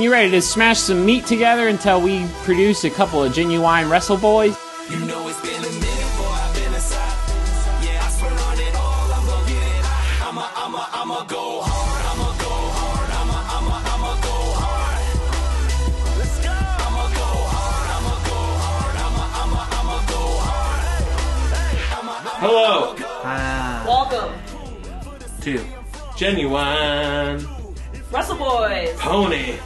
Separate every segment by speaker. Speaker 1: You ready to smash some meat together until we produce a couple of genuine wrestle boys?
Speaker 2: You know it's been a minute boy, I've been inside. Yeah, I swear on it all, I'm gonna get it. I'ma, I'ma, I'ma go hard. I'ma go hard. I'ma, I'ma, I'ma go hard. Let's go. I'ma go hard. I'ma go hard. I'ma, I'ma, I'ma go hard.
Speaker 3: Hello
Speaker 4: Welcome,
Speaker 3: to Genuine
Speaker 4: Wrestle Boys.
Speaker 3: Pony.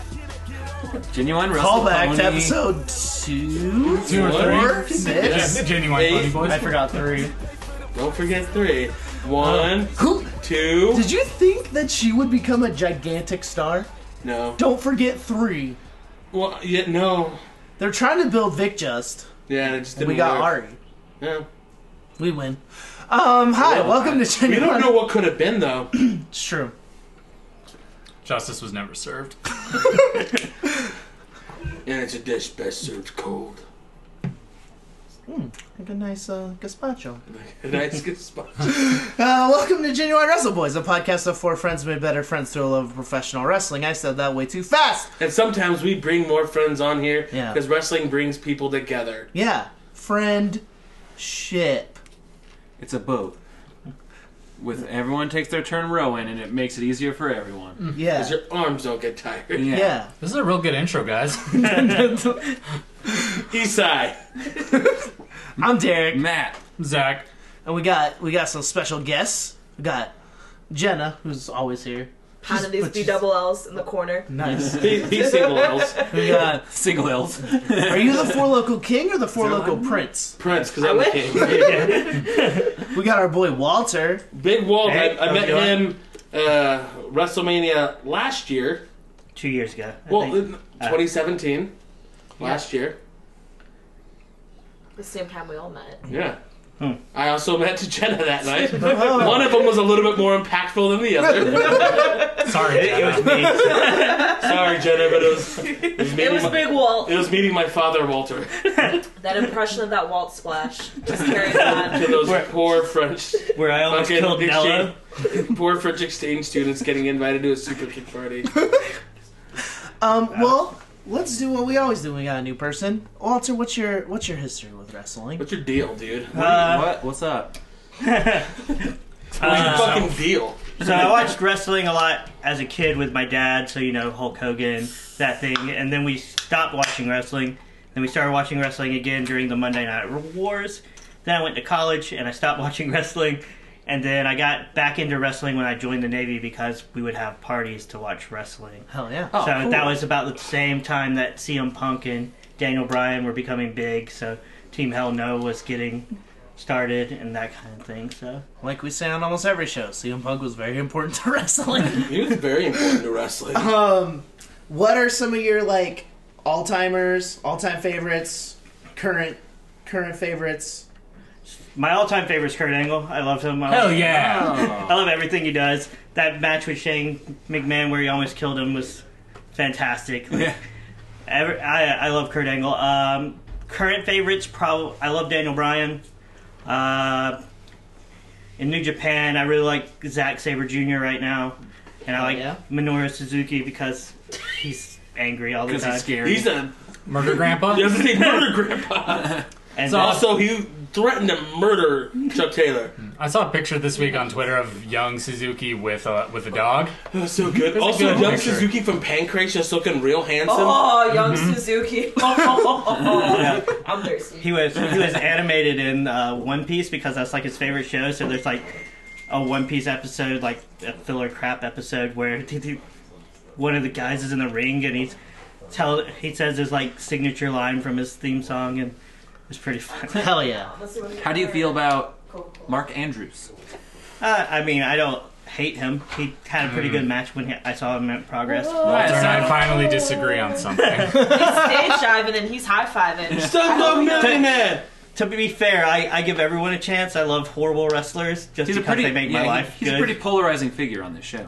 Speaker 5: Genuine wrestle.
Speaker 6: Call back
Speaker 5: pony.
Speaker 6: to episode two,
Speaker 3: Two or
Speaker 6: four,
Speaker 3: three.
Speaker 6: six.
Speaker 7: Genuine
Speaker 3: Eight.
Speaker 7: funny
Speaker 6: I
Speaker 7: boys.
Speaker 6: forgot three.
Speaker 3: Don't forget three. One,
Speaker 6: Who
Speaker 3: two.
Speaker 6: did you think that she would become a gigantic star?
Speaker 3: No.
Speaker 6: Don't forget three.
Speaker 3: Well, yeah, no.
Speaker 6: They're trying to build Vic Just.
Speaker 3: Yeah, it just
Speaker 6: and
Speaker 3: didn't
Speaker 6: We got
Speaker 3: work.
Speaker 6: Ari.
Speaker 3: Yeah.
Speaker 6: We win. Um, hi, welcome to
Speaker 3: We
Speaker 6: Genuine.
Speaker 3: don't know what could have been though.
Speaker 6: It's true.
Speaker 7: Justice was never served.
Speaker 3: And it's a dish best served cold.
Speaker 6: Like a nice uh, gazpacho.
Speaker 3: nice good spot.
Speaker 6: Uh, welcome to Genuine Wrestle Boys, a podcast of four friends made better friends through a love of professional wrestling. I said that way too fast.
Speaker 3: And sometimes we bring more friends on here
Speaker 6: Yeah.
Speaker 3: because wrestling brings people together.
Speaker 6: Yeah, friend, ship.
Speaker 3: Hmm.
Speaker 5: It's a boat. With everyone takes their turn rowing, and it makes it easier for everyone.
Speaker 6: Yeah.
Speaker 3: Because your arms don't get
Speaker 5: Mm-hmm.
Speaker 3: tired.
Speaker 6: Yeah.
Speaker 7: This is a real good intro, guys.
Speaker 3: Isai.
Speaker 6: I'm Derek.
Speaker 5: Matt,
Speaker 7: Zach.
Speaker 6: And we got we got some special guests. We got Jenna, who's always here.
Speaker 4: Pounding these
Speaker 6: But
Speaker 4: B
Speaker 6: she's-
Speaker 4: double L's in the corner.
Speaker 6: Nice.
Speaker 3: He, he's single else.
Speaker 6: we got
Speaker 5: single L's.
Speaker 6: Are you the four local king or the four local prince?
Speaker 3: Prince, because I'm the
Speaker 4: would-
Speaker 3: king.
Speaker 6: We got our boy Walter.
Speaker 3: Big Walt,
Speaker 8: Hey,
Speaker 3: I, I
Speaker 8: how's
Speaker 3: met
Speaker 8: it going?
Speaker 3: him uh, WrestleMania last year.
Speaker 8: two years ago. I
Speaker 3: Well,
Speaker 8: think. Uh,
Speaker 3: in 2017, last year.
Speaker 4: The same time we all met.
Speaker 8: Hmm.
Speaker 3: Yeah. I also met Jenna that night.
Speaker 8: Oh.
Speaker 3: One of them was a little bit more impactful than the other.
Speaker 7: Sorry.
Speaker 8: it was me.
Speaker 3: Sorry, Jenna, but it was it was
Speaker 4: It
Speaker 3: meeting,
Speaker 4: was
Speaker 3: my,
Speaker 4: Big Walt.
Speaker 3: it was meeting my father, Walter,
Speaker 4: That impression of that Walt splash just carries on.
Speaker 3: to those poor French
Speaker 8: Where I almost
Speaker 3: fucking
Speaker 8: killed Nello.
Speaker 3: exchange- poor French exchange students getting invited to a super kick party.
Speaker 6: Um, well, let's do what we always do when we got a new person. Walter, what's your what's your history with wrestling?
Speaker 3: What's your deal, dude? What's
Speaker 8: Uh,
Speaker 5: what? What's up?
Speaker 3: your
Speaker 8: uh,
Speaker 3: fucking deal?
Speaker 8: so I watched wrestling a lot as a kid with my dad. So you know Hulk Hogan, that thing, and then we stopped watching wrestling. Then we started watching wrestling again during the Monday Night Wars. Then I went to college and I stopped watching wrestling. And then I got back into wrestling when I joined the Navy because we would have parties to watch wrestling.
Speaker 6: Hell yeah.
Speaker 8: so
Speaker 5: cool.
Speaker 8: that was about the same time that CM Punk and Daniel Bryan were becoming big. So Team Hell No was getting started and that kind of thing. So
Speaker 6: Like we say on almost every show, CM Punk was very important to wrestling.
Speaker 3: You're very important to wrestling.
Speaker 8: Uh-huh.
Speaker 6: um, what are some of your like all timers, all time favorites, current current favorites?
Speaker 8: my all-time favorite is Kurt Angle. I love him. I
Speaker 7: Hell
Speaker 8: love,
Speaker 7: yeah.
Speaker 8: I love everything he does. That match with Shane McMahon where he almost killed him was fantastic. Like,
Speaker 5: Yeah.
Speaker 8: every- I I love Kurt Angle. Um, current favorites probably I love Daniel Bryan. Uh, in New Japan, I really like Zack Saber Jr. right now, and I
Speaker 6: Oh,
Speaker 8: like
Speaker 6: yeah?
Speaker 8: Minoru Suzuki because he's angry all the
Speaker 5: Because
Speaker 8: time.
Speaker 5: he's scary.
Speaker 3: He's a
Speaker 7: Murder Grandpa.
Speaker 3: he doesn't say murder grandpa.
Speaker 8: And
Speaker 7: So-
Speaker 3: Also, he threatened to murder Chuck Taylor.
Speaker 7: I saw a picture this week on Twitter of young Suzuki with a with a dog.
Speaker 3: That's so good.
Speaker 7: a
Speaker 3: also,
Speaker 7: good
Speaker 3: young
Speaker 7: picture.
Speaker 3: Suzuki from Pancrase just looking real handsome.
Speaker 4: Oh, young
Speaker 5: Mm-hmm.
Speaker 4: Suzuki. I'm thirsty.
Speaker 8: He was he was animated in uh, One Piece because that's like his favorite show. So there's like a One Piece episode, like a filler crap episode where he- he- one of the guys is in the ring and he's tell he says his like signature line from his theme song and it's pretty fun.
Speaker 6: Hell yeah.
Speaker 5: How do you feel about
Speaker 4: Cool, cool.
Speaker 5: Mark Andrews?
Speaker 8: uh, I mean, I don't hate him. He had a
Speaker 5: Mm.
Speaker 8: pretty good match when he, I saw him at Progress.
Speaker 7: Walter and
Speaker 5: Alright,
Speaker 7: I
Speaker 5: so-
Speaker 7: finally disagree on something.
Speaker 4: Stage diving and he's high fiving.
Speaker 3: Son of a millionaire.
Speaker 8: To be fair, I, I give everyone a chance. I love horrible wrestlers just
Speaker 5: He's a
Speaker 8: because
Speaker 5: pretty.
Speaker 8: they make
Speaker 5: yeah,
Speaker 8: my
Speaker 5: he-
Speaker 8: life
Speaker 5: he's
Speaker 8: good.
Speaker 5: a pretty polarizing figure on this show.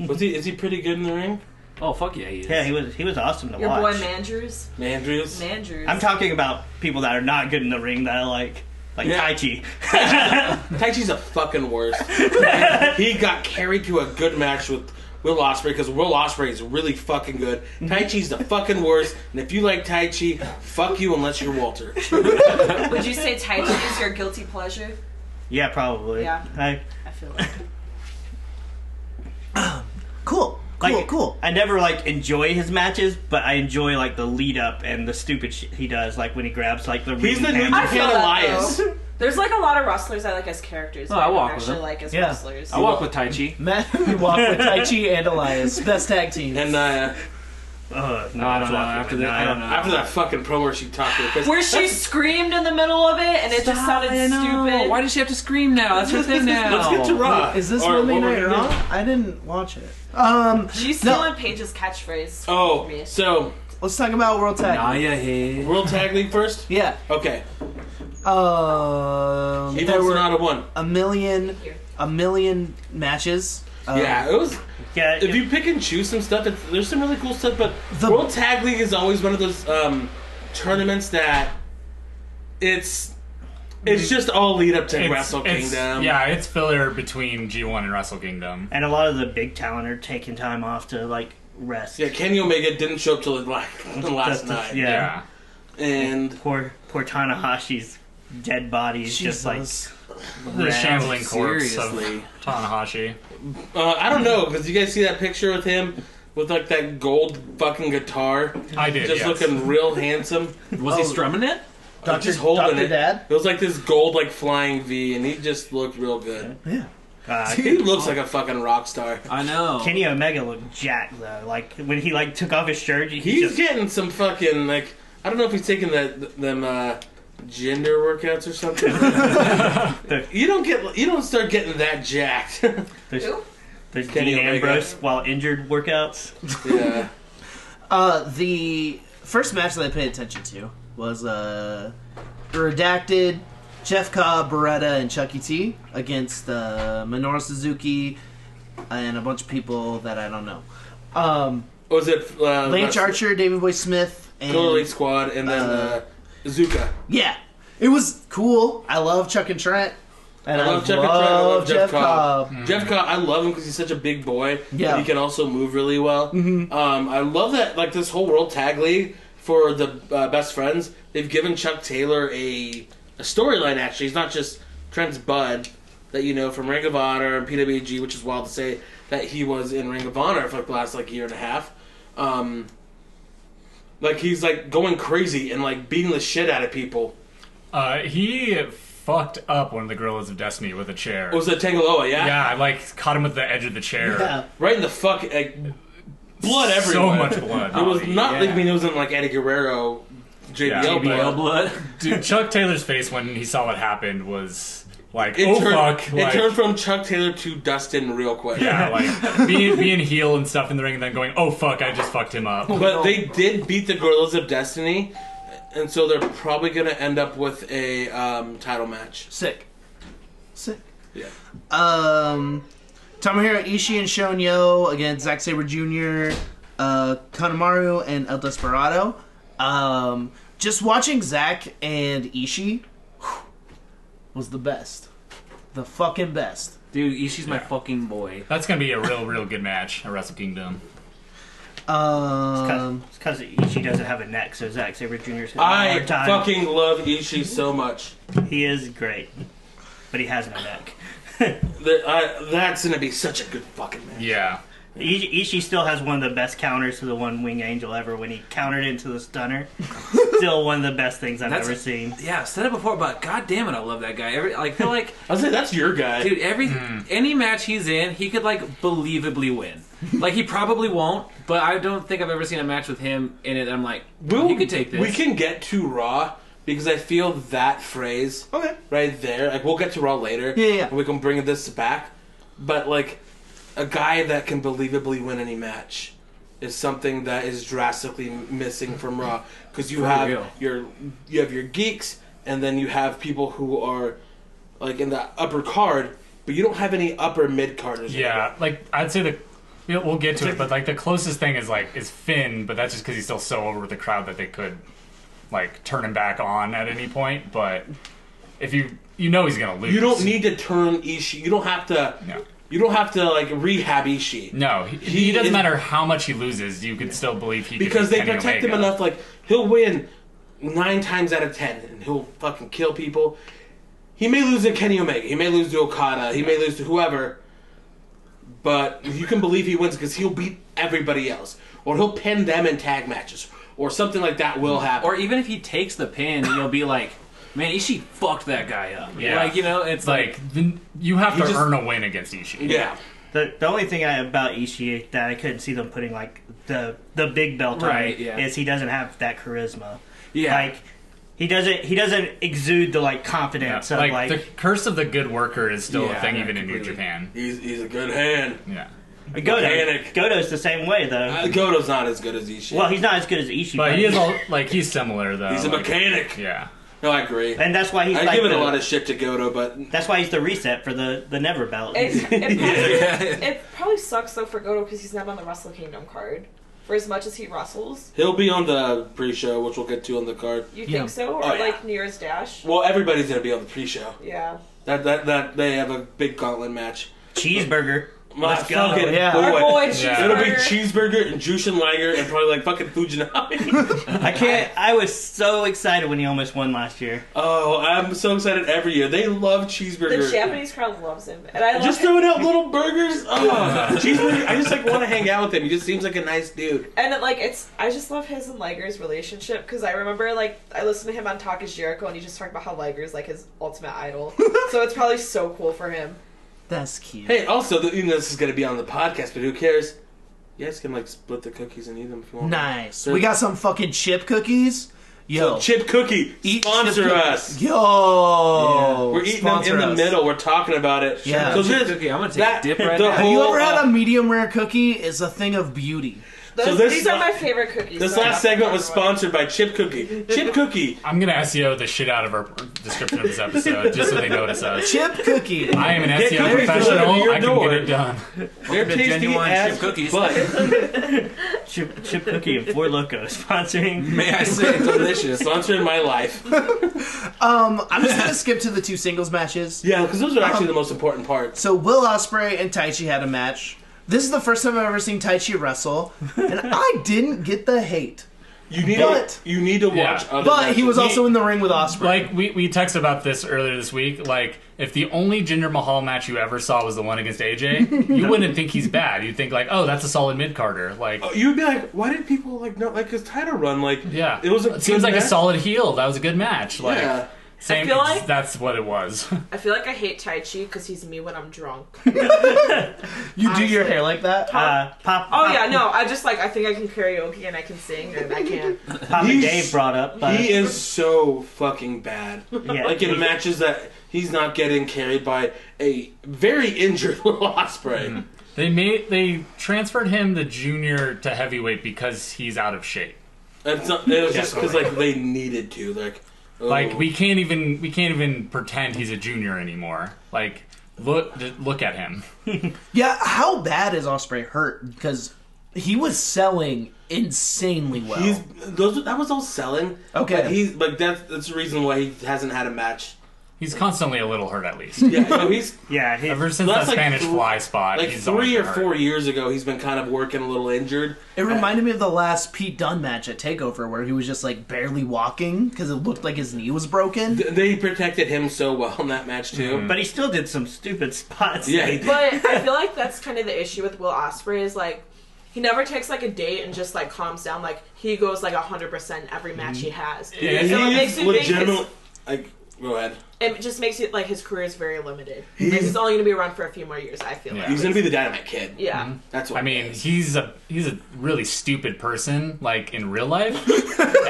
Speaker 3: Was he? Is he pretty good in the ring?
Speaker 5: Oh fuck yeah, he is.
Speaker 8: yeah, he was he was awesome to
Speaker 4: Your
Speaker 8: watch.
Speaker 4: boy Mandrews.
Speaker 3: Mandrews.
Speaker 4: Mandrews.
Speaker 8: I'm talking about people that are not good in the ring that I like, like
Speaker 5: Yeah.
Speaker 8: Tai Chi.
Speaker 3: Taichi's a fucking worst. he got carried to a good match with Will Osprey because Will Osprey is really fucking good. Tai Chi's the fucking worst, and if you like Tai Chi, fuck you unless you're Walter.
Speaker 4: Would you say Tai Chi is your guilty pleasure?
Speaker 8: Yeah, probably.
Speaker 4: Yeah.
Speaker 8: I,
Speaker 4: I feel like.
Speaker 8: cool. Like,
Speaker 6: Cool, cool.
Speaker 8: I never like enjoy his matches, but I enjoy like the lead up and the stupid shit he does, like when he grabs like the
Speaker 3: He's the
Speaker 8: ring handle.
Speaker 3: new-
Speaker 4: I feel
Speaker 3: Hannah
Speaker 4: that,
Speaker 3: Elias.
Speaker 4: though. There's like a lot of wrestlers I like as characters. but
Speaker 5: I
Speaker 4: I
Speaker 5: walk
Speaker 4: don't
Speaker 5: with
Speaker 4: actually
Speaker 5: them.
Speaker 4: like as
Speaker 6: Yeah.
Speaker 4: wrestlers.
Speaker 5: I walk with Tai Chi.
Speaker 6: Matt and me walk with Tai Chi and Elias. Best tag team.
Speaker 3: And uh,
Speaker 8: Ugh,
Speaker 5: No, I don't know. After that, I don't know.
Speaker 3: after that fucking promo where she talked to her, 'cause
Speaker 4: Where she screamed in the middle of it and it just sounded stupid.
Speaker 5: Why does she have to scream now? That's her thing now.
Speaker 3: let's get to Raw.
Speaker 6: Is this
Speaker 3: Or
Speaker 6: Monday
Speaker 3: what we're
Speaker 6: Night
Speaker 3: gonna do.
Speaker 6: Raw? I didn't watch it. Um,
Speaker 4: She's
Speaker 6: No.
Speaker 4: stealing Paige's catchphrase.
Speaker 3: Oh,
Speaker 4: from me.
Speaker 3: so
Speaker 6: let's talk about World Tag.
Speaker 5: Naya head.
Speaker 3: World Tag League first.
Speaker 6: Yeah.
Speaker 3: Okay,
Speaker 6: Um,
Speaker 3: even
Speaker 6: there
Speaker 3: if
Speaker 6: were
Speaker 3: not a one.
Speaker 6: a million, a million matches. Uh,
Speaker 3: yeah, it was.
Speaker 8: Yeah,
Speaker 3: If you pick and choose some stuff, it's, there's some really cool stuff. But
Speaker 6: The-
Speaker 3: World Tag League is always one of those um, tournaments that it's it's just all lead up to
Speaker 7: It's-
Speaker 3: Wrestle
Speaker 7: it's-
Speaker 3: Kingdom.
Speaker 7: Yeah, it's filler between G1 and Wrestle Kingdom.
Speaker 8: and a lot of the big talent are taking time off to like rest.
Speaker 3: yeah. Kenny Omega didn't show up till the last, the last
Speaker 8: That's the-
Speaker 3: night,
Speaker 8: yeah.
Speaker 7: Yeah.
Speaker 3: and
Speaker 8: Poor poor Tanahashi's dead body is just like
Speaker 6: Jesus.
Speaker 7: The shambling corpse
Speaker 5: Seriously.
Speaker 7: of Tanahashi.
Speaker 3: uh, I don't know because you guys see that picture with him with like that gold fucking guitar,
Speaker 7: I did.
Speaker 3: just
Speaker 7: yes.
Speaker 3: looking real handsome.
Speaker 5: Was he strumming it?
Speaker 3: Doctor, just holding
Speaker 6: Dr.
Speaker 3: it.
Speaker 6: Dad?
Speaker 3: It was like this gold like flying V, and he just looked real good.
Speaker 6: yeah.
Speaker 8: uh,
Speaker 3: He looks like a fucking rock star.
Speaker 5: I know.
Speaker 8: Kenny Omega looked jacked though. Like when he like took off his shirt, he
Speaker 3: He's
Speaker 8: just
Speaker 3: getting some fucking like I don't know if he's taking that them uh, gender workouts or something. you don't get you don't start getting that jacked.
Speaker 8: there's,
Speaker 4: Who?
Speaker 8: there's
Speaker 3: Kenny
Speaker 8: Dean
Speaker 3: Omega.
Speaker 8: Ambrose while injured workouts.
Speaker 3: yeah,
Speaker 6: Uh, the first match that I paid attention to was uh, redacted Jeff Cobb, Beretta, and Chucky T against uh, Minoru Suzuki and a bunch of people that I don't know. Um,
Speaker 3: was it uh,
Speaker 6: Lance
Speaker 3: not-
Speaker 6: Archer, David Boy Smith, and
Speaker 3: Golden Elite Squad, and then uh,
Speaker 6: Uh,
Speaker 3: Zuka.
Speaker 6: yeah, it was cool. I love Chuck and Trent, and
Speaker 3: I love Chuck and Trent, I love Jeff Cobb. Mm. Jeff Cobb, I love him because he's such a big boy.
Speaker 6: Yeah.
Speaker 3: he can also move really well. Um, I love that like this whole World Tag League for the uh, best friends. They've given Chuck Taylor a a storyline. Actually, he's not just Trent's bud that you know from Ring of Honor and PWG, which is wild to say that he was in Ring of Honor for like the last like year and a half. Um, like he's like going crazy and like beating the shit out of people.
Speaker 7: Uh, he fucked up one of the Gorillas of Destiny with a chair.
Speaker 3: It was a Tangaloa,
Speaker 7: yeah, I like caught him with the edge of the chair.
Speaker 6: Yeah.
Speaker 3: right in the fuck like, blood
Speaker 7: So
Speaker 3: everywhere.
Speaker 7: much blood.
Speaker 3: It was not.
Speaker 5: yeah.
Speaker 3: like I mean, it wasn't like Eddie Guerrero, JBL,
Speaker 7: Yeah.
Speaker 5: Blood.
Speaker 3: blood.
Speaker 5: blood.
Speaker 7: Dude, Chuck Taylor's face when he saw what happened was like,
Speaker 3: It,
Speaker 7: oh
Speaker 3: turned,
Speaker 7: fuck.
Speaker 3: it
Speaker 7: like,
Speaker 3: turned from Chuck Taylor to Dustin real quick.
Speaker 7: yeah, like being being heel and stuff in the ring, and then going, oh fuck, I just fucked him up.
Speaker 3: But they did beat the Gorillas of Destiny, and so they're probably going to end up with a um, title match.
Speaker 6: Sick, sick.
Speaker 3: Yeah.
Speaker 6: Um, Tomohiro Ishii and Shonyo against Zack Saber Jr., uh, Kanemaru and El Desperado. Um, just watching Zack and Ishii whew, was the best, the fucking best.
Speaker 5: Dude, Ishii's my fucking boy.
Speaker 7: That's gonna be a real, real good match at Wrestle Kingdom.
Speaker 6: Um,
Speaker 8: because Ichi doesn't have a neck, so Zack Saber Jr.'s having a
Speaker 3: I
Speaker 8: hard time.
Speaker 3: fucking love Ishii so much.
Speaker 8: He is great, but he has no neck.
Speaker 3: That, I, that's going to be such a good fucking match.
Speaker 7: Yeah,
Speaker 8: Ishi Ishii still has one of the best counters to the one wing angel ever when he countered into the stunner. still one of the best things I've
Speaker 5: That's-
Speaker 8: ever seen.
Speaker 5: Yeah, I've said it before, but god damn it, I love that guy. Every like, I feel like,
Speaker 3: I was like, that's your guy.
Speaker 5: dude, every
Speaker 9: Hmm.
Speaker 5: any match he's in, he could like believably win. Like he probably won't, but I don't think I've ever seen a match with him in it. that I'm like,
Speaker 3: We'll-
Speaker 5: you could take this.
Speaker 3: We can get to Raw because I feel that phrase
Speaker 6: Okay.
Speaker 3: right there. Like we'll get to Raw later.
Speaker 6: Yeah, yeah.
Speaker 3: And we can bring this back, but like a guy that can believably win any match is something that is drastically m- missing from Raw because you
Speaker 5: For
Speaker 3: have
Speaker 5: real.
Speaker 3: your you have your geeks and then you have people who are like in the upper card, but you don't have any upper mid carders.
Speaker 7: yeah. Like I'd say the yeah, we'll get to it, but like the closest thing is like is Finn, but that's just because he's still so over with the crowd that they could like turn him back on at any point. But if you you know he's gonna lose,
Speaker 3: You don't need to turn Ishii. You don't have to
Speaker 7: Yeah.
Speaker 3: You don't have to like rehab Ishii.
Speaker 7: No, he,
Speaker 3: He
Speaker 7: he doesn't
Speaker 3: is-
Speaker 7: matter how much he loses. You could still believe he could
Speaker 3: because
Speaker 7: beat
Speaker 3: they
Speaker 7: Kenny
Speaker 3: protect him
Speaker 7: Omega.
Speaker 3: enough. Like he'll win nine times out of ten, and he'll fucking kill people. He may lose to Kenny Omega. He may lose to Okada. He may lose to whoever. But you can believe he wins because he'll beat everybody else, or he'll pin them in tag matches, or something like that will happen.
Speaker 5: Or even if he takes the pin, you'll be like, man, Ishii fucked that guy up.
Speaker 7: Yeah.
Speaker 5: Like, you know, it's like,
Speaker 7: Like the, you have
Speaker 3: He
Speaker 7: to
Speaker 3: just-
Speaker 7: earn a win against Ishii.
Speaker 3: yeah,
Speaker 8: The, the only thing I about Ishii that I couldn't see them putting like the the big belt
Speaker 5: Right,
Speaker 8: on
Speaker 5: yeah.
Speaker 8: is he doesn't have that charisma.
Speaker 5: yeah.
Speaker 8: Like he doesn't he doesn't exude the like
Speaker 7: Yeah,
Speaker 8: confidence of
Speaker 7: like,
Speaker 8: like,
Speaker 7: the curse of the good worker is still
Speaker 5: Yeah,
Speaker 7: a thing
Speaker 5: yeah,
Speaker 7: even in New
Speaker 5: completely.
Speaker 7: Japan.
Speaker 3: he's he's a good hand.
Speaker 7: Yeah,
Speaker 8: Godo.
Speaker 3: Panic.
Speaker 8: Godo's the same way though.
Speaker 3: Uh, Goto's not as good as Ishii.
Speaker 8: well, he's not as good as Ishii,
Speaker 7: but he is all like he's similar though.
Speaker 3: he's a
Speaker 7: like-
Speaker 3: mechanic.
Speaker 7: Yeah,
Speaker 3: No, I agree.
Speaker 8: and that's why he's
Speaker 3: I
Speaker 8: like
Speaker 3: give it
Speaker 8: the-
Speaker 3: a lot of shit to Goto, but
Speaker 8: That's why he's the reset for the the never belt.
Speaker 4: It, it, probably, it probably sucks though for Goto because he's not on the Wrestle Kingdom card. For as much as he wrestles,
Speaker 3: he'll be on the pre-show, which we'll get to on the card.
Speaker 4: you
Speaker 6: Yeah.
Speaker 4: think so, or
Speaker 3: Oh, yeah.
Speaker 4: like New Year's Dash?
Speaker 3: Well, everybody's gonna be on the pre-show.
Speaker 4: Yeah.
Speaker 3: That that that they have a big gauntlet match.
Speaker 8: Cheeseburger.
Speaker 3: My
Speaker 8: Let's go.
Speaker 3: fucking
Speaker 6: Yeah.
Speaker 3: boy.
Speaker 4: Our boy
Speaker 7: Yeah.
Speaker 3: Oh, It'll be
Speaker 4: Cheeseburger.
Speaker 3: cheeseburger and Jushin Liger and probably like fucking Fujinami.
Speaker 8: I can't. I was so excited when he almost won last year.
Speaker 3: oh, I'm so excited every year. They love cheeseburger.
Speaker 4: the Japanese crowd loves him, and I love
Speaker 3: Just throwing out little burgers. Oh, cheeseburger. I just like want to hang out with him. He just seems like a nice dude.
Speaker 4: And it, like it's, I just love his and Liger's relationship because I remember like I listened to him on Talk is Jericho and he just talked about how Liger's like his ultimate idol. so it's probably so cool for him.
Speaker 6: That's cute.
Speaker 3: Hey, also, the, even though this is gonna be on the podcast, but who cares? You guys can like split the cookies and eat them if you want.
Speaker 6: Nice.
Speaker 3: So-
Speaker 6: We got some fucking chip cookies. Yo,
Speaker 3: Chip Cookie,
Speaker 6: Eat
Speaker 3: sponsor
Speaker 6: chip cookie.
Speaker 3: us.
Speaker 6: Yo,
Speaker 3: We're eating
Speaker 6: sponsor
Speaker 3: them in the
Speaker 6: us.
Speaker 3: middle. We're talking about it.
Speaker 6: Yeah.
Speaker 3: So
Speaker 5: Chip
Speaker 3: this,
Speaker 5: cookie, I'm gonna take
Speaker 3: that,
Speaker 5: a dip right
Speaker 3: the
Speaker 5: now.
Speaker 6: Have you
Speaker 3: whole,
Speaker 6: ever had
Speaker 3: uh,
Speaker 6: a medium rare cookie? Is a thing of beauty.
Speaker 4: Those,
Speaker 3: So this-
Speaker 4: these are my favorite cookies.
Speaker 3: This
Speaker 4: so I
Speaker 3: last
Speaker 4: have to
Speaker 3: segment was
Speaker 4: talk about
Speaker 3: sponsored by Chip Cookie. Chip Cookie.
Speaker 7: I'm gonna SEO the shit out of our description of this episode just so they notice us.
Speaker 6: Chip cookie. Um,
Speaker 7: I am an
Speaker 3: Get
Speaker 7: SEO
Speaker 3: cookies delivered to
Speaker 7: professional.
Speaker 3: your
Speaker 7: I can
Speaker 3: door.
Speaker 7: get it done.
Speaker 3: They're
Speaker 5: to
Speaker 3: tasty
Speaker 5: Genuine
Speaker 3: as
Speaker 5: Chip Cookies.
Speaker 3: But
Speaker 8: Chip, Chip Cookie and Four Loco sponsoring.
Speaker 5: May I say, delicious.
Speaker 3: sponsored my life.
Speaker 6: Um, I'm just gonna skip to the two singles matches.
Speaker 3: Yeah, because those are actually the most important parts.
Speaker 6: So Will Osprey and Taichi had a match. This is the first time I've ever seen Taichi wrestle, and I didn't get the hate.
Speaker 3: You need
Speaker 6: But-
Speaker 3: to, you need to
Speaker 7: Yeah.
Speaker 3: watch. Other
Speaker 6: But he was
Speaker 3: matches.
Speaker 6: also in the ring with Osprey.
Speaker 7: Like we, we texted about this earlier this week. Like if the only Jinder Mahal match you ever saw was the one against AJ, you wouldn't think he's bad. You'd think like, oh, that's a solid mid Carter. Like
Speaker 3: You'd be like, why did people like not like his title run? Like,
Speaker 7: yeah,
Speaker 3: it was. A
Speaker 7: It
Speaker 3: good
Speaker 7: seems like a
Speaker 3: match.
Speaker 7: solid heel. That was a good match. Like
Speaker 3: Yeah.
Speaker 7: same.
Speaker 4: I feel like-
Speaker 7: that's what it was.
Speaker 4: it. I feel like I hate Tai Chi because he's me when I'm drunk.
Speaker 6: you do your hair like that.
Speaker 8: Uh, Pop.
Speaker 4: Oh yeah, no, I just like I think I can karaoke and I can sing and I can.
Speaker 8: Papa
Speaker 3: He's-
Speaker 8: Dave brought up. But,
Speaker 3: He is so fucking bad.
Speaker 8: Yeah.
Speaker 3: Like in matches that he's not getting carried by a very injured Will Osprey.
Speaker 7: they made they transferred him the junior to heavyweight because he's out of shape.
Speaker 3: It's not, it was just
Speaker 7: Yeah.
Speaker 3: because like they needed to. Like, oh.
Speaker 7: Like we can't even we can't even pretend he's a junior anymore. Like look look at him.
Speaker 6: yeah, how bad is Osprey hurt? Because he was selling insanely well.
Speaker 3: He's those that was all selling.
Speaker 6: Okay.
Speaker 3: But he's like that's that's the reason why he hasn't had a match.
Speaker 7: He's constantly a little hurt at least.
Speaker 3: Yeah, so he's
Speaker 8: yeah, he,
Speaker 7: Ever since
Speaker 3: That's
Speaker 7: that
Speaker 3: like
Speaker 7: Spanish
Speaker 3: th-
Speaker 7: fly spot,
Speaker 3: like
Speaker 7: he's always
Speaker 3: three or
Speaker 7: been hurt.
Speaker 3: four years ago. He's been kind of working a little injured.
Speaker 6: It reminded me of the last Pete Dunne match at Takeover, where he was just like barely walking because it looked like his knee was broken.
Speaker 3: Th- They protected him so well in that match too.
Speaker 7: Mm-hmm.
Speaker 8: but he still did some stupid spots.
Speaker 3: Yeah, he did.
Speaker 4: But I feel like that's kind of the issue with Will Osprey is like he never takes like a date and just like calms down. Like he goes like hundred percent every match he has.
Speaker 7: Yeah,
Speaker 4: so it
Speaker 3: he
Speaker 4: makes
Speaker 3: is
Speaker 4: you think his-
Speaker 3: legitimately. Like, go ahead.
Speaker 4: it just makes it like his career is very limited. Like, he's only gonna be around for a few more years. I feel
Speaker 7: Yeah.
Speaker 3: He's
Speaker 4: like.
Speaker 3: gonna be the dynamite kid.
Speaker 4: Yeah.
Speaker 3: That's what
Speaker 7: I
Speaker 3: he
Speaker 7: mean,
Speaker 3: is.
Speaker 7: he's a he's a really stupid person, like in real life,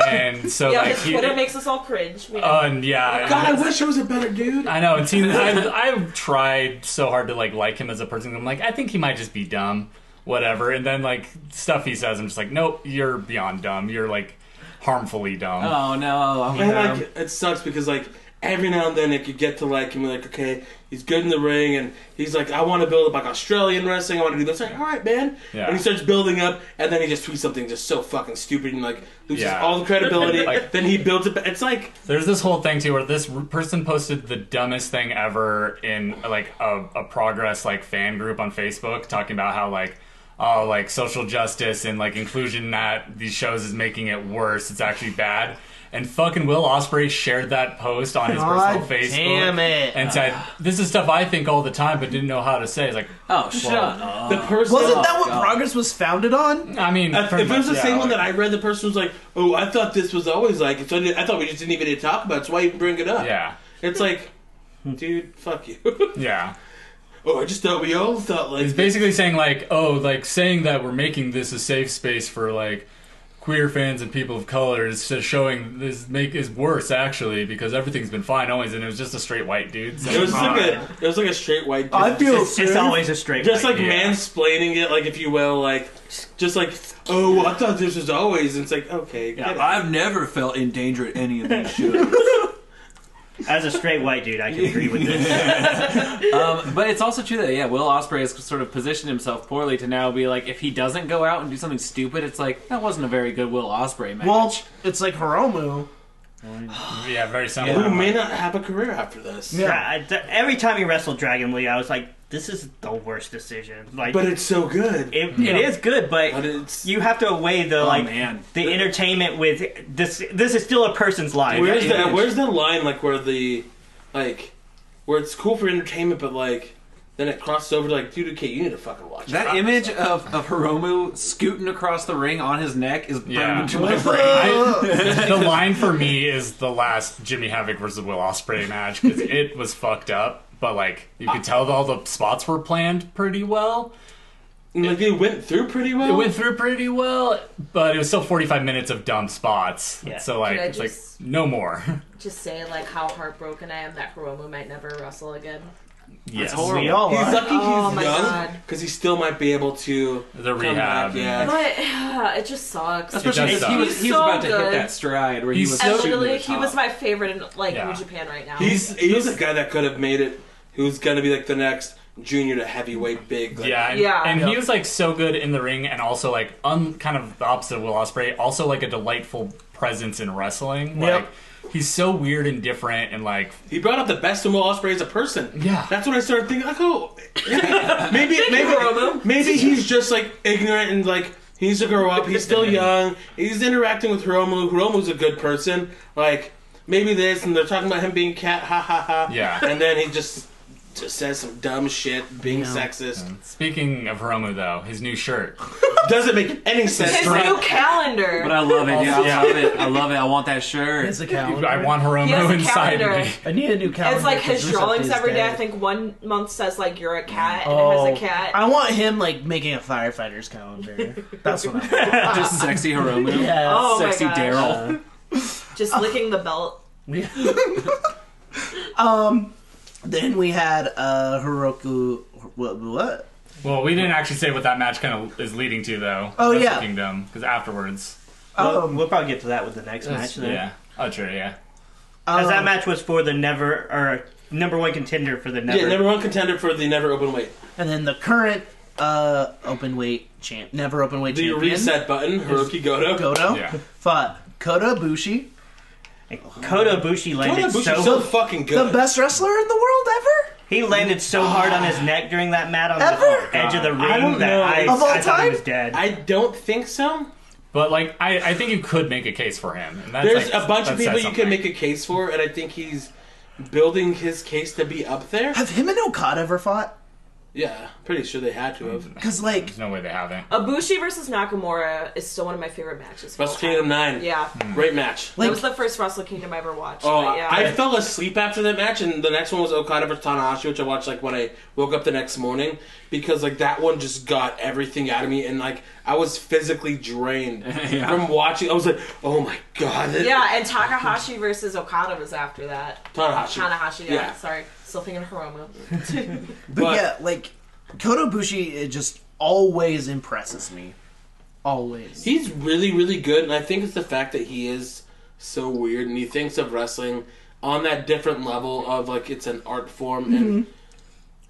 Speaker 7: and so
Speaker 4: Yeah,
Speaker 7: like
Speaker 4: his
Speaker 7: he.
Speaker 4: Twitter makes us all cringe. man.
Speaker 7: Oh, and yeah,
Speaker 3: God, I wish I was a better dude.
Speaker 7: I know. It's, I've, I've tried so hard to like like him as a person. I'm like, I think he might just be dumb, whatever. And then like stuff he says, I'm just like, nope, you're beyond dumb. You're like harmfully dumb.
Speaker 5: Oh no. I'm
Speaker 3: And
Speaker 5: dumb.
Speaker 7: Um,
Speaker 3: like it sucks because like every now and then it could get to like and be like, okay, he's good in the ring, and he's like, I want to build up like Australian wrestling. I want to do this. Like, all right, man.
Speaker 7: Yeah.
Speaker 3: And he starts building up, and then he just tweets something just so fucking stupid and like loses
Speaker 7: Yeah.
Speaker 3: all the credibility.
Speaker 7: Like-
Speaker 3: then he builds it. It's like
Speaker 7: There's this whole thing too where this r- person posted the dumbest thing ever in like a, a progress like fan group on Facebook talking about how like oh like social justice and like inclusion at these shows is making it worse. It's actually bad. And fucking Will Osprey shared that post on his
Speaker 6: God
Speaker 7: personal Facebook
Speaker 6: damn it.
Speaker 7: and said, "This is stuff I think all the time, but didn't know how to say." It's like,
Speaker 5: Oh, shut up.
Speaker 3: the
Speaker 7: uh,
Speaker 3: person.
Speaker 4: Oh,
Speaker 6: Wasn't that what Progress was founded on?
Speaker 7: I mean,
Speaker 3: If
Speaker 7: pretty
Speaker 3: it was
Speaker 7: much,
Speaker 3: the
Speaker 7: yeah,
Speaker 3: same one
Speaker 7: like-
Speaker 3: that I read, the person was like, "Oh, I thought this was always like." So I, did, I thought we just didn't even need to talk about. it, So why even bring it up?
Speaker 7: yeah,
Speaker 3: It's like, dude, fuck you.
Speaker 7: yeah.
Speaker 3: oh, I just thought we all thought like.
Speaker 7: It's basically saying like, oh, like saying that we're making this a safe space for like queer fans and people of color is just showing this make is worse actually because everything's been fine always and it was just a straight white dude. So
Speaker 3: It was like a it was like a straight white.
Speaker 6: I
Speaker 3: dude.
Speaker 6: feel
Speaker 8: It's, it's always a straight.
Speaker 3: just
Speaker 8: line.
Speaker 3: like
Speaker 7: Yeah.
Speaker 3: mansplaining it, like if you will, like just like oh, well, I thought this was always. And it's like okay, get it.
Speaker 9: I've never felt in danger at any of these shows.
Speaker 8: as a straight white dude, I can agree with this.
Speaker 5: Um, but it's also true that yeah, Will Osprey has sort of positioned himself poorly to now be like, if he doesn't go out and do something stupid, it's like that wasn't a very good Will Osprey match.
Speaker 6: Well, it's like Hiromu.
Speaker 7: yeah, very
Speaker 3: who
Speaker 7: similar.
Speaker 3: may not have a career after this.
Speaker 8: Yeah, I- th- every time he wrestled Dragon Lee, I was like, this is the worst decision. Like,
Speaker 3: but it's so good.
Speaker 8: it, it is good, but,
Speaker 3: But it's-
Speaker 8: you have to weigh the like
Speaker 9: man.
Speaker 8: the entertainment with this. This is still a person's life.
Speaker 3: where's
Speaker 9: it
Speaker 3: that?
Speaker 9: is.
Speaker 3: Where's that line like where the like where it's cool for entertainment, but like then it crosses over to like dude, okay, you need to fucking watch
Speaker 5: that
Speaker 3: it.
Speaker 5: image of, of Hiromu scooting across the ring on his neck is burned
Speaker 7: Yeah.
Speaker 5: into my brain.
Speaker 7: I, the line for me is the last Jimmy Havoc versus Will Osprey match because it was fucked up, but like you could tell all the spots were planned pretty well.
Speaker 3: And, like they went through pretty well.
Speaker 7: It went through pretty well, but it was still 45 minutes of dumb spots.
Speaker 8: Yeah.
Speaker 7: So like,
Speaker 4: Could I
Speaker 7: it's like
Speaker 4: just-
Speaker 7: no more.
Speaker 4: Just say like how heartbroken I am that Hiromu might never wrestle again.
Speaker 7: yes.
Speaker 6: We all
Speaker 3: He's
Speaker 6: are.
Speaker 3: lucky
Speaker 4: Oh
Speaker 3: he's
Speaker 4: my
Speaker 3: young
Speaker 4: God.
Speaker 3: because he still might be able to
Speaker 7: The
Speaker 3: come
Speaker 7: rehab.
Speaker 3: back. Yeah.
Speaker 4: But it just sucks.
Speaker 7: does
Speaker 5: Especially if he
Speaker 7: suck.
Speaker 5: was, he
Speaker 4: He's
Speaker 5: was
Speaker 4: so
Speaker 5: about to hit
Speaker 4: good.
Speaker 5: that stride where
Speaker 7: He's
Speaker 5: he was
Speaker 4: And
Speaker 7: so-
Speaker 5: shooting to
Speaker 4: literally,
Speaker 5: the
Speaker 4: he
Speaker 5: top.
Speaker 4: was my favorite in like
Speaker 7: Yeah.
Speaker 4: New Japan right now.
Speaker 3: He's he's a guy that could have made it. Who's gonna be like the next junior to heavyweight big? Like,
Speaker 7: Yeah, and,
Speaker 4: Yeah.
Speaker 7: and he
Speaker 4: Yeah.
Speaker 7: was like so good in the ring, and also like un, kind of the opposite of Will Ospreay. Also like a delightful presence in wrestling. Like he's so weird and different, and like
Speaker 3: He brought up the best in Will Ospreay as a person.
Speaker 7: Yeah.
Speaker 3: that's when I started thinking. Like, oh, maybe maybe maybe he's just like ignorant and like he needs to grow up. He's still young. He's interacting with Hiromu. Hiromu's a good person. Like maybe this, and they're talking about him being cat. Ha ha ha.
Speaker 7: Yeah.
Speaker 3: and then he just just says some dumb shit, being sexist.
Speaker 7: speaking of Hiromu though, his new shirt.
Speaker 3: Doesn't make any sense.
Speaker 4: His new calendar.
Speaker 5: But I love it. Yeah,
Speaker 7: Yeah.
Speaker 5: I love it. I love it. I want that shirt.
Speaker 6: It's a calendar.
Speaker 7: I want
Speaker 4: He has
Speaker 7: Hiromu
Speaker 4: a
Speaker 7: inside
Speaker 4: calendar.
Speaker 7: me.
Speaker 6: I need a new calendar.
Speaker 4: it's like his
Speaker 6: 'cause
Speaker 4: drawings
Speaker 6: Rusev is
Speaker 4: every day.
Speaker 6: dead.
Speaker 4: I think one month says like you're a cat and it
Speaker 6: Oh,
Speaker 4: has a cat.
Speaker 6: I want him like making a firefighter's calendar. That's what I want.
Speaker 5: Just sexy Hiromu.
Speaker 6: Yes.
Speaker 4: oh
Speaker 5: Sexy
Speaker 4: my gosh.
Speaker 5: Daryl.
Speaker 4: Just
Speaker 6: Oh.
Speaker 4: licking the belt.
Speaker 6: Then we had uh Hiroku. What? what?
Speaker 7: Well, we didn't actually say what that match kind of is leading to though.
Speaker 6: Oh,
Speaker 7: Wrestle
Speaker 6: yeah.
Speaker 7: Kingdom because afterwards.
Speaker 8: We'll,
Speaker 6: Um,
Speaker 8: we'll probably get to that with the next match. Then.
Speaker 7: Yeah. Oh, true. Yeah.
Speaker 8: Because
Speaker 6: Um,
Speaker 8: that match was for the never or number one contender for the never.
Speaker 3: Yeah, number one contender for the never open weight.
Speaker 6: And then the current uh open weight champ, never open weight
Speaker 3: The
Speaker 6: champion,
Speaker 3: reset button, Hiroki Goto.
Speaker 6: Goto
Speaker 7: Yeah.
Speaker 6: fought Kota Ibushi,
Speaker 8: And Kota Ibushi
Speaker 3: Kota
Speaker 8: landed
Speaker 3: Ibushi's
Speaker 8: so,
Speaker 3: so fucking good.
Speaker 6: the best wrestler in the world ever
Speaker 8: he landed so hard on his neck during that match on
Speaker 6: Ever?
Speaker 8: the edge of the ring
Speaker 3: don't
Speaker 8: that
Speaker 3: know.
Speaker 8: I,
Speaker 3: Of
Speaker 6: all
Speaker 8: I thought he
Speaker 6: time?
Speaker 8: was dead.
Speaker 3: I don't think so.
Speaker 7: But like, I, I think you could make a case for him. And that's,
Speaker 3: There's
Speaker 7: like,
Speaker 3: a bunch
Speaker 7: that
Speaker 3: of people
Speaker 7: says
Speaker 3: you can
Speaker 7: something.
Speaker 3: make a case for, and I think he's building his case to be up there.
Speaker 6: Have him and Okada ever fought?
Speaker 3: Yeah, pretty sure they had to have.
Speaker 6: Because like
Speaker 7: There's no way they haven't.
Speaker 4: Abushi versus Nakamura is still one of my favorite matches. of all
Speaker 3: Wrestle Kingdom
Speaker 4: time.
Speaker 3: 9.
Speaker 4: Yeah.
Speaker 6: Hmm.
Speaker 3: Great match.
Speaker 4: that was the first Wrestle Kingdom I ever watched.
Speaker 3: Oh,
Speaker 4: but yeah.
Speaker 3: I fell asleep after that match, and the next one was Okada versus Tanahashi, which I watched like when I woke up the next morning because like that one just got everything out of me, and like I was physically drained from watching. I was like, oh my god, that-
Speaker 4: yeah, and Takahashi versus Okada was after that.
Speaker 3: Tanahashi.
Speaker 4: Tanahashi, yeah,
Speaker 3: Yeah.
Speaker 4: sorry. Still thinking Hiromu.
Speaker 6: But,
Speaker 3: But-
Speaker 6: yeah, like Kota Ibushi, it just always impresses me. Always.
Speaker 3: He's really, really good, and I think it's the fact that he is so weird, and he thinks of wrestling on that different level of like it's an art form, and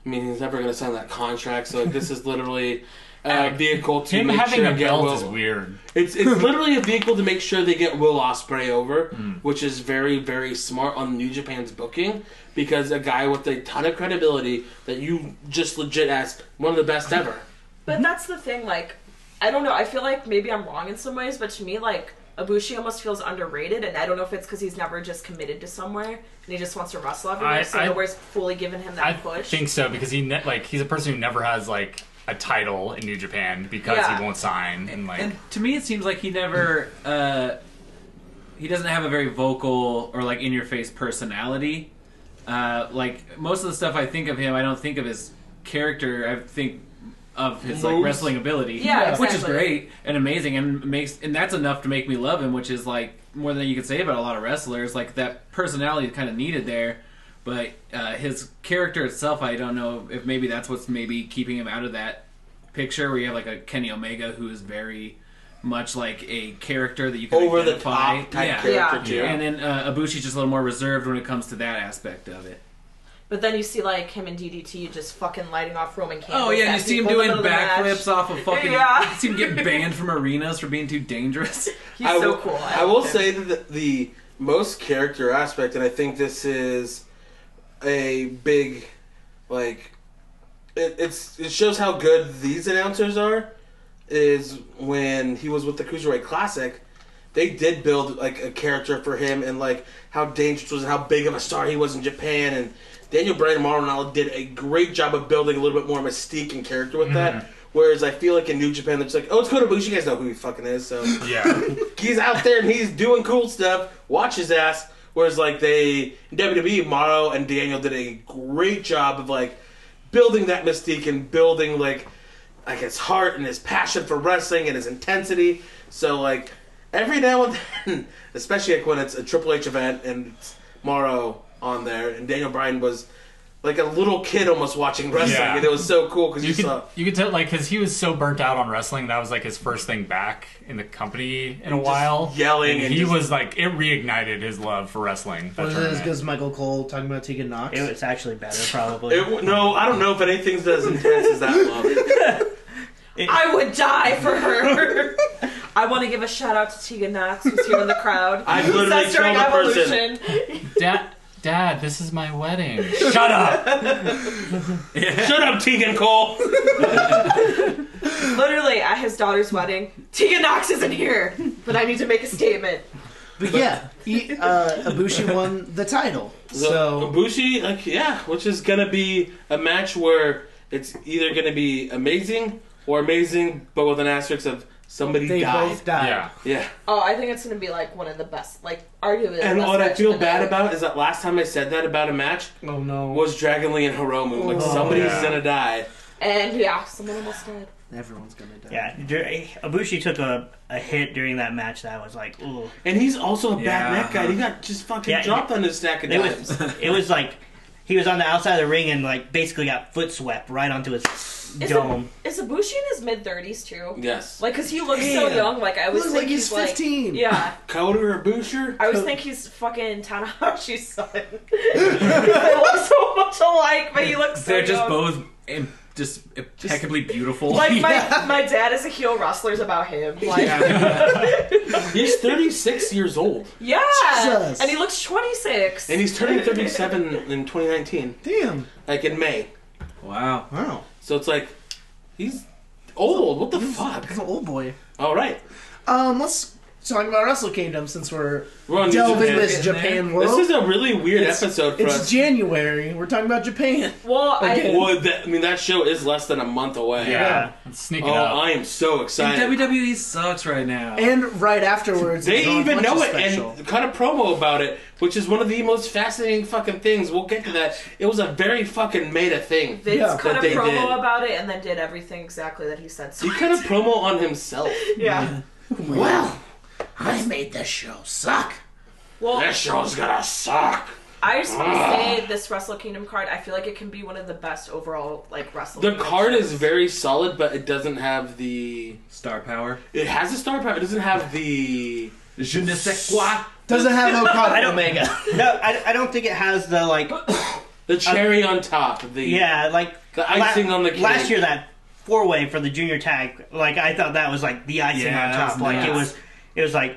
Speaker 3: I mean he's never gonna sign that contract. So like, this is literally. Uh, vehicle to
Speaker 7: Him
Speaker 3: make
Speaker 7: having
Speaker 3: sure
Speaker 7: a
Speaker 3: and get
Speaker 7: belt
Speaker 3: Will-
Speaker 7: is weird.
Speaker 3: It's it's literally a vehicle to make sure they get Will Osprey over,
Speaker 7: Hmm.
Speaker 3: which is very very smart on New Japan's booking because a guy with a ton of credibility that you just legit as one of the best ever.
Speaker 4: But that's the thing, like, I don't know. I feel like maybe I'm wrong in some ways, but to me, like, Abushi almost feels underrated, and I don't know if it's because he's never just committed to somewhere and he just wants to wrestle everywhere,
Speaker 7: I-
Speaker 4: so
Speaker 7: I-
Speaker 4: nowhere's fully given him that
Speaker 7: I
Speaker 4: push.
Speaker 7: think so because he ne- like he's a person who never has like a title in New Japan because
Speaker 4: Yeah.
Speaker 7: he won't sign and like
Speaker 5: And to me, it seems like he never. Uh, he doesn't have a very vocal or like in your face personality. Uh, like most of the stuff I think of him, I don't think of his character. I think of his like
Speaker 3: Moves.
Speaker 5: wrestling ability,
Speaker 4: Yeah,
Speaker 5: which is
Speaker 4: exactly.
Speaker 5: great and amazing, and makes and that's enough to make me love him, which is like more than you could say about a lot of wrestlers. Like that personality kind of needed there. But uh, his character itself, I don't know if maybe that's what's maybe keeping him out of that picture where you have like a Kenny Omega who is very much like a character that you can
Speaker 3: Over the
Speaker 5: identify.
Speaker 3: top type
Speaker 5: yeah.
Speaker 3: character
Speaker 4: Yeah.
Speaker 3: too.
Speaker 5: And then uh, Ibushi's just a little more reserved when it comes to that aspect of it.
Speaker 4: But then you see, like, him and DDT just fucking lighting off Roman candles.
Speaker 5: Oh yeah,
Speaker 4: at
Speaker 5: you see him
Speaker 4: people in the
Speaker 5: doing
Speaker 4: middle of the match.
Speaker 5: backflips off of fucking.
Speaker 4: Yeah.
Speaker 5: You see him get banned from arenas for being too dangerous.
Speaker 4: He's
Speaker 3: I
Speaker 4: so
Speaker 3: will,
Speaker 4: cool.
Speaker 3: I,
Speaker 4: love
Speaker 3: will
Speaker 4: him.
Speaker 3: say that the, the most character aspect, and I think this is a big, like, it, it's it shows how good these announcers are. Is when he was with the Cruiserweight Classic, they did build like a character for him and like how dangerous was and how big of a star he was in Japan and Daniel Bryan and Mauro Ranallo did a great job of building a little bit more mystique and character with that. Whereas I feel like in New Japan, they're just like, oh, it's Kota Ibushi. You guys know who he fucking is, so
Speaker 7: yeah.
Speaker 3: he's out there and he's doing cool stuff. Watch his ass. Whereas like they WWE, Morrow and Daniel did a great job of like building that mystique and building like like his heart and his passion for wrestling and his intensity. So like every now and then, especially like when it's a Triple H event and it's Morrow on there and Daniel Bryan was like a little kid almost watching wrestling
Speaker 7: Yeah.
Speaker 3: and it was so cool because you,
Speaker 7: You could,
Speaker 3: saw
Speaker 7: you could tell, like, because he was so burnt out on wrestling. That was like his first thing back in the company in a while.
Speaker 3: yelling and
Speaker 7: he
Speaker 3: just-
Speaker 7: was like, it reignited his love for wrestling. That
Speaker 6: Was it as
Speaker 7: tournament.
Speaker 6: good as Michael Cole talking about Tegan Knox?
Speaker 8: It was actually better, probably.
Speaker 3: it, w- no, I don't know if anything's as intense as that love.
Speaker 4: I would die for her. I want to give a shout out to Tegan Knox, who's here in the crowd.
Speaker 3: I literally
Speaker 4: That's during
Speaker 3: killed a person.
Speaker 4: Evolution.
Speaker 7: Dad, Dad, this is my wedding. Shut up.
Speaker 3: Shut up, Tegan Cole.
Speaker 4: Literally, at his daughter's wedding, Tegan Knox isn't here, but I need to make a statement.
Speaker 6: But yeah, he, uh, Ibushi won the title.
Speaker 3: So
Speaker 6: So
Speaker 3: Ibushi, like yeah, which is gonna be a match where it's either gonna be amazing or amazing, but with an asterisk of somebody
Speaker 6: they
Speaker 3: died.
Speaker 6: both died.
Speaker 7: Yeah.
Speaker 3: Yeah,
Speaker 4: Oh, I think it's gonna be like one of the best, like arguably. the
Speaker 3: and
Speaker 4: best
Speaker 3: what I
Speaker 4: match
Speaker 3: feel
Speaker 4: of the
Speaker 3: bad
Speaker 4: night.
Speaker 3: about is that last time I said that about a match
Speaker 6: Oh no.
Speaker 3: was Dragon Lee and Hiromu. Like
Speaker 6: Oh.
Speaker 3: somebody's
Speaker 7: Yeah.
Speaker 3: gonna die.
Speaker 4: And yeah, someone almost died.
Speaker 6: Everyone's gonna die.
Speaker 8: yeah, dur- Ibushi took a, a hit during that match that was like, ooh.
Speaker 3: And he's also a
Speaker 5: Yeah.
Speaker 3: bad neck guy. He got just fucking
Speaker 8: Yeah,
Speaker 3: dropped on his stack of
Speaker 8: It
Speaker 3: dimes.
Speaker 8: was it was like he was on the outside of the ring and like basically got foot swept right onto his
Speaker 4: Is
Speaker 8: dome.
Speaker 4: Is Ibushi in his mid thirties too?
Speaker 3: yes, like
Speaker 4: Like, cause he looks so
Speaker 6: Damn.
Speaker 4: young. Like I always
Speaker 6: Looks
Speaker 4: think
Speaker 6: like he's 15.
Speaker 4: yeah,
Speaker 3: Cody or Busher.
Speaker 4: I always think he's fucking Tanahashi's son. they look so much alike, but he looks so
Speaker 5: They're just
Speaker 4: young.
Speaker 5: both im- just impeccably beautiful.
Speaker 4: Like my,
Speaker 6: Yeah.
Speaker 4: my dad is a heel wrestler is about him. Like
Speaker 3: He's 36 years old,
Speaker 4: yeah,
Speaker 6: Jesus.
Speaker 4: and he looks twenty six.
Speaker 3: and he's turning 37 in 2019,
Speaker 6: Damn.
Speaker 3: like in May.
Speaker 5: wow.
Speaker 6: Wow.
Speaker 3: So it's like he's old. What the fuck?
Speaker 6: He's an old Oh, boy.
Speaker 3: All right,
Speaker 6: Um, let's talk about Wrestle Kingdom since we're
Speaker 3: we're on New
Speaker 6: delving
Speaker 3: Japan.
Speaker 6: this
Speaker 5: in
Speaker 6: Japan world.
Speaker 3: This is a really weird episode for
Speaker 6: it's
Speaker 3: us.
Speaker 6: January. We're talking about Japan.
Speaker 4: well, I,
Speaker 6: Again.
Speaker 3: Well, that, I mean, that show is less than a month away.
Speaker 7: Yeah. Sneaking
Speaker 3: Oh,
Speaker 7: up.
Speaker 3: I am so excited.
Speaker 5: WWE E sucks right now.
Speaker 6: And right afterwards,
Speaker 3: they
Speaker 6: it's on
Speaker 3: even
Speaker 6: Punch
Speaker 3: know it
Speaker 6: special.
Speaker 3: and cut a promo about it, which is one of the most fascinating fucking things. We'll get to that. It was a very fucking meta thing.
Speaker 4: Vince
Speaker 6: Yeah,
Speaker 4: cut
Speaker 3: that
Speaker 4: a
Speaker 3: they
Speaker 4: promo
Speaker 3: did.
Speaker 4: about it and then did everything exactly that he said. So
Speaker 3: He cut a promo on himself.
Speaker 4: yeah.
Speaker 6: well, I made this show suck.
Speaker 4: Well,
Speaker 3: This show's gonna suck.
Speaker 4: I just want
Speaker 3: Ah.
Speaker 4: to say this Wrestle Kingdom card. I feel like it can be one of the best overall like Wrestle.
Speaker 3: The
Speaker 4: Kingdom
Speaker 3: card
Speaker 4: shows.
Speaker 3: is very solid, but it doesn't have the
Speaker 5: Star power.
Speaker 3: It has a star power. It doesn't have the
Speaker 5: je ne sais quoi.
Speaker 6: Doesn't have
Speaker 8: I
Speaker 6: Okada
Speaker 8: don't-
Speaker 6: Omega.
Speaker 8: No, I, I don't think it has the like.
Speaker 3: The cherry on top. The
Speaker 8: Yeah, like
Speaker 3: The icing on the cake.
Speaker 8: Last year, that four way for the junior tag, like I thought that was like the icing
Speaker 5: Yeah,
Speaker 8: on
Speaker 5: that
Speaker 8: top.
Speaker 5: was
Speaker 8: Like it
Speaker 5: nuts.
Speaker 8: was, it was like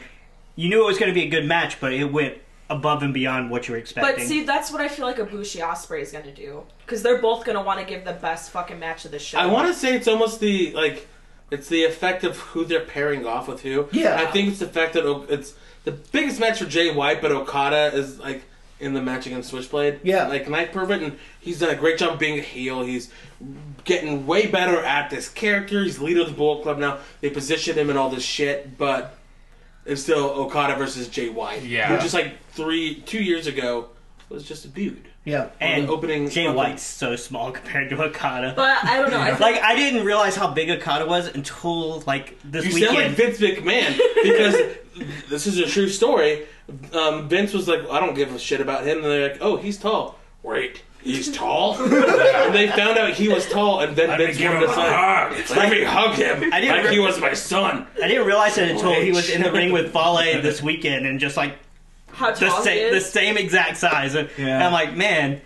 Speaker 8: you knew it was going to be a good match, but it went above and beyond what you were expecting.
Speaker 4: But see, that's what I feel like Ibushi Osprey is gonna do because they're both gonna want to give the best fucking match of the show.
Speaker 3: I want to say it's almost the like, it's the effect of who they're pairing off with who.
Speaker 6: Yeah.
Speaker 3: I think it's the fact that O- it's the biggest match for Jay White, but Okada is like in the match against Switchblade.
Speaker 6: Yeah.
Speaker 3: like Night Perfect, and he's done a great job being a heel. He's getting way better at this character. He's leader of the Bullet Club now. They position him and all this shit, but it's still Okada versus Jay White.
Speaker 7: Yeah.
Speaker 3: who just like three two years ago was just a dude.
Speaker 6: Yeah.
Speaker 8: and
Speaker 3: the opening-
Speaker 8: Jay White's so small compared to Okada.
Speaker 4: but I don't know. I feel
Speaker 8: like I didn't realize how big Okada was until like this
Speaker 3: You
Speaker 8: weekend.
Speaker 3: sound like Vince McMahon because this is a true story. Um, Vince was like, I don't give a shit about him. And they're like, oh, he's tall. Wait, he's tall? and they found out he was tall, and then Vince wanted to sign. Let me hug him
Speaker 8: didn't
Speaker 3: like
Speaker 8: re-
Speaker 3: he was my son.
Speaker 8: I didn't realize it until he
Speaker 3: Rich.
Speaker 8: was in the ring with Fale this weekend and just like
Speaker 4: how
Speaker 8: the
Speaker 4: tall he
Speaker 8: same the
Speaker 4: is.
Speaker 8: same exact size. And
Speaker 9: Yeah.
Speaker 8: I'm like, man,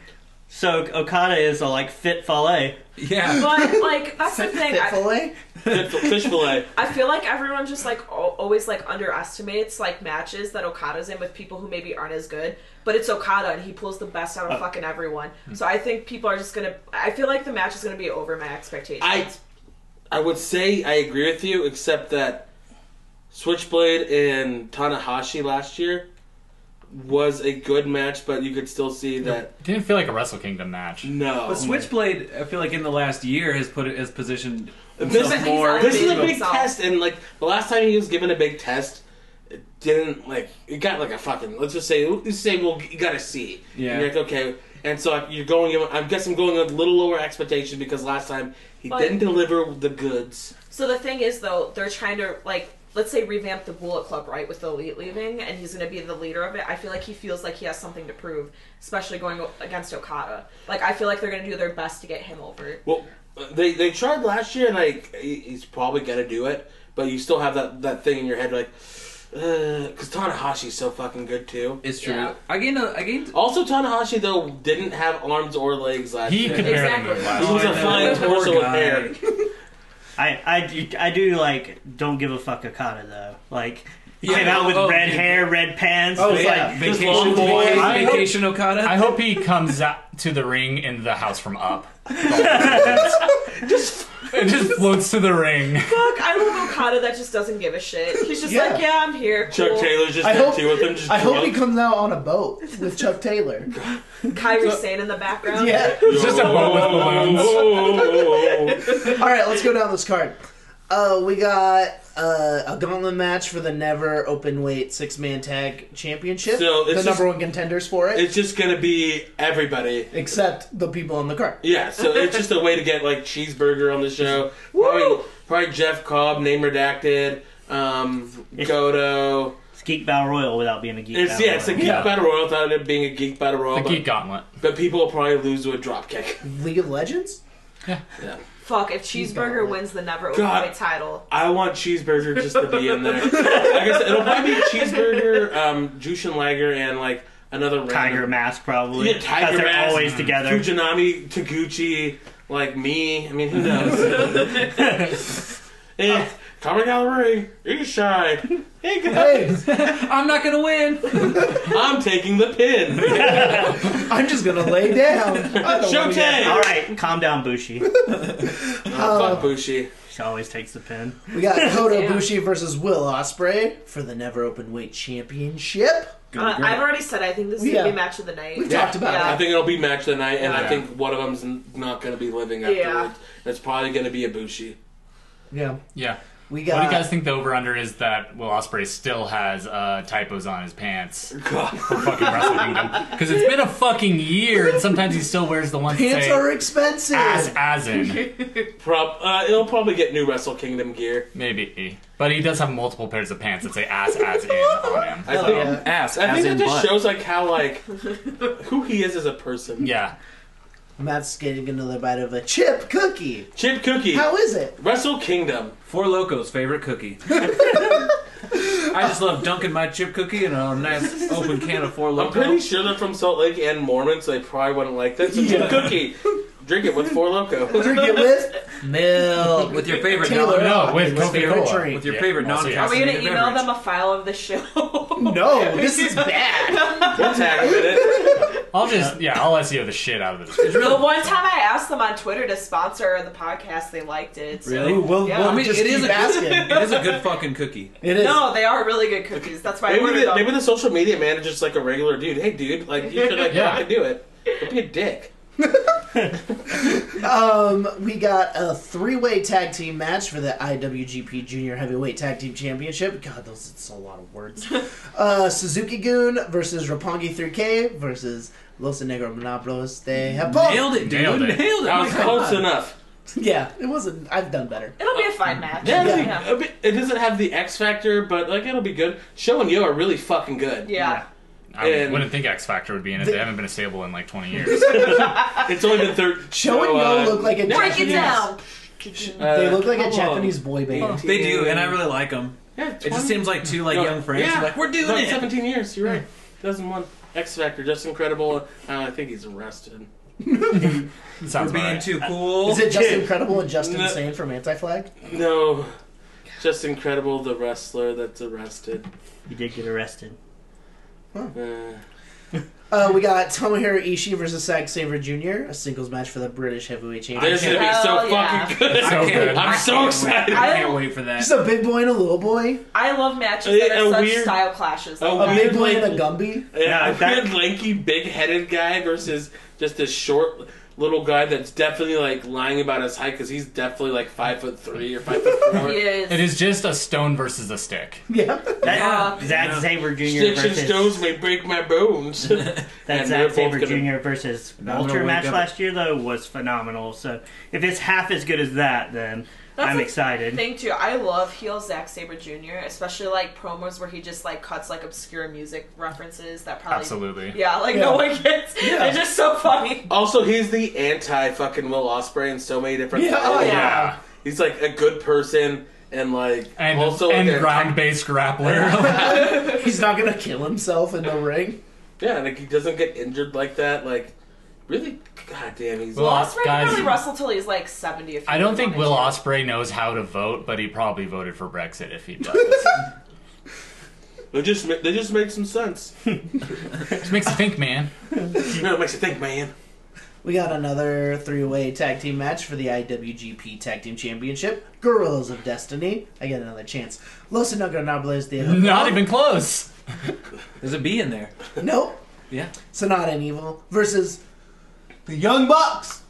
Speaker 8: so Okada is a like fit Fale.
Speaker 5: Yeah.
Speaker 4: But like that's the thing. I,
Speaker 6: Fitfully?
Speaker 3: Fish- Fish fillet.
Speaker 4: I feel like everyone just like al- always like underestimates like matches that Okada's in with people who maybe aren't as good, but it's Okada and he pulls the best
Speaker 3: Uh,
Speaker 4: out of fucking everyone. So I think people are just gonna. I feel like the match is gonna be over my expectations.
Speaker 3: I, I would say I agree with you, except that Switchblade and Tanahashi last year was a good match, but you could still see that
Speaker 7: Didn't feel like a Wrestle Kingdom match.
Speaker 3: no.
Speaker 5: But Switchblade, I feel like in the last year has put it has positioned
Speaker 3: This
Speaker 5: himself
Speaker 3: is,
Speaker 5: more.
Speaker 3: this is a big
Speaker 4: himself.
Speaker 3: test, and like the last time he was given a big test, it didn't like it got like a fucking. Let's just say, let's say, well, you got to see.
Speaker 5: Yeah.
Speaker 3: And you're like okay, and so I- you're going. in- I guess I'm going with a little lower expectation because last time he
Speaker 4: But-
Speaker 3: didn't deliver the goods.
Speaker 4: So the thing is, though, they're trying to like let's say revamp the Bullet Club, right, with the elite leaving, and he's going to be the leader of it. I feel like he feels like he has something to prove, especially going against Okada. Like I feel like they're going to do their best to get him over.
Speaker 3: Well, they they tried last year, and like he- he's probably gonna do it, but you still have that that thing in your head like. Because Tanahashi's so fucking good too.
Speaker 5: It's true.
Speaker 4: Yeah.
Speaker 5: I gained. A, I gained.
Speaker 3: Also, Tanahashi though didn't have arms or legs last
Speaker 7: He
Speaker 3: year.
Speaker 7: could barely
Speaker 4: Exactly.
Speaker 7: move
Speaker 3: He
Speaker 7: last.
Speaker 3: was a fine
Speaker 5: Poor
Speaker 3: torso with
Speaker 5: guy.
Speaker 3: hair.
Speaker 8: I, I, do- I do like don't give a fuck Okada though. Like he
Speaker 5: Yeah,
Speaker 8: came out with
Speaker 5: oh,
Speaker 8: red
Speaker 5: dude.
Speaker 8: hair, red pants.
Speaker 6: Oh,
Speaker 8: It's
Speaker 6: yeah.
Speaker 8: like,
Speaker 3: Just
Speaker 7: Vacation
Speaker 3: long
Speaker 7: boy.
Speaker 3: boys.
Speaker 7: I hope,
Speaker 5: Vacation Okada.
Speaker 7: I hope he comes out to the ring in the house from up. just, it just floats to the ring.
Speaker 4: Fuck, I love Okada that just doesn't give a shit. He's just
Speaker 6: Yeah.
Speaker 4: like, yeah, I'm here.
Speaker 3: Chuck
Speaker 4: cool.
Speaker 3: Taylor's just
Speaker 6: I
Speaker 3: there
Speaker 6: hope-
Speaker 3: too with him. Just
Speaker 6: I hope he
Speaker 3: drunk.
Speaker 6: comes out on a boat with Chuck Taylor.
Speaker 4: Kyrie Sane in the background.
Speaker 6: Yeah.
Speaker 7: It's just a boat with balloons.
Speaker 6: All right, let's go down this card. Uh, we got uh, a gauntlet match for the never open weight six man tag championship.
Speaker 3: So,
Speaker 6: the
Speaker 3: it's just-
Speaker 6: number one contenders for it,
Speaker 3: It's just gonna be everybody.
Speaker 6: except the people on the card.
Speaker 3: Yeah, so it's just a way to get like cheeseburger on the show.
Speaker 4: Woo!
Speaker 3: Probably, probably Jeff Cobb, name redacted, um, Godo.
Speaker 8: it's Geek Battle Royal without being a geek.
Speaker 3: It's
Speaker 8: battle
Speaker 3: yeah, it's a
Speaker 8: royal.
Speaker 3: geek
Speaker 6: Yeah.
Speaker 3: battle royal without it being a geek battle royal.
Speaker 7: The
Speaker 3: But,
Speaker 7: Geek Gauntlet.
Speaker 3: but people will probably lose to a drop kick.
Speaker 6: League of Legends.
Speaker 4: Fuck, if
Speaker 6: got
Speaker 4: Cheeseburger
Speaker 6: it.
Speaker 4: wins the never
Speaker 3: God.
Speaker 4: openweight title.
Speaker 3: I want cheeseburger just to be in there. like I guess it'll probably be cheeseburger, um, Jushin Lager, and like another random-
Speaker 8: Tiger Mask probably.
Speaker 3: Yeah, Tiger
Speaker 8: 'Cause they're
Speaker 3: Mask.
Speaker 8: always together.
Speaker 3: Fujinami, Taguchi, like me. I mean, who knows? eh, Tommy Gallery, Ishai. Hey guys,
Speaker 6: Hey,
Speaker 5: I'm not gonna win.
Speaker 3: I'm taking the pin.
Speaker 6: I'm just gonna lay down. I don't wanna get-
Speaker 3: Showtime.
Speaker 8: All right, calm down, Bushi.
Speaker 6: Oh.
Speaker 3: Fuck Bushi.
Speaker 8: She always takes the pin.
Speaker 6: We got Kota
Speaker 4: Damn.
Speaker 6: Ibushi versus Will Osprey for the never open weight championship.
Speaker 4: Uh, I've already said I think this is
Speaker 6: Yeah.
Speaker 4: gonna be match of the night.
Speaker 6: We've talked about
Speaker 4: yeah.
Speaker 3: I think it'll be match of the night, and I
Speaker 4: Yeah.
Speaker 3: think one of them's n- not going to be living
Speaker 4: Yeah.
Speaker 3: afterwards. It's probably going to be a Bushi.
Speaker 6: it. Yeah,
Speaker 7: Yeah.
Speaker 6: we
Speaker 7: What
Speaker 6: got.
Speaker 7: do you guys think the over under is that Will Osprey still has uh, typos on his pants
Speaker 3: God.
Speaker 7: for fucking Wrestle Kingdom? Because it's been a fucking year, and sometimes he still wears the ones that
Speaker 6: Pants are
Speaker 7: say Ah.
Speaker 6: expensive.
Speaker 7: ass as in
Speaker 3: Prob- uh, it'll probably get new Wrestle Kingdom gear.
Speaker 7: maybe, but he does have multiple pairs of pants that say ass as in on him.
Speaker 3: I
Speaker 6: Hell
Speaker 3: think,
Speaker 6: yeah.
Speaker 9: Ass,
Speaker 3: I
Speaker 9: as
Speaker 3: think that
Speaker 9: in
Speaker 3: just
Speaker 9: butt.
Speaker 3: shows like how like who he is as a person.
Speaker 7: Yeah,
Speaker 6: Matt's getting another bite of a chip cookie.
Speaker 3: Chip Cookie,
Speaker 6: How is it?
Speaker 3: Wrestle Kingdom.
Speaker 5: Four Locos' favorite cookie. I just love dunking my chip cookie in a nice open can of four
Speaker 3: I'm
Speaker 5: loco.
Speaker 3: pretty sure they're from Salt Lake and Mormon, so they probably wouldn't like this. It's a cookie. Drink it with Four Loco.
Speaker 6: Drink it with milk.
Speaker 5: with your favorite
Speaker 6: Taylor.
Speaker 5: non-
Speaker 7: No, with
Speaker 6: What's
Speaker 7: Coca
Speaker 6: favorite
Speaker 7: Cola.
Speaker 6: drink?
Speaker 5: with your favorite non
Speaker 4: Are we gonna
Speaker 5: caffeinated
Speaker 4: email
Speaker 5: beverage.
Speaker 4: them a file of the show?
Speaker 6: No, this is bad.
Speaker 3: We'll tag them in it.
Speaker 7: I'll just yeah, I'll SEO the shit out of this.
Speaker 4: the one time I asked them on Twitter to sponsor the podcast, they liked it. so-
Speaker 5: Really?
Speaker 6: We'll,
Speaker 4: Yeah.
Speaker 6: we'll
Speaker 4: I
Speaker 5: mean,
Speaker 6: just
Speaker 5: it
Speaker 6: keep
Speaker 5: is a-
Speaker 6: asking.
Speaker 5: It is a good fucking cookie.
Speaker 6: It is.
Speaker 4: No, they are really good cookies. That's why I
Speaker 3: Maybe
Speaker 4: ordered
Speaker 3: the,
Speaker 4: them.
Speaker 3: maybe the social media manager's like a regular dude. Hey, dude, like you should like
Speaker 7: Yeah.
Speaker 3: fucking do it. Don't be a dick.
Speaker 6: Um, we got a three-way tag team match for the IWGP Junior Heavyweight Tag Team Championship. God, those it's a lot of words. uh, Suzuki Goon versus Roppongi 3K versus Los Negro Monopolos de Japón.
Speaker 5: Nailed it, dude.
Speaker 7: Nailed
Speaker 5: Nailed
Speaker 7: it.
Speaker 5: it.
Speaker 3: That was
Speaker 5: Oh My God.
Speaker 3: close enough.
Speaker 6: Yeah, it wasn't. I've done better.
Speaker 4: It'll be a fine match.
Speaker 3: Yeah, it'll be-
Speaker 4: yeah.
Speaker 3: it'll be- it doesn't have the X factor, but like it'll be good. Show and Yo are really fucking good.
Speaker 4: Yeah.
Speaker 7: I
Speaker 3: And-
Speaker 7: wouldn't think X Factor would be in it. They haven't been a stable in like 20 years.
Speaker 3: It's only been third.
Speaker 6: Show and Yo look like a
Speaker 4: Break it
Speaker 6: Japanese.
Speaker 4: down.
Speaker 3: Uh,
Speaker 6: They look like a
Speaker 3: come on.
Speaker 6: Japanese boy band.
Speaker 5: They do, and I really like them.
Speaker 3: Yeah,
Speaker 5: It just
Speaker 3: 20
Speaker 5: seems like two like
Speaker 3: No,
Speaker 5: young friends.
Speaker 3: yeah.
Speaker 5: Like we're doing
Speaker 3: No,
Speaker 5: it.
Speaker 3: 17 years. You're right. 2001. X Factor, just incredible. Uh, I think he's arrested.
Speaker 7: Sounds
Speaker 5: We're being
Speaker 7: alright.
Speaker 5: too cool.
Speaker 6: Is it just incredible and Justin
Speaker 3: No.
Speaker 6: Sane from Anti Flag?
Speaker 3: No, just incredible. The wrestler that's arrested.
Speaker 8: You did get arrested.
Speaker 3: Uh,
Speaker 6: Uh, we got Tomohiro Ishii versus Zack Saber Jr. A singles match for the British Heavyweight Championship.
Speaker 3: this is gonna be so
Speaker 4: Hell yeah.
Speaker 3: fucking good.
Speaker 7: So
Speaker 5: I can't-
Speaker 7: good.
Speaker 3: I'm so excited.
Speaker 5: I can't wait for that.
Speaker 6: Just a big boy and a little boy.
Speaker 4: I love matches
Speaker 3: A-
Speaker 4: that are
Speaker 3: a
Speaker 4: such
Speaker 3: weird-
Speaker 4: style clashes.
Speaker 3: a
Speaker 6: A
Speaker 3: weird,
Speaker 6: big boy and
Speaker 3: like,
Speaker 6: a Gumby.
Speaker 3: yeah,
Speaker 8: Yeah,
Speaker 3: a
Speaker 8: that-
Speaker 3: weird lanky, big-headed guy versus just a short little guy that's definitely like lying about his height because he's definitely like five foot three or five foot four.
Speaker 4: he is.
Speaker 7: It is just a stone versus a stick.
Speaker 6: Yeah.
Speaker 8: That,
Speaker 5: Yeah.
Speaker 8: Zack
Speaker 5: Yeah.
Speaker 8: Saber Jr.
Speaker 3: Sticks and
Speaker 8: versus
Speaker 3: stones may break my bones.
Speaker 8: that
Speaker 3: and
Speaker 8: Zack
Speaker 3: they're both
Speaker 8: Saber
Speaker 3: gonna-
Speaker 8: Jr. versus
Speaker 5: I'm
Speaker 8: Walter
Speaker 5: gonna
Speaker 8: match
Speaker 5: wake up-
Speaker 8: last year though was phenomenal. So if it's half as good as that, then
Speaker 4: That's
Speaker 8: I'm
Speaker 4: a
Speaker 8: excited.
Speaker 4: thing too. I love heel Zack Saber Jr., especially like promos where he just like cuts like obscure music references that probably
Speaker 7: Absolutely.
Speaker 4: yeah, like no
Speaker 6: Yeah.
Speaker 4: one gets. They're just so funny.
Speaker 3: Also, he's the anti fucking Will Osprey in so many different.
Speaker 6: Yeah,
Speaker 3: ways.
Speaker 6: oh, yeah.
Speaker 7: Yeah.
Speaker 3: He's like a good person and like
Speaker 7: And,
Speaker 3: also
Speaker 7: and
Speaker 3: like a-
Speaker 7: ground based grappler.
Speaker 6: He's not gonna kill himself in the ring.
Speaker 3: yeah, like he doesn't get injured like that. like really goddamn he's
Speaker 7: Well,
Speaker 4: Osprey
Speaker 7: guys-
Speaker 4: probably wrestled till he's like seventy. If he
Speaker 7: I don't think
Speaker 4: wanted
Speaker 7: Will
Speaker 4: to.
Speaker 7: Osprey knows how to vote, but he probably voted for Brexit if he does.
Speaker 3: they just ma- they just make some sense.
Speaker 7: Just makes you think, man.
Speaker 3: you know, it makes you think, man.
Speaker 6: We got another three-way tag team match for the IWGP Tag Team Championship. Gorillas of Destiny. I get another chance. Los Ingobernables de Japón.
Speaker 7: Not even close.
Speaker 5: There's a bee in there.
Speaker 6: Nope.
Speaker 5: Yeah.
Speaker 6: Sonata and Evil versus the Young Bucks.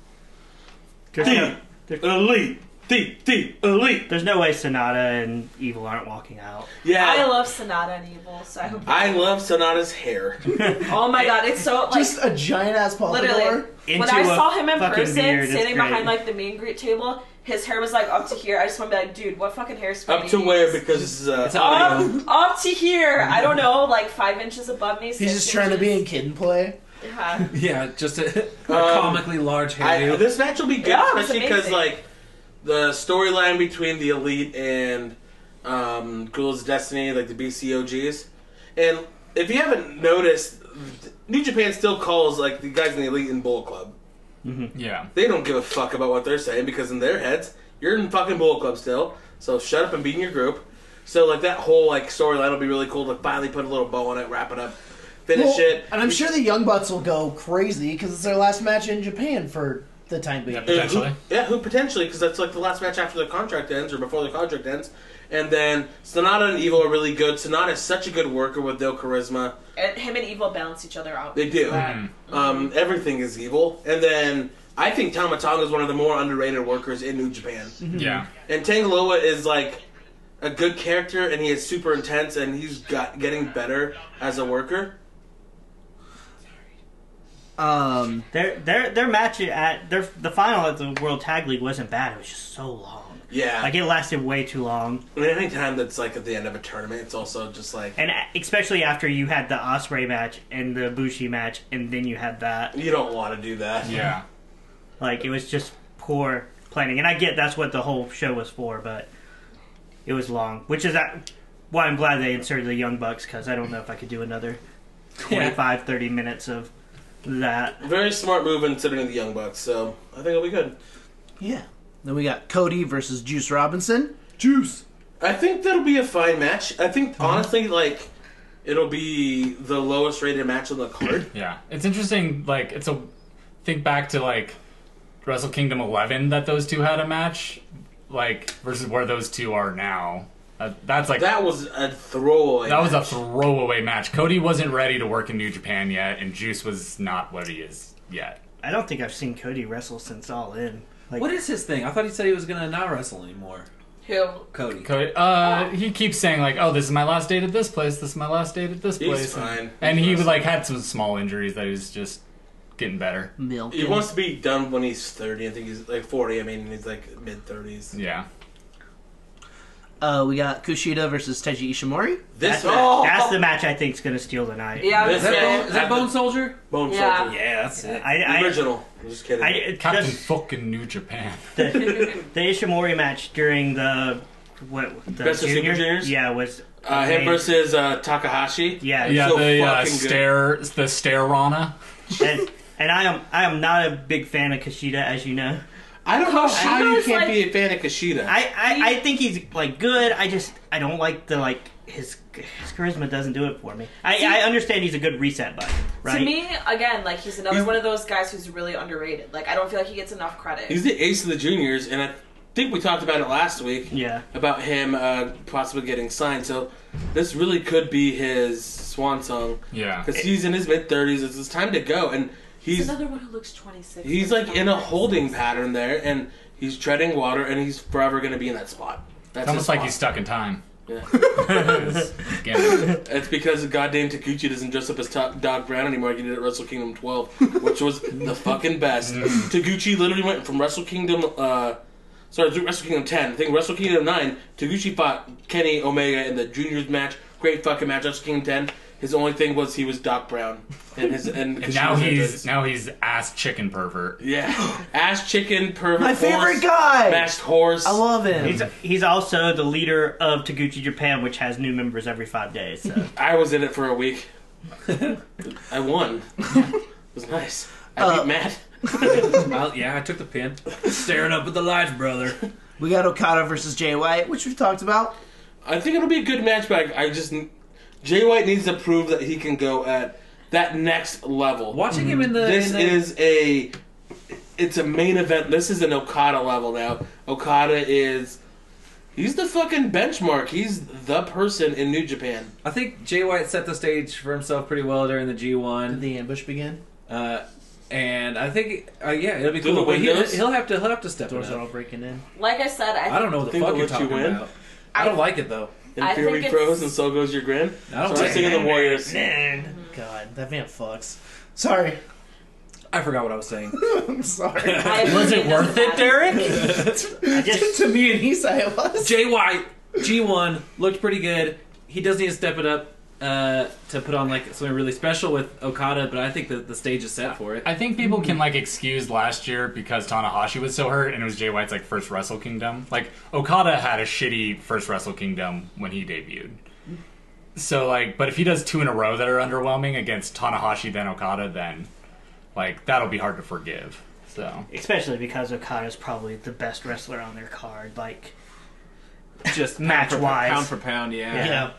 Speaker 8: There's no,
Speaker 3: D elite, D D elite.
Speaker 8: there's no way Sonata and Evil aren't walking out.
Speaker 3: Yeah,
Speaker 4: I love Sonata and Evil, so I hope.
Speaker 3: I love Sonata's hair.
Speaker 4: oh my god, it's so like
Speaker 6: Just a giant ass
Speaker 4: literally.
Speaker 6: pompadour.
Speaker 8: Into
Speaker 4: when I
Speaker 8: a
Speaker 4: saw him in
Speaker 8: fucking
Speaker 4: person,
Speaker 8: beard, it's
Speaker 4: standing
Speaker 8: great.
Speaker 4: behind like the meet and greet table, his hair was like up to here. I just want to be like, dude, what fucking hair spray?
Speaker 3: Up to where? Because this is uh,
Speaker 5: It's all-
Speaker 4: Up, up to here. I don't know, like five inches above me.
Speaker 6: He's just trying to be in kid and play.
Speaker 4: Yeah.
Speaker 5: Yeah, just a, a
Speaker 3: Um,
Speaker 5: comically large
Speaker 3: I,
Speaker 5: hairdo.
Speaker 3: this match will be good,
Speaker 4: Yeah, it's
Speaker 3: especially because
Speaker 4: amazing.
Speaker 3: like the storyline between the elite and um, Ghouls of Destiny, like the BCOGs, and if you haven't noticed, New Japan still calls like the guys in the elite and Bull Club.
Speaker 7: Yeah.
Speaker 3: They don't give a fuck about what they're saying because in their heads, you're in fucking Bull Club still. So shut up and be in your group. So like that whole like storyline will be really cool to finally put a little bow on it, wrap it up, finish
Speaker 6: Well,
Speaker 3: it.
Speaker 6: And I'm sure the Young Bucks will go crazy because it's their last match in Japan for the time being.
Speaker 3: And
Speaker 7: Potentially.
Speaker 3: who- yeah, who potentially? Because that's like the last match after the contract ends or before the contract ends. And then Sonata and Evil are really good. Sonata is such a good worker with no charisma.
Speaker 4: And him and Evil balance each other out.
Speaker 3: They do.
Speaker 4: That-
Speaker 3: Um, everything is evil. And then I think Tamatanga is one of the more underrated workers in New Japan.
Speaker 7: Yeah.
Speaker 3: And Tangaloa is like a good character, and he is super intense, and he's got getting better as a worker.
Speaker 6: Um,
Speaker 8: Their their their match at their the final at the World Tag League wasn't bad. It was just so long.
Speaker 3: Yeah.
Speaker 8: Like it lasted way too long,
Speaker 3: I mean, anytime that's like at the end of a tournament, it's also just like
Speaker 8: and a- especially after you had the Osprey match and the Bushi match, and then you had that.
Speaker 3: you don't want to do that.
Speaker 7: Yeah.
Speaker 8: Like it was just poor planning. And I get that's what the whole show was for, but it was long, which is that Well, I'm glad they inserted the Young Bucks because I don't know if I could do another 25, 30 minutes of that.
Speaker 3: Very smart move considering the Young Bucks, so I think it'll be good.
Speaker 6: Yeah. Then we got Cody versus Juice Robinson.
Speaker 9: Juice.
Speaker 3: I think that'll be a fine match. I
Speaker 7: Mm-hmm.
Speaker 3: think honestly, like it'll be the lowest rated match on the card.
Speaker 7: Yeah, it's interesting. Like, it's a think back to like Wrestle Kingdom 11 that those two had a match, like versus where those two are now. Uh, that's like that,
Speaker 3: That was a throwaway.
Speaker 7: was a throwaway match. Cody wasn't ready to work in New Japan yet, and Juice was not what he is yet.
Speaker 8: I don't think I've seen Cody wrestle since All In. Like,
Speaker 5: What is his thing? I thought he said he was gonna not wrestle anymore.
Speaker 4: Who?
Speaker 5: Cody.
Speaker 7: Cody, uh, he keeps saying like, "Oh, this is my last date at this place. This is my last date at this
Speaker 3: He's
Speaker 7: place."
Speaker 3: fine.
Speaker 7: And, and he
Speaker 3: He's
Speaker 7: was like had some small injuries that he was just getting better.
Speaker 6: Milk.
Speaker 3: He wants to be done when he's thirty. I think he's like forty. I mean, he's like mid thirties.
Speaker 7: Yeah.
Speaker 6: Uh, we got Kushida versus Teji Ishimori.
Speaker 3: This
Speaker 8: that's, the-
Speaker 3: oh,
Speaker 8: that's the match I think's going to steal the night.
Speaker 4: Yeah. I was
Speaker 3: This
Speaker 5: Is that,
Speaker 3: man
Speaker 5: bone, is that
Speaker 3: had
Speaker 5: Bone
Speaker 3: the
Speaker 5: Soldier?
Speaker 3: Bone
Speaker 4: Yeah.
Speaker 3: Soldier.
Speaker 5: Yeah, that's it.
Speaker 8: I,
Speaker 3: The
Speaker 8: I,
Speaker 3: original. I'm just kidding.
Speaker 8: I, it
Speaker 7: Captain
Speaker 8: just
Speaker 7: fucking New Japan.
Speaker 8: the, the Ishimori match during the what the
Speaker 3: Best of Super Juniors?
Speaker 8: Yeah, was
Speaker 3: uh, him versus uh, Takahashi.
Speaker 8: yeah,
Speaker 7: Yeah,
Speaker 3: so
Speaker 7: the uh,
Speaker 3: fucking good.
Speaker 7: stair, the stair Rana.
Speaker 8: and, and I am I am not a big fan of Kushida, as you know.
Speaker 3: I don't know how you
Speaker 4: Kushida's
Speaker 3: can't
Speaker 4: like-
Speaker 3: be a fan of Kushida.
Speaker 8: I, I, I think he's like good. I just I don't like the like his his charisma doesn't do it for me. I, I understand he's a good reset button, right?
Speaker 4: To me, again, like he's another one of those guys who's really underrated. Like I don't feel like he gets enough credit.
Speaker 3: he's the ace of the juniors, and I think we talked about it last week.
Speaker 8: yeah.
Speaker 3: about him uh, possibly getting signed. So this really could be his swan song
Speaker 7: Yeah.
Speaker 3: because he's in his mid thirties. It's his time to go, and
Speaker 4: He's
Speaker 3: he's
Speaker 4: another one who looks 26.
Speaker 3: he's like in a holding pattern there, and he's treading water, and he's forever going to be in that spot. That's
Speaker 7: It's almost
Speaker 3: his
Speaker 7: like
Speaker 3: spot.
Speaker 7: he's stuck in time.
Speaker 3: Yeah.
Speaker 7: It's- again,
Speaker 3: It's because goddamn Takuchi doesn't dress up as top Doc Brown anymore. He did at Wrestle Kingdom 12, which was the fucking best. Taguchi literally went from Wrestle Kingdom, uh, sorry, through Wrestle Kingdom 10. I think Wrestle Kingdom 9, Taguchi fought Kenny Omega in the juniors match. Great fucking match. Wrestle Kingdom 10. His only thing was he was Doc Brown, and his and,
Speaker 7: and now
Speaker 3: Kushida's-
Speaker 7: he's now he's ass chicken pervert.
Speaker 3: yeah, ass chicken pervert.
Speaker 6: My
Speaker 3: horse,
Speaker 6: favorite guy.
Speaker 3: Mashed horse.
Speaker 6: I love him.
Speaker 8: He's, he's also the leader of Taguchi Japan, which has new members every five days. So.
Speaker 3: I was in it for a week. I won. it was nice. I
Speaker 6: Uh,
Speaker 3: beat Matt.
Speaker 5: Well, yeah, I took the pin. Staring up at the lights, brother.
Speaker 6: we got Okada versus Jay White, which we've talked about.
Speaker 3: I think it'll be a good match, but I, I just Jay White needs to prove that he can go at that next level.
Speaker 5: Watching him in the
Speaker 3: This
Speaker 5: in the,
Speaker 3: is a it's a main event. This is an Okada level now. Okada is he's the fucking benchmark. He's the person in New Japan.
Speaker 5: I think Jay White set the stage for himself pretty well during the
Speaker 6: Did
Speaker 5: G1,
Speaker 6: the ambush begin?
Speaker 5: uh, and I think uh, yeah, it'll be
Speaker 3: Through
Speaker 5: cool.
Speaker 3: the
Speaker 5: But he'll,
Speaker 3: windows?
Speaker 5: he'll have to he'll have to step it
Speaker 6: Doors are all
Speaker 5: up.
Speaker 6: breaking in.
Speaker 4: like I said, I,
Speaker 5: I don't know what the
Speaker 3: Think
Speaker 5: fuck
Speaker 3: they'll
Speaker 5: you're
Speaker 3: let you
Speaker 5: talking
Speaker 3: win?
Speaker 5: about. I don't like it though.
Speaker 3: And
Speaker 4: I
Speaker 3: Fury
Speaker 4: think
Speaker 3: froze,
Speaker 4: it's-
Speaker 3: and so goes your grin.
Speaker 5: I don't
Speaker 3: So I
Speaker 5: like
Speaker 3: sing
Speaker 5: it.
Speaker 3: the Warriors.
Speaker 6: Mm-hmm. God, that man fucks. Sorry.
Speaker 5: I forgot what I was saying.
Speaker 6: I'm sorry.
Speaker 4: Was it worth it, Derek?
Speaker 8: I just
Speaker 6: to me and Isai it was.
Speaker 5: Jay White G1 looked pretty good. He does need to step it up uh, to put on like something really special with Okada, but I think that the stage is set for it.
Speaker 7: I think people can like excuse last year because Tanahashi was so hurt and it was Jay White's like first Wrestle Kingdom. Like Okada had a shitty first Wrestle Kingdom when he debuted. So like, but if he does two in a row that are underwhelming against Tanahashi then Okada, then like that'll be hard to forgive. So
Speaker 8: especially because Okada's probably the best wrestler on their card. Like,
Speaker 5: Just
Speaker 8: Match
Speaker 5: pound for,
Speaker 8: wise.
Speaker 5: pound for pound, yeah.
Speaker 8: Yeah.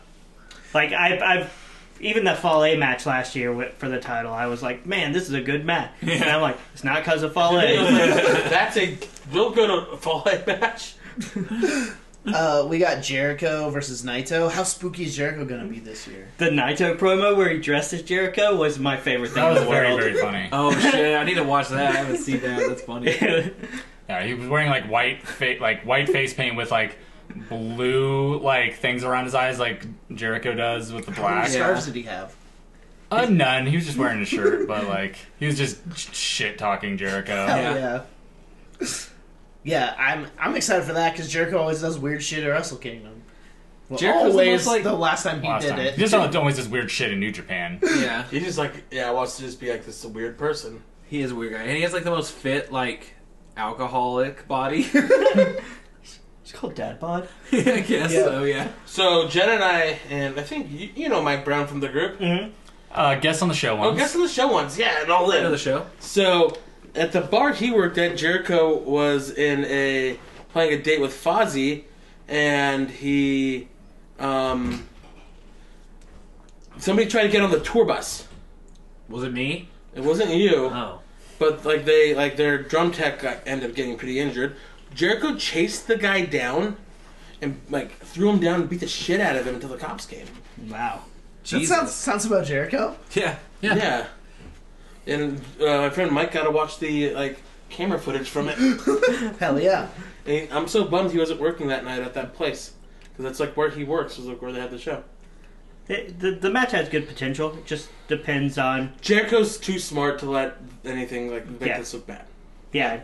Speaker 8: like I've, I've even the Fall A match last year wi- for the title, I was like, man, this is a good match. And I'm like, it's not because of Fall A.
Speaker 3: That's a real good fallout match.
Speaker 6: Uh, we got Jericho versus Naito. How spooky is Jericho gonna be this year?
Speaker 8: the Naito promo where he dressed as Jericho was my favorite thing
Speaker 7: that was
Speaker 8: in the
Speaker 7: very
Speaker 8: world.
Speaker 7: very funny.
Speaker 5: Oh shit! I need to watch that. I haven't seen that. That's funny.
Speaker 7: Yeah, he was wearing like white fa- like white face paint with like blue like things around his eyes like Jericho does with the
Speaker 6: How
Speaker 7: black.
Speaker 6: many scarves did he have?
Speaker 7: Uh, none. He was just wearing a shirt, but like he was just shit talking Jericho.
Speaker 6: Hell
Speaker 5: Yeah.
Speaker 6: yeah. Yeah, I'm I'm excited for that because Jericho always does weird shit at Wrestle Kingdom. Well,
Speaker 5: Jericho's
Speaker 6: always
Speaker 5: almost like-
Speaker 6: the last time he
Speaker 7: Last
Speaker 6: did
Speaker 7: time.
Speaker 6: it.
Speaker 7: He just always- always does weird shit in New Japan.
Speaker 5: yeah,
Speaker 3: He just like yeah, I wants to just be like this is a weird person.
Speaker 5: he is a weird guy, and he has like the most fit like alcoholic body.
Speaker 8: called Dad Bod.
Speaker 5: I guess
Speaker 3: Yeah.
Speaker 5: so. Yeah.
Speaker 3: So Jen and I, and I think you, you know Mike Brown from the group.
Speaker 7: Uh, guest on the show
Speaker 3: Oh,
Speaker 7: once.
Speaker 3: guest on the show once, yeah, and all in.
Speaker 5: Another show.
Speaker 3: So at the bar he worked at, Jericho was in a playing a date with Fozzy, and he, um, somebody tried to get on the tour bus.
Speaker 5: Was it me?
Speaker 3: It wasn't you,
Speaker 5: Oh.
Speaker 3: but like they like their drum tech got, ended up getting pretty injured. Jericho chased the guy down, and like threw him down and beat the shit out of him until the cops came.
Speaker 8: Wow.
Speaker 6: That sounds sounds about Jericho.
Speaker 5: Yeah. Yeah.
Speaker 3: Yeah. And uh, my friend Mike got to watch the like camera footage from it.
Speaker 6: Hell yeah.
Speaker 3: And Eh, I'm so bummed he wasn't working that night at that place because that's like where he works. Was like where they had the show.
Speaker 8: It, the, the match has good potential. It just depends on
Speaker 3: Jericho's too smart to let anything like make
Speaker 8: Yeah.
Speaker 3: this look bad.
Speaker 8: yeah.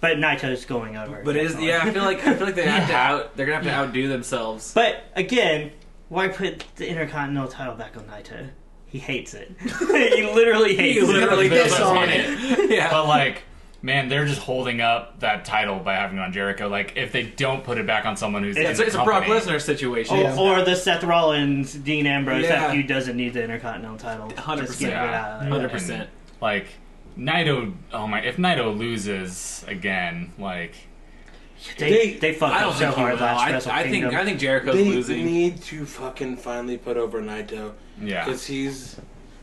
Speaker 8: But Naito's going over.
Speaker 5: But it is yeah, I feel like I feel like they have to out they're gonna have to outdo themselves.
Speaker 8: But again, why put the Intercontinental title back on Naito? He hates it. he literally hates
Speaker 5: He
Speaker 8: it.
Speaker 5: literally
Speaker 7: Build
Speaker 5: does
Speaker 7: us
Speaker 5: on
Speaker 7: on
Speaker 5: it. Yeah.
Speaker 7: But like, man, they're just holding up that title by having it on Jericho. Like, if they don't put it back on someone who's in
Speaker 5: It's,
Speaker 7: the
Speaker 5: it's a Brock
Speaker 7: company-
Speaker 5: Lesnar situation.
Speaker 8: Or, or the Seth Rollins Dean Ambrose
Speaker 5: Yeah.
Speaker 8: that feud doesn't need the Intercontinental title. Just
Speaker 5: 100%.
Speaker 8: get rid out of there.
Speaker 5: Hundred percent.
Speaker 7: Like, Naito. Oh my! If Naito loses again, like,
Speaker 8: They,
Speaker 3: They-
Speaker 8: they fucked
Speaker 5: I don't
Speaker 8: up so
Speaker 5: think he
Speaker 8: hard
Speaker 5: will. I,
Speaker 8: last Wrestle
Speaker 5: I think
Speaker 8: Kingdom.
Speaker 5: I think Jericho's
Speaker 3: They
Speaker 5: losing.
Speaker 3: need to fucking finally put over Naito
Speaker 7: yeah,
Speaker 3: because he's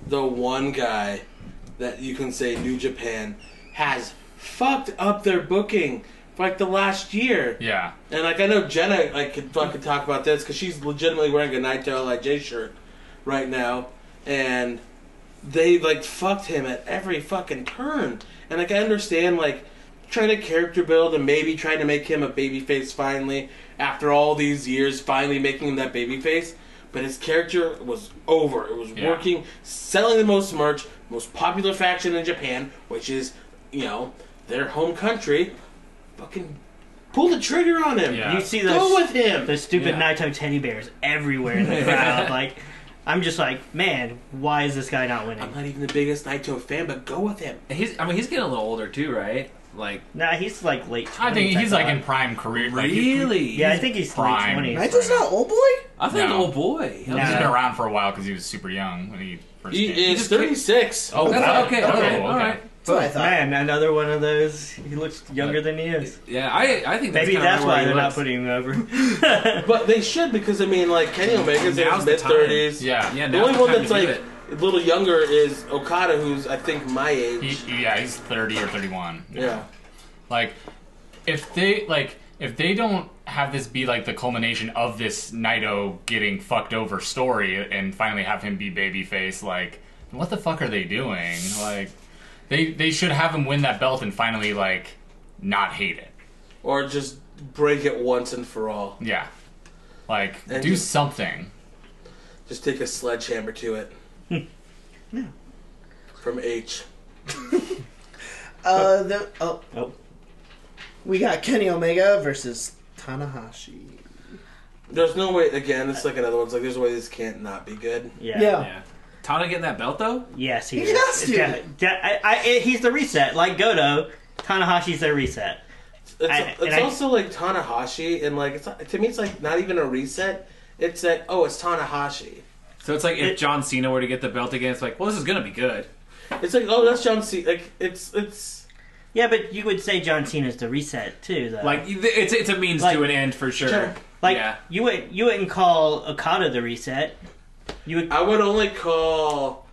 Speaker 3: the one guy that you can say New Japan has fucked up their booking for like the last year.
Speaker 7: yeah.
Speaker 3: And like I know Jenna like could
Speaker 7: Mm-hmm.
Speaker 3: fucking talk about this because she's legitimately wearing a Naito Lij shirt right now, and they like fucked him at every fucking turn. And like I understand like trying to character build and maybe trying to make him a babyface finally after all these years, finally making him that babyface. But his character was over. It was
Speaker 7: Yeah.
Speaker 3: working, selling the most merch, most popular faction in Japan, which is you know their home country. Fucking pull the trigger on him.
Speaker 5: uh,
Speaker 7: Yeah.
Speaker 8: You see those
Speaker 3: Go with him.
Speaker 8: the stupid
Speaker 7: Yeah.
Speaker 8: Naito teddy bears everywhere in the crowd. like, I'm just like, man, why is this guy not winning?
Speaker 3: I'm not even the biggest Naito fan, but go with him.
Speaker 5: He's I mean he's getting a little older too, right? Like
Speaker 8: Nah, he's like late. 20s,
Speaker 7: I think he's like
Speaker 8: thought.
Speaker 7: in prime career. Like, he-
Speaker 5: really?
Speaker 8: Yeah, I think he's
Speaker 7: prime.
Speaker 8: late 20s.
Speaker 6: Naito's not old boy.
Speaker 5: I think
Speaker 7: No.
Speaker 5: old boy. I was
Speaker 8: No.
Speaker 7: He's
Speaker 5: like,
Speaker 7: been around for a while because he was super young when he first
Speaker 3: He
Speaker 7: came.
Speaker 3: is 36.
Speaker 7: oh,
Speaker 5: That's
Speaker 7: wow.
Speaker 5: okay.
Speaker 7: Oh,
Speaker 5: Okay. All right.
Speaker 6: That's what I thought.
Speaker 8: Man, another one of those. He looks younger than he is.
Speaker 5: Yeah, I I think that's
Speaker 8: Maybe
Speaker 5: kinda
Speaker 8: that's
Speaker 5: where
Speaker 8: why
Speaker 5: he
Speaker 8: they're not
Speaker 5: looks.
Speaker 8: putting him over.
Speaker 3: But they should because I mean, like Kenny Omega's in
Speaker 5: Now's
Speaker 3: his
Speaker 5: the
Speaker 3: mid
Speaker 5: time.
Speaker 3: thirties.
Speaker 7: Yeah.
Speaker 5: Yeah,
Speaker 3: The
Speaker 5: now's
Speaker 3: only
Speaker 5: the
Speaker 3: one
Speaker 5: time
Speaker 3: that's
Speaker 5: to do
Speaker 3: like
Speaker 5: it.
Speaker 3: a little younger is Okada, who's I think my age.
Speaker 7: He, yeah, he's 30 or 31.
Speaker 3: yeah.
Speaker 7: Like, if they like, if they don't have this be like the culmination of this Naito getting fucked over story and finally have him be babyface, like, what the fuck are they doing? Like, they they should have him win that belt and finally like not hate it.
Speaker 3: Or just break it once and for all.
Speaker 7: Yeah, like
Speaker 3: And
Speaker 7: do
Speaker 3: just-
Speaker 7: something.
Speaker 3: Just take a sledgehammer to it.
Speaker 5: Hmm.
Speaker 3: From H.
Speaker 6: Uh, the, oh,
Speaker 8: Oh.
Speaker 6: we got Kenny Omega versus Tanahashi.
Speaker 3: There's no way. Again, it's like another one's like there's a way this can't not be good.
Speaker 8: Yeah.
Speaker 5: Yeah. Tana getting that belt though?
Speaker 8: Yes, he,
Speaker 6: He
Speaker 8: is.
Speaker 6: has to.
Speaker 8: Yeah, yeah, I, I, he's the reset. Like Goto, Tanahashi's their reset.
Speaker 3: It's,
Speaker 8: I- and
Speaker 3: it's
Speaker 8: I-
Speaker 3: also like Tanahashi, and like it's not- to me, it's like not even a reset. It's that oh, it's Tanahashi.
Speaker 5: So it's like
Speaker 8: It-
Speaker 5: if John Cena were to get the belt again, it's like, well, this is gonna be good.
Speaker 3: It's like oh, that's John C. Like it's it's
Speaker 8: Yeah, but you would say John Cena's the reset too, though.
Speaker 5: Like it's it's a means
Speaker 8: Like-
Speaker 5: to an end for sure.
Speaker 3: Sure.
Speaker 8: like
Speaker 5: yeah.
Speaker 8: you would you wouldn't call Okada the reset. You
Speaker 7: Uh,
Speaker 8: would,
Speaker 3: I would only call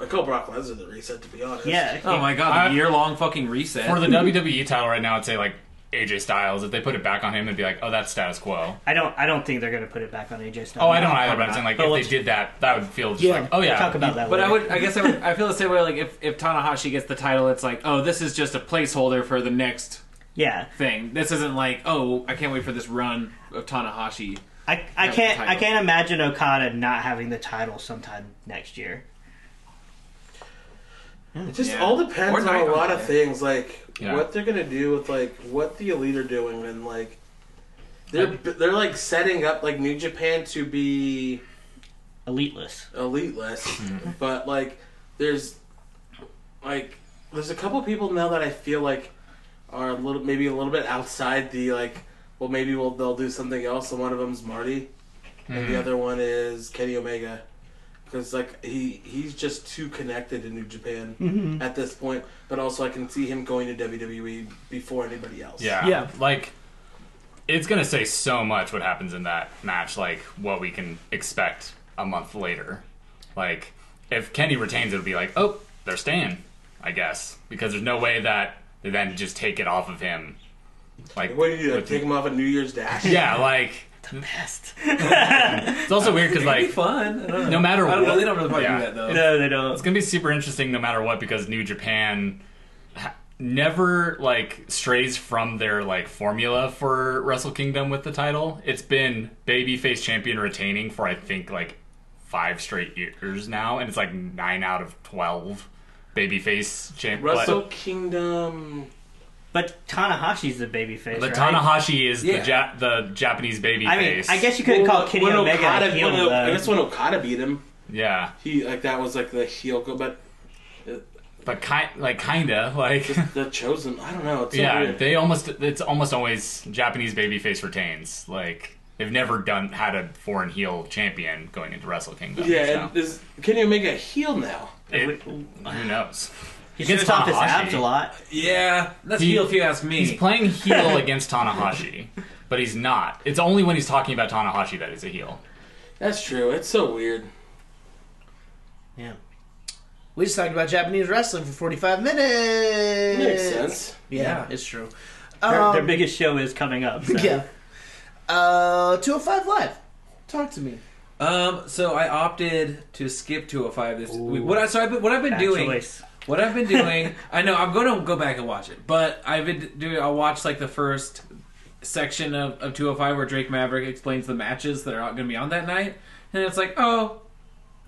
Speaker 3: I call Brock Lesnar the reset to be honest.
Speaker 8: yeah.
Speaker 5: Oh my god,
Speaker 7: I-
Speaker 5: the year long fucking reset.
Speaker 7: For the WWE title right now, I'd say like AJ Styles. If they put it back on him, it'd be like, oh, that's status quo.
Speaker 8: I don't. I don't think they're going to put it back on AJ Styles.
Speaker 7: Oh, I don't either. But I'm saying like
Speaker 8: But
Speaker 7: if
Speaker 8: let's-
Speaker 7: they did that, that would feel just
Speaker 6: Yeah.
Speaker 7: like oh yeah.
Speaker 8: Talk about that.
Speaker 5: But I
Speaker 8: later.
Speaker 5: would, I guess, I, would, I feel the same way. Like if if Tanahashi gets the title, it's like, oh, this is just a placeholder for the next
Speaker 8: Yeah,
Speaker 5: thing. This isn't like, oh, I can't wait for this run of Tanahashi.
Speaker 8: I, I
Speaker 5: Yeah,
Speaker 8: can't.
Speaker 5: the
Speaker 8: I
Speaker 5: title.
Speaker 8: can't imagine Okada not having the title sometime next year.
Speaker 3: It just
Speaker 5: Yeah.
Speaker 3: all depends
Speaker 5: Or
Speaker 3: on a
Speaker 5: Naito,
Speaker 3: lot of
Speaker 5: yeah.
Speaker 3: things, like
Speaker 7: Yeah.
Speaker 3: what they're gonna do with like what the elite are doing, and like they're they're like setting up like New Japan to be
Speaker 8: Eliteless.
Speaker 3: elite list, but like there's like there's a couple people now that I feel like are a little maybe a little bit outside the like well, maybe we'll, they'll do something else. And one of them's Marty, and the other one is Kenny Omega, because like he he's just too connected in New Japan at this point. But also, I can see him going to WWE before anybody else.
Speaker 7: Yeah.
Speaker 6: Yeah.
Speaker 7: Like, it's going to say so much what happens in that match, like, what we can expect a month later. Like, if Kenny retains, it'll be like, oh, they're staying, I guess. Because there's no way that they then just take it off of him. Like,
Speaker 3: What do you do? like,
Speaker 7: with-
Speaker 3: Take him off a New Year's dash?
Speaker 7: Yeah, like,
Speaker 8: Best.
Speaker 7: it's also weird because,
Speaker 5: It'd be
Speaker 7: like,
Speaker 5: fun. I don't know.
Speaker 7: no matter
Speaker 5: I don't know.
Speaker 7: what.
Speaker 5: They don't really probably
Speaker 7: Yeah.
Speaker 5: do that though.
Speaker 8: no, they don't.
Speaker 7: It's gonna be super interesting no matter what because New Japan ha- never like strays from their like formula for Wrestle Kingdom with the title. It's been babyface champion retaining for I think like five straight years now, and it's like nine out of twelve babyface champion.
Speaker 3: Wrestle Kingdom.
Speaker 8: But Tanahashi's the babyface,
Speaker 7: But
Speaker 8: right?
Speaker 7: Tanahashi is
Speaker 3: Yeah.
Speaker 7: the ja- the Japanese babyface.
Speaker 8: I mean, I guess you couldn't call Kenny
Speaker 3: when
Speaker 8: Omega
Speaker 3: Okada,
Speaker 8: a heel,
Speaker 3: when O- I guess
Speaker 8: though.
Speaker 3: when Okada beat him,
Speaker 7: yeah,
Speaker 3: he like that was like the heel, go- but
Speaker 7: but kind like kinda like.
Speaker 3: just the chosen. I don't know. It's so
Speaker 7: Yeah,
Speaker 3: weird.
Speaker 7: they almost it's almost always Japanese babyface retains. Like they've never done had a foreign heel champion going into Wrestle Kingdom.
Speaker 3: yeah.
Speaker 7: so.
Speaker 3: And is, Kenny Omega a heel now?
Speaker 7: It- who knows?
Speaker 8: He
Speaker 7: Against
Speaker 8: shows off his
Speaker 7: Tanahashi.
Speaker 8: abs a lot.
Speaker 5: Yeah, that's
Speaker 7: He-
Speaker 5: heel if you ask me.
Speaker 7: He's playing heel against Tanahashi, but he's not. It's only when he's talking about Tanahashi that he's a heel.
Speaker 3: That's true. It's so weird.
Speaker 8: Yeah.
Speaker 6: We just talked about Japanese wrestling for 45 minutes.
Speaker 3: Makes sense.
Speaker 6: Yeah,
Speaker 5: Yeah.
Speaker 6: it's true.
Speaker 8: Their,
Speaker 6: Um,
Speaker 8: their biggest show is coming up. So.
Speaker 6: Yeah. Uh, 205 Live. Talk to me.
Speaker 5: Um, so I opted to skip 205 this week. What I so I've been, what I've been
Speaker 8: Bad
Speaker 5: doing,
Speaker 8: choice.
Speaker 5: what I've been doing. I know I'm going to go back and watch it, but I've been doing. I'll watch like the first section of, of 205 where Drake Maverick explains the matches that are going to be on that night, and it's like, oh,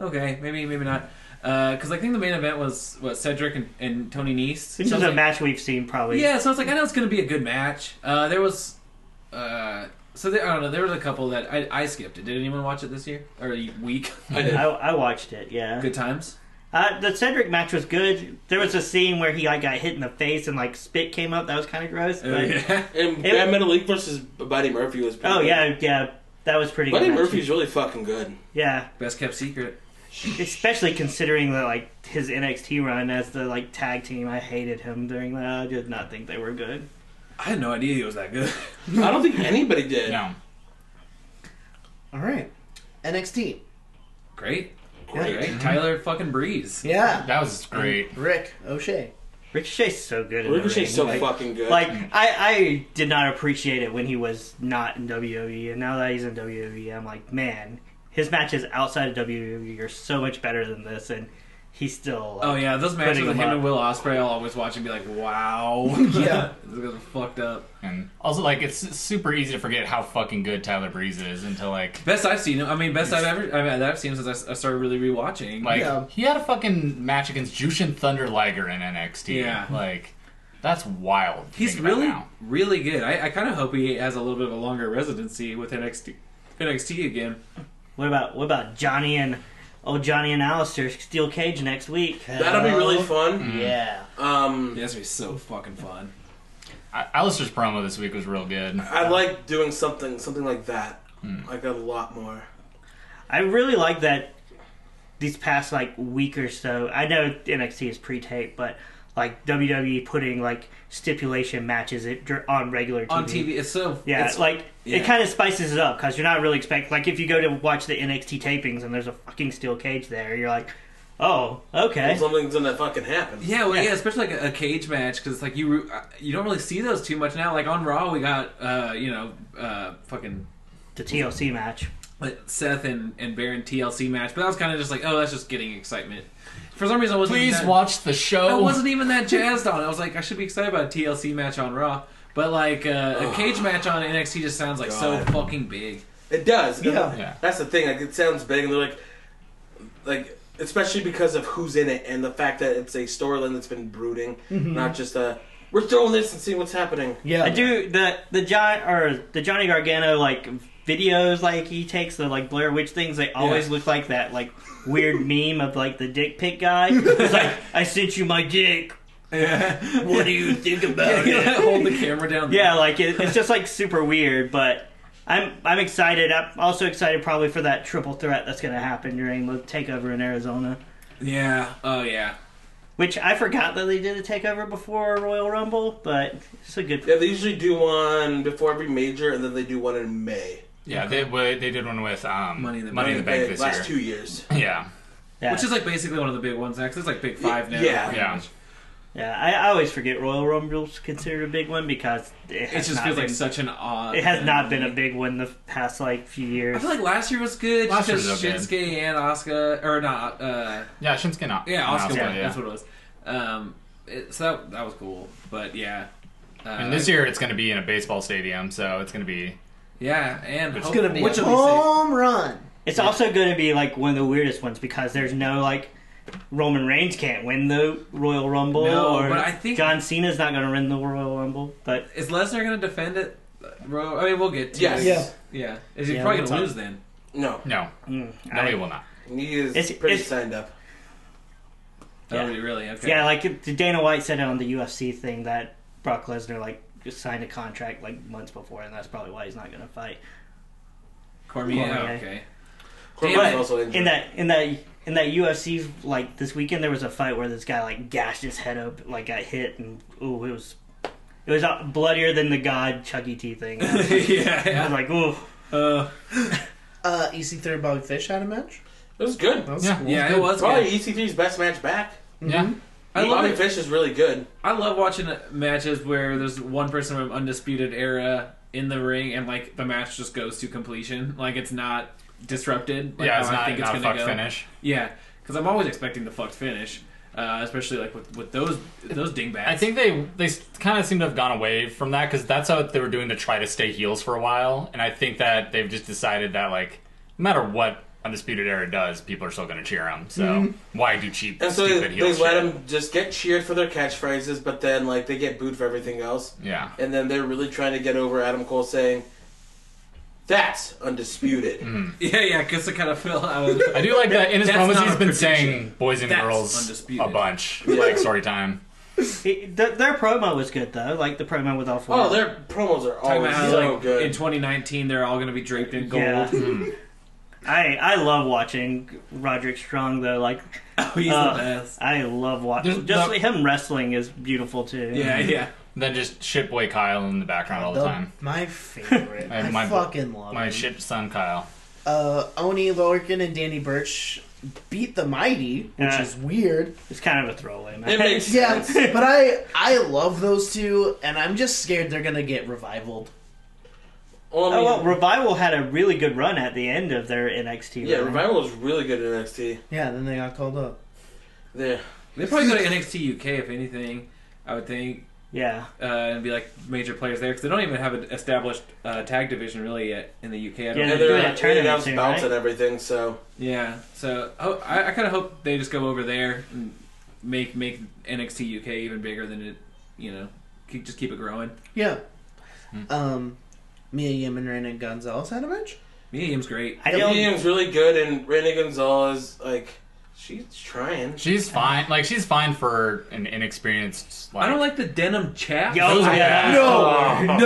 Speaker 5: okay, maybe maybe not, because I think the main event was what Cedric and, and Tony Nese.
Speaker 8: This
Speaker 5: So I
Speaker 8: is
Speaker 5: was
Speaker 8: a
Speaker 5: like,
Speaker 8: match we've seen probably.
Speaker 5: yeah, so I was like, I know it's going to be a good match. Uh, there was, uh, so there, I don't know. There was a couple that I, I skipped it. Did anyone watch it this year or week?
Speaker 8: I, I watched it. Yeah.
Speaker 5: good times.
Speaker 8: Uh, the Cedric match was good. There was a scene where he like got hit in the face and like spit came up. That was kind of gross.
Speaker 3: Oh,
Speaker 8: But...
Speaker 3: And
Speaker 8: It-
Speaker 3: Bad Metalik versus Buddy Murphy was. Pretty
Speaker 8: Oh
Speaker 3: good.
Speaker 8: yeah, yeah. That was pretty
Speaker 3: Buddy
Speaker 8: good. match.
Speaker 3: Murphy's really fucking good.
Speaker 8: Yeah,
Speaker 5: Best kept secret.
Speaker 8: especially considering that like his NXT run as the like tag team. I hated him during that. I did not think they were good.
Speaker 5: I had no idea he was that good.
Speaker 3: I don't think anybody did.
Speaker 7: No,
Speaker 6: All right. NXT.
Speaker 5: Great.
Speaker 3: Great.
Speaker 5: Great. Tyler fucking Breeze.
Speaker 6: Yeah.
Speaker 7: that was great.
Speaker 6: Rick O'Shea.
Speaker 8: Ricochet's so good. in the
Speaker 3: Ricochet's so
Speaker 8: ring. like,
Speaker 3: fucking good.
Speaker 8: Like I, I did not appreciate it when he was not in WWE, and now that he's in WWE, I'm like, man, his matches outside of WWE are so much better than this, and he's still. Like,
Speaker 5: Oh yeah, those matches
Speaker 8: Putting
Speaker 5: with
Speaker 8: him
Speaker 5: him
Speaker 8: up.
Speaker 5: and Will Ospreay, I'll always watch and be like, wow.
Speaker 6: Yeah.
Speaker 5: Those guys are fucked up.
Speaker 7: And also, like, it's super easy to forget how fucking good Tyler Breeze is until like.
Speaker 5: Best I've seen him. I mean, best I've ever. I mean, that I've seen him since I s- I, started really rewatching.
Speaker 7: Like
Speaker 6: Yeah.
Speaker 7: he had a fucking match against Jushin Thunder Liger in NXT.
Speaker 5: Yeah.
Speaker 7: like that's wild. to
Speaker 5: he's
Speaker 7: think about
Speaker 5: really,
Speaker 7: now.
Speaker 5: really good. I, I kind of hope he has a little bit of a longer residency with NXT. NXT again.
Speaker 8: What about what about Johnny and old Johnny and Alistair steel cage next week?
Speaker 3: that'll be really
Speaker 8: uh-huh.
Speaker 3: fun.
Speaker 8: Yeah.
Speaker 7: Mm.
Speaker 3: Um,
Speaker 5: Yeah, that's gonna be so fucking fun.
Speaker 7: I- Alistair's promo this week was real good.
Speaker 3: I like doing something something like that.
Speaker 7: Mm.
Speaker 3: Like a lot more.
Speaker 8: I really like that these past like week or so. I know NXT is pre-tape, but like WWE putting like stipulation matches it dur- on regular TV.
Speaker 5: On TV, it's so
Speaker 8: Yeah,
Speaker 5: It's,
Speaker 8: like
Speaker 5: yeah.
Speaker 8: it kind of spices it up because you're not really expect like if you go to watch the NXT tapings and there's a fucking steel cage there, you're like, oh, okay.
Speaker 3: Something's gonna fucking happen.
Speaker 5: Yeah, well, yeah,
Speaker 8: Yeah.
Speaker 5: especially like a, a cage match because it's like you re- uh, you don't really see those too much now. Like on Raw, we got uh, you know uh, fucking
Speaker 8: The TLC match.
Speaker 5: like, Seth and and Baron TLC match, but that was kind of just like oh, that's just getting excitement. For some reason, I wasn't
Speaker 7: Please
Speaker 5: that,
Speaker 7: watch the
Speaker 5: I
Speaker 7: show.
Speaker 5: wasn't even that jazzed on. it. I was like, I should be excited about a TLC match on Raw, but like uh, a cage match on NXT just sounds like so
Speaker 3: God.
Speaker 5: fucking big.
Speaker 3: It does.
Speaker 6: Yeah.
Speaker 7: Yeah.
Speaker 3: That's the thing. Like it sounds big, and they're like, like especially because of who's in it and the fact that it's a storyline that's been brooding, not just a we're throwing this and seeing what's happening.
Speaker 6: Yeah.
Speaker 8: I do the the John or the Johnny Gargano like videos like he takes the like Blair Witch things. They always look like that like weird meme of like the dick pic guy. It's like I sent you my dick.
Speaker 9: Yeah.
Speaker 8: What do you think about it?
Speaker 5: Hold the camera down.
Speaker 8: Yeah, like it, it's just like super weird, but I'm I'm excited. I'm also excited probably for that triple threat that's going to happen during the takeover in Arizona,
Speaker 5: Yeah. Oh yeah.
Speaker 8: which I forgot that they did a takeover before Royal Rumble, but it's a good.
Speaker 3: Yeah, they usually do one before every major, and then they do one in May.
Speaker 7: Yeah, they wa- they did one with um,
Speaker 5: Money in the
Speaker 7: Money in the Bank
Speaker 3: May,
Speaker 7: this
Speaker 3: last
Speaker 7: year.
Speaker 3: two years.
Speaker 7: Yeah,
Speaker 8: Yeah,
Speaker 5: Which is like basically one of the big ones now, 'cause it's like big five now.
Speaker 3: Yeah.
Speaker 7: yeah.
Speaker 8: yeah. I, I always forget Royal Rumble's considered a big one because it,
Speaker 5: It
Speaker 8: has
Speaker 5: just
Speaker 8: not
Speaker 5: feels
Speaker 8: been,
Speaker 5: like such an odd.
Speaker 8: it has not been a
Speaker 5: thing.
Speaker 8: big one the past like few years.
Speaker 5: I feel like last year was good
Speaker 7: Last year
Speaker 5: because
Speaker 7: was okay.
Speaker 5: Shinsuke and Asuka, or not, uh,
Speaker 7: Yeah, Shinsuke not.
Speaker 5: yeah,
Speaker 7: not
Speaker 5: Asuka
Speaker 7: Asuka,
Speaker 5: won.
Speaker 7: yeah.
Speaker 5: That's what it was. Um, it, so that, that was cool, but yeah, uh,
Speaker 7: And this year it's going to be in a baseball stadium, so it's going to be.
Speaker 5: yeah, and
Speaker 7: It's
Speaker 5: hope-
Speaker 6: gonna be
Speaker 5: which
Speaker 6: a
Speaker 5: will be sick.
Speaker 6: home run.
Speaker 8: It's also going to be like one of the weirdest ones because there's no like Roman Reigns can't win the Royal Rumble
Speaker 5: No,
Speaker 8: or
Speaker 5: but I think-
Speaker 8: John Cena's not going to win the Royal Rumble. But
Speaker 5: Is Lesnar gonna defend it? Ro- I mean, we'll get to
Speaker 3: Yes.
Speaker 5: it.
Speaker 3: Yeah.
Speaker 5: yeah. Is he
Speaker 8: Yeah,
Speaker 5: probably
Speaker 8: we'll
Speaker 5: gonna
Speaker 8: talk.
Speaker 5: lose then?
Speaker 3: No,
Speaker 7: No,
Speaker 8: mm,
Speaker 7: no,
Speaker 8: I-
Speaker 7: he will not.
Speaker 3: he is
Speaker 8: It's-
Speaker 3: pretty
Speaker 8: it's-
Speaker 3: signed up.
Speaker 5: Oh,
Speaker 8: Yeah.
Speaker 5: really? Okay.
Speaker 8: yeah, like it- Dana White said it on the UFC thing that Brock Lesnar like just signed a contract like months before, and that's probably why he's not going to fight.
Speaker 5: Cormier.
Speaker 8: Cormier.
Speaker 5: oh, okay.
Speaker 3: Corbin's
Speaker 5: it.
Speaker 3: also injured.
Speaker 8: In that, in that, in that UFC like this weekend, there was a fight where this guy like gashed his head up, like got hit, and ooh, it was. It was uh, bloodier than the God Chuck E. T thing. I was
Speaker 5: yeah.
Speaker 8: I was
Speaker 5: yeah.
Speaker 8: like, ooh,
Speaker 5: Uh,
Speaker 6: Uh, EC3 Bobby Fish had a match.
Speaker 3: It was good.
Speaker 6: That was
Speaker 7: Yeah.
Speaker 6: cool.
Speaker 5: yeah, it was.
Speaker 3: Probably E
Speaker 5: Good.
Speaker 3: EC3's best match back.
Speaker 5: Mm-hmm.
Speaker 7: Yeah,
Speaker 5: I love
Speaker 3: Bobby
Speaker 5: it.
Speaker 3: Fish is really good.
Speaker 5: I love watching matches where there's one person from Undisputed Era in the ring and like the match just goes to completion. Like it's not disrupted. Like,
Speaker 7: yeah.
Speaker 5: how
Speaker 7: It's not, not a fuck
Speaker 5: go.
Speaker 7: finish.
Speaker 5: Yeah, because I'm always expecting the fucked finish, uh, especially like with, with those those dingbats.
Speaker 7: I think they they kind of seem to have gone away from that because that's how they were doing to try to stay heels for a while, and I think that they've just decided that like no matter what Undisputed Era does, people are still going to cheer them. So
Speaker 5: Mm-hmm.
Speaker 7: why do cheap
Speaker 3: And so they,
Speaker 7: stupid
Speaker 3: they
Speaker 7: heel
Speaker 3: let
Speaker 7: shit?
Speaker 3: him just get cheered for their catchphrases, but then like they get booed for everything else.
Speaker 7: Yeah,
Speaker 3: And then they're really trying to get over Adam Cole saying, "That's undisputed."
Speaker 5: yeah, yeah, because it kind of fell out.
Speaker 7: I do like that in his
Speaker 5: That's
Speaker 7: promos
Speaker 5: not
Speaker 7: he's
Speaker 5: a
Speaker 7: been
Speaker 5: prediction.
Speaker 7: saying boys and
Speaker 5: That's
Speaker 7: girls
Speaker 5: undisputed.
Speaker 7: a bunch
Speaker 3: Yeah.
Speaker 7: like story time.
Speaker 8: He- th- their promo was good though. Like the promo with all four.
Speaker 3: Oh, their promos are
Speaker 5: Talking
Speaker 3: always
Speaker 5: about how,
Speaker 3: so
Speaker 5: like,
Speaker 3: good.
Speaker 5: in 2019 they're all going to be draped in gold.
Speaker 8: Yeah. I I love watching Roderick Strong though. Like
Speaker 5: Oh, he's
Speaker 8: Uh,
Speaker 5: the best.
Speaker 8: I love watching.
Speaker 7: There's
Speaker 8: Just
Speaker 7: no-
Speaker 8: like, him wrestling is beautiful too.
Speaker 5: Yeah, yeah.
Speaker 7: Then just shit boy Kyle in the background all the,
Speaker 6: The-
Speaker 7: time.
Speaker 6: My favorite.
Speaker 7: My-
Speaker 6: I
Speaker 7: my-
Speaker 6: fucking love
Speaker 7: My
Speaker 6: him.
Speaker 7: shit son Kyle.
Speaker 6: Uh, Oni Lorcan and Danny Birch beat the Mighty, which
Speaker 8: Yeah.
Speaker 6: is weird.
Speaker 8: It's kind of a throwaway match.
Speaker 3: it makes
Speaker 6: Yeah,
Speaker 3: sense.
Speaker 6: but I I love those two, and I'm just scared they're gonna get revivaled.
Speaker 3: Well, I
Speaker 8: Oh
Speaker 3: mean,
Speaker 8: well, Revival had a really good run at the end of their NXT.
Speaker 3: yeah,
Speaker 8: run.
Speaker 3: Revival was really good in NXT.
Speaker 6: Yeah, then they got called up.
Speaker 3: There,
Speaker 5: They probably go to NXT UK if anything. I would think
Speaker 8: Yeah,
Speaker 5: uh, and be like major players there because they don't even have an established uh, tag division really yet in the UK. I don't
Speaker 8: Yeah,
Speaker 5: think.
Speaker 3: and
Speaker 8: they're
Speaker 3: they're
Speaker 8: doing a
Speaker 3: they
Speaker 8: tournament
Speaker 3: announced
Speaker 8: soon,
Speaker 3: bounce
Speaker 8: right?
Speaker 3: and everything. So
Speaker 5: Yeah, so oh, I, I kind of hope they just go over there and make make NXT UK even bigger than it, you know, keep, just keep it growing.
Speaker 6: Yeah. Um, Mia Yim and Reina Gonzalez had a match.
Speaker 5: Medium's great.
Speaker 8: I don't.
Speaker 3: Ilium's really good, and Randy Gonzalez like she's trying.
Speaker 7: She's fine. Like she's fine for an inexperienced. Like,
Speaker 5: I don't like the denim chaps.
Speaker 8: Yo,
Speaker 7: Those are
Speaker 8: yeah.
Speaker 7: bad. Oh.
Speaker 6: No,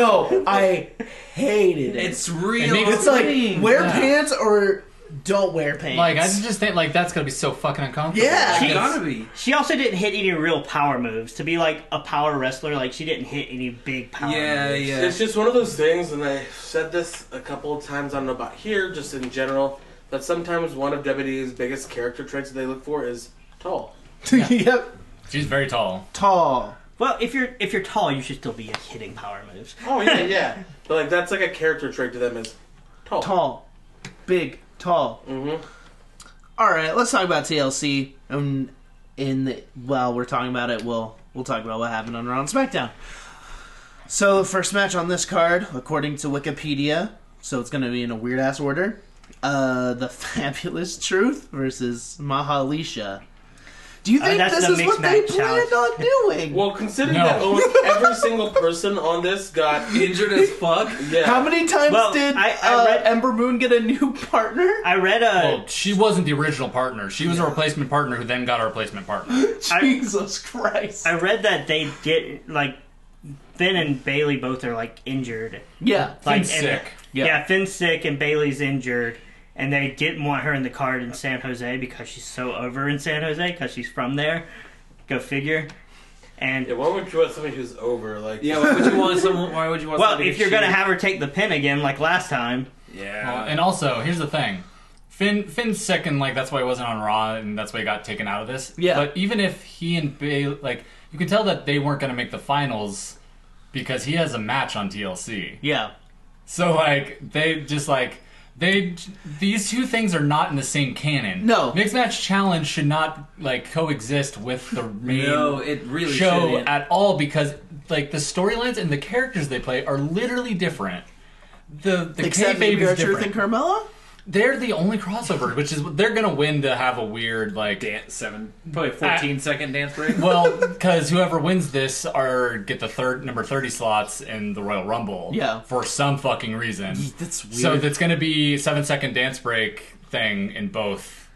Speaker 6: no, I hated it.
Speaker 5: it's real.
Speaker 7: It makes-
Speaker 6: It's like
Speaker 5: clean.
Speaker 6: wear
Speaker 7: Yeah.
Speaker 6: pants or don't wear pants.
Speaker 7: Like I just think like that's gonna be so fucking uncomfortable.
Speaker 6: Yeah.
Speaker 5: It's
Speaker 8: She-
Speaker 5: gotta be.
Speaker 8: She also didn't hit any real power moves. To be like a power wrestler, like she didn't hit any big power.
Speaker 5: Yeah,
Speaker 8: moves.
Speaker 5: yeah.
Speaker 3: It's just one of those things, and I said this a couple of times. I don't know about here, just in general, that sometimes one of WWE's biggest character traits that they look for is tall.
Speaker 6: yep,
Speaker 7: She's very tall.
Speaker 6: tall.
Speaker 8: Well, if you're if you're tall, you should still be hitting power moves.
Speaker 3: Oh yeah, yeah. but like that's like a character trait to them is tall.
Speaker 6: tall, big, tall.
Speaker 3: Mhm.
Speaker 8: Mm-hmm.
Speaker 6: All right, let's talk about TLC. And in the, while we're talking about it, we'll we'll talk about what happened on Raw and SmackDown. So the first match on this card, according to Wikipedia, so it's going to be in a weird ass order. Uh, the Fabulous Truth versus Mahalisha. Do you
Speaker 8: Uh,
Speaker 6: think
Speaker 8: that's
Speaker 6: this
Speaker 8: the
Speaker 6: is
Speaker 8: mixed
Speaker 6: what they
Speaker 8: match
Speaker 6: planned
Speaker 8: challenge.
Speaker 6: on doing?
Speaker 3: Well, considering
Speaker 7: No.
Speaker 3: that almost every single person on this got
Speaker 5: Injured as fuck.
Speaker 3: yeah.
Speaker 6: How many times
Speaker 8: Well,
Speaker 6: did
Speaker 8: I- I
Speaker 6: uh,
Speaker 8: read-
Speaker 6: Ember Moon get a new partner?
Speaker 8: I read uh, a.
Speaker 7: Well, she wasn't the original partner. She was a replacement partner who then got a replacement partner.
Speaker 8: I-
Speaker 6: Jesus Christ!
Speaker 8: I read that they did like Finn and Bailey both are like injured.
Speaker 6: yeah,
Speaker 8: Like,
Speaker 7: Finn's
Speaker 8: and-
Speaker 7: sick.
Speaker 6: Yeah.
Speaker 8: Yeah. Finn's sick and Bailey's injured, and they didn't want her in the card in San Jose because she's so over in San Jose because she's from there. Go figure. And
Speaker 3: Yeah, why would you want somebody who's over? Like,
Speaker 5: Yeah, why would you want someone? Why would you want?
Speaker 8: well,
Speaker 5: somebody
Speaker 8: if you're
Speaker 5: cheat?
Speaker 8: gonna have her take the pin again like last time,
Speaker 7: Well,
Speaker 5: yeah,
Speaker 7: Uh, and also, here's the thing. Finn Finn's sick and like that's why he wasn't on Raw and that's why he got taken out of this.
Speaker 6: Yeah.
Speaker 7: But even if he and Bailey like you can tell that they weren't gonna make the finals because he has a match on TLC.
Speaker 6: yeah.
Speaker 7: So like they just like they these two things are not in the same canon.
Speaker 6: No.
Speaker 7: mixed match challenge should not like coexist with the main
Speaker 5: no, it really
Speaker 7: show
Speaker 5: shouldn't.
Speaker 7: at all because like the storylines and the characters they play are literally different. The the
Speaker 6: Except maybe
Speaker 7: kayfabe is
Speaker 6: Gertrude
Speaker 7: different.
Speaker 6: and Carmella.
Speaker 7: They're the only crossover, which is they're gonna win to have a weird like.
Speaker 5: dance seven, probably 14 second dance break.
Speaker 7: Well, because whoever wins this are get the third number thirty slots in the Royal Rumble.
Speaker 6: Yeah.
Speaker 7: for some fucking reason.
Speaker 6: That's weird.
Speaker 7: So that's going to be seven second dance break thing in both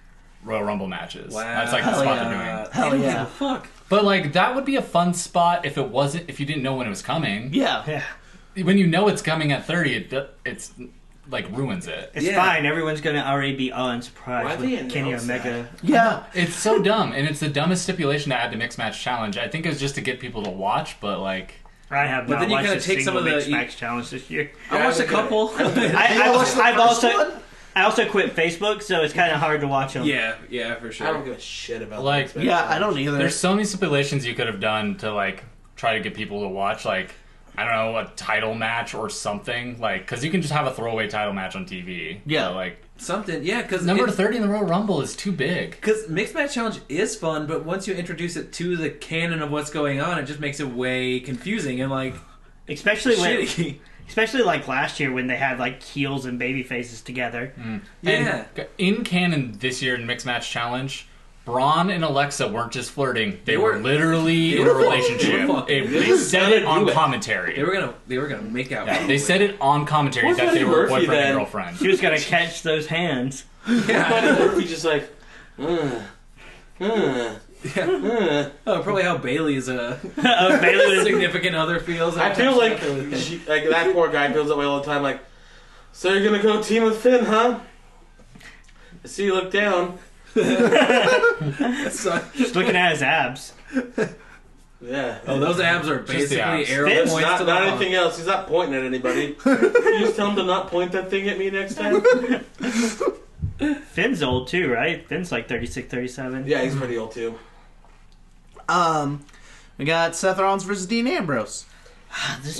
Speaker 7: Royal Rumble matches.
Speaker 5: Wow.
Speaker 7: That's like the
Speaker 6: Hell
Speaker 7: spot
Speaker 6: yeah.
Speaker 7: they're doing.
Speaker 6: Hell
Speaker 5: They don't
Speaker 6: yeah.
Speaker 5: give a fuck.
Speaker 7: But like that would be a fun spot if it wasn't if you didn't know when it was coming.
Speaker 6: yeah.
Speaker 8: yeah,
Speaker 7: When you know it's coming at thirty, it do- it's like ruins it.
Speaker 8: it's
Speaker 5: Yeah.
Speaker 8: fine. Everyone's gonna already be
Speaker 3: Why'd
Speaker 8: unsurprised
Speaker 3: they
Speaker 8: with Kenny
Speaker 3: announce
Speaker 8: Omega.
Speaker 6: Yeah.
Speaker 7: It's so dumb, and it's the dumbest stipulation to add to mix match challenge. I think it was just to get people to watch, but like
Speaker 8: I have
Speaker 5: But
Speaker 8: not
Speaker 5: then you
Speaker 8: watched
Speaker 5: kinda
Speaker 8: a
Speaker 5: take some
Speaker 8: single
Speaker 5: of the-
Speaker 8: mixed
Speaker 5: you- Oh,
Speaker 8: match challenge this year.
Speaker 5: I watched a couple.
Speaker 8: I, I,
Speaker 6: watched the
Speaker 8: I've
Speaker 6: first
Speaker 8: also
Speaker 6: one.
Speaker 8: I also quit Facebook, so it's kind of hard to watch them.
Speaker 5: yeah, yeah, for sure.
Speaker 3: I don't give a shit about
Speaker 7: Like,
Speaker 3: that.
Speaker 6: Yeah, I don't either.
Speaker 7: There's so many stipulations you could have done to like try to get people to watch like I don't know a title match or something like because you can just have a throwaway title match on TV.
Speaker 6: Yeah.
Speaker 7: So, like
Speaker 5: Something, yeah, because
Speaker 7: number thirty in the Royal Rumble is too big.
Speaker 5: Because mixed match challenge is fun, but once you introduce it to the canon of what's going on, it just makes it way confusing and like
Speaker 8: especially when
Speaker 5: shitty.
Speaker 8: especially like last year when they had like heels and baby faces together.
Speaker 5: Mm. Yeah,
Speaker 7: And in canon this year in mixed match challenge. Braun and Alexa weren't just flirting; they, were,
Speaker 5: were-
Speaker 7: literally
Speaker 5: they
Speaker 7: in
Speaker 5: were
Speaker 7: a
Speaker 5: fucking-
Speaker 7: relationship.
Speaker 5: they were fucking-
Speaker 7: They, they said it on
Speaker 3: do it.
Speaker 7: commentary.
Speaker 5: they were gonna they were gonna make out.
Speaker 7: Yeah, they said it on commentary
Speaker 3: Where's
Speaker 7: that they
Speaker 3: Eddie
Speaker 7: were
Speaker 3: Murphy
Speaker 7: boyfriend
Speaker 3: then?
Speaker 7: and girlfriend.
Speaker 8: She was gonna catch those hands.
Speaker 5: Yeah.
Speaker 3: Murphy just like, mm, mm, mm.
Speaker 5: Oh, probably how Bailey's uh,
Speaker 8: Uh, Bailey was-
Speaker 5: significant other feels.
Speaker 3: I feel like she, like that poor guy feels that way all the time. Like, so you're gonna go team with Finn, huh? I see you look down.
Speaker 5: So-
Speaker 8: just looking at his abs.
Speaker 3: Yeah.
Speaker 5: oh, those abs are
Speaker 7: Just the
Speaker 5: basically
Speaker 7: abs.
Speaker 5: arrow
Speaker 3: It's
Speaker 5: points
Speaker 3: not,
Speaker 5: to the
Speaker 3: not
Speaker 5: bottom.
Speaker 3: anything else. He's not pointing at anybody. you just tell him to not point that thing at me next time.
Speaker 8: Finn's old too, right? Finn's like 36, 37.
Speaker 3: yeah, he's pretty old too.
Speaker 6: Um, we got Seth Rollins versus Dean Ambrose.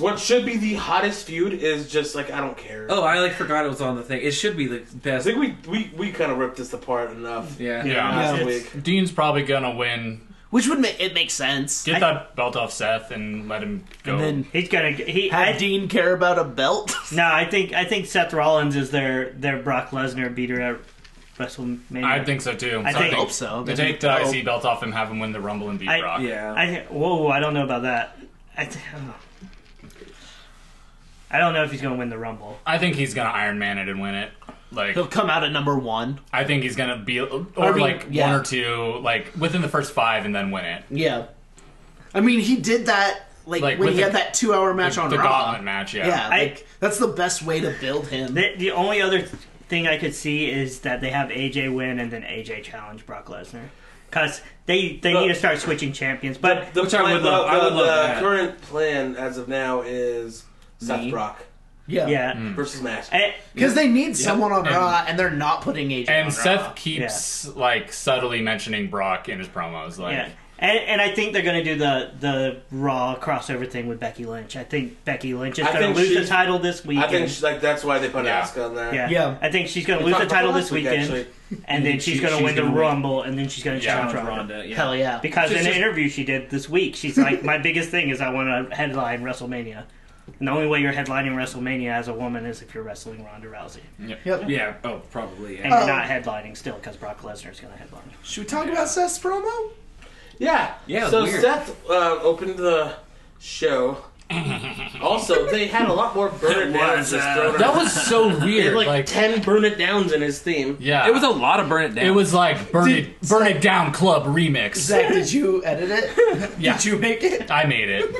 Speaker 3: What should be the hottest feud is just like I don't care.
Speaker 5: Oh, I like forgot it was on the thing. It should be the
Speaker 3: I
Speaker 5: best.
Speaker 3: think we we, we kind of ripped this apart enough
Speaker 5: Yeah.
Speaker 7: Yeah.
Speaker 3: last
Speaker 8: Yeah.
Speaker 3: week.
Speaker 7: Dean's probably gonna win.
Speaker 6: Which would make it makes sense.
Speaker 7: Get that belt off Seth and let him go.
Speaker 6: and then
Speaker 8: He's gonna he.
Speaker 6: have
Speaker 8: I,
Speaker 6: Dean care about a belt.
Speaker 8: no, I think I think Seth Rollins is their their Brock Lesnar beater at WrestleMania.
Speaker 7: I think so too.
Speaker 8: I
Speaker 7: So
Speaker 8: think-
Speaker 6: Hope so.
Speaker 7: They
Speaker 6: That'd
Speaker 7: take
Speaker 6: be
Speaker 7: the
Speaker 6: dope.
Speaker 7: IC belt off him, have him win the Rumble and beat
Speaker 8: I-
Speaker 7: Brock.
Speaker 5: Yeah.
Speaker 8: I think. Whoa, I don't know about that. I, th- I don't know if he's gonna win the Rumble.
Speaker 7: I think he's gonna Iron Man it and win it. Like
Speaker 6: He'll come out at number one.
Speaker 7: I think he's gonna be or
Speaker 6: I mean,
Speaker 7: like
Speaker 6: yeah.
Speaker 7: one or two, like within the first five, and then win it.
Speaker 6: Yeah. I mean, he did that like,
Speaker 7: Like,
Speaker 6: when
Speaker 7: with
Speaker 6: he had
Speaker 7: the-
Speaker 6: that two-hour match
Speaker 7: the
Speaker 6: on
Speaker 7: the
Speaker 6: Raw.
Speaker 7: Gauntlet match, yeah.
Speaker 6: Yeah,
Speaker 8: I-
Speaker 6: like that's the best way to build him.
Speaker 8: The, the only other thing I could see is that they have AJ win and then AJ challenge Brock Lesnar. Because they, they
Speaker 3: But-
Speaker 8: need to start switching champions. But
Speaker 3: The
Speaker 5: Which I would
Speaker 3: the-
Speaker 5: love- I would
Speaker 3: the-
Speaker 5: love
Speaker 3: the
Speaker 5: that.
Speaker 3: current plan as of now is Seth
Speaker 6: Me?
Speaker 3: Brock
Speaker 6: yeah,
Speaker 8: yeah. Eh,
Speaker 3: versus Matt.
Speaker 8: I-
Speaker 6: because they need someone on
Speaker 7: And-
Speaker 6: Raw, and they're not putting AJ. on
Speaker 7: And
Speaker 6: Raw.
Speaker 7: Seth keeps like subtly mentioning Brock in his promos, like
Speaker 8: yeah. And, and I think they're going to do the, the Raw crossover thing with Becky Lynch. I think Becky Lynch is
Speaker 3: I
Speaker 8: going
Speaker 3: think
Speaker 8: to lose the
Speaker 3: she's-
Speaker 8: title this weekend.
Speaker 3: I think she, like that's why they put
Speaker 7: Yeah.
Speaker 3: Asuka on there.
Speaker 8: yeah.
Speaker 6: Yeah.
Speaker 8: I think she's going to
Speaker 3: We
Speaker 8: lose the
Speaker 3: talked about
Speaker 8: title
Speaker 3: last
Speaker 8: this
Speaker 3: week,
Speaker 8: weekend.
Speaker 3: actually.
Speaker 8: and then
Speaker 5: She-
Speaker 8: she's going
Speaker 5: she's
Speaker 8: to win the
Speaker 5: gonna win.
Speaker 8: Rumble, and then she's going to
Speaker 7: Yeah.
Speaker 8: challenge Ronda.
Speaker 5: Ronda. Yeah.
Speaker 6: Hell yeah!
Speaker 8: Because
Speaker 5: She's
Speaker 8: in an
Speaker 5: just-
Speaker 8: interview she did this week, she's like, "My biggest thing is I want to headline WrestleMania." And the only way you're headlining WrestleMania as a woman is if you're wrestling Ronda Rousey,
Speaker 6: Yep.
Speaker 5: Yeah. Oh, probably.
Speaker 8: and
Speaker 5: Yeah.
Speaker 8: you're not headlining still because Brock Lesnar's going to headline.
Speaker 6: Should we talk about Seth's promo?
Speaker 3: Yeah.
Speaker 5: Yeah,
Speaker 3: So
Speaker 5: weird.
Speaker 3: Seth uh, opened the show. also, they had a lot more burn it downs.
Speaker 8: was,
Speaker 3: just
Speaker 8: uh,
Speaker 3: thrown
Speaker 5: That
Speaker 3: around.
Speaker 5: was so
Speaker 3: They had
Speaker 5: weird.
Speaker 3: like,
Speaker 5: Like,
Speaker 3: ten burn it downs in his theme.
Speaker 7: Yeah,
Speaker 5: it was a lot of burn it down.
Speaker 7: It was like burn it, burn it down club remix.
Speaker 6: Zach, did you edit it?
Speaker 7: Yeah.
Speaker 6: Did you make it?
Speaker 7: I made it.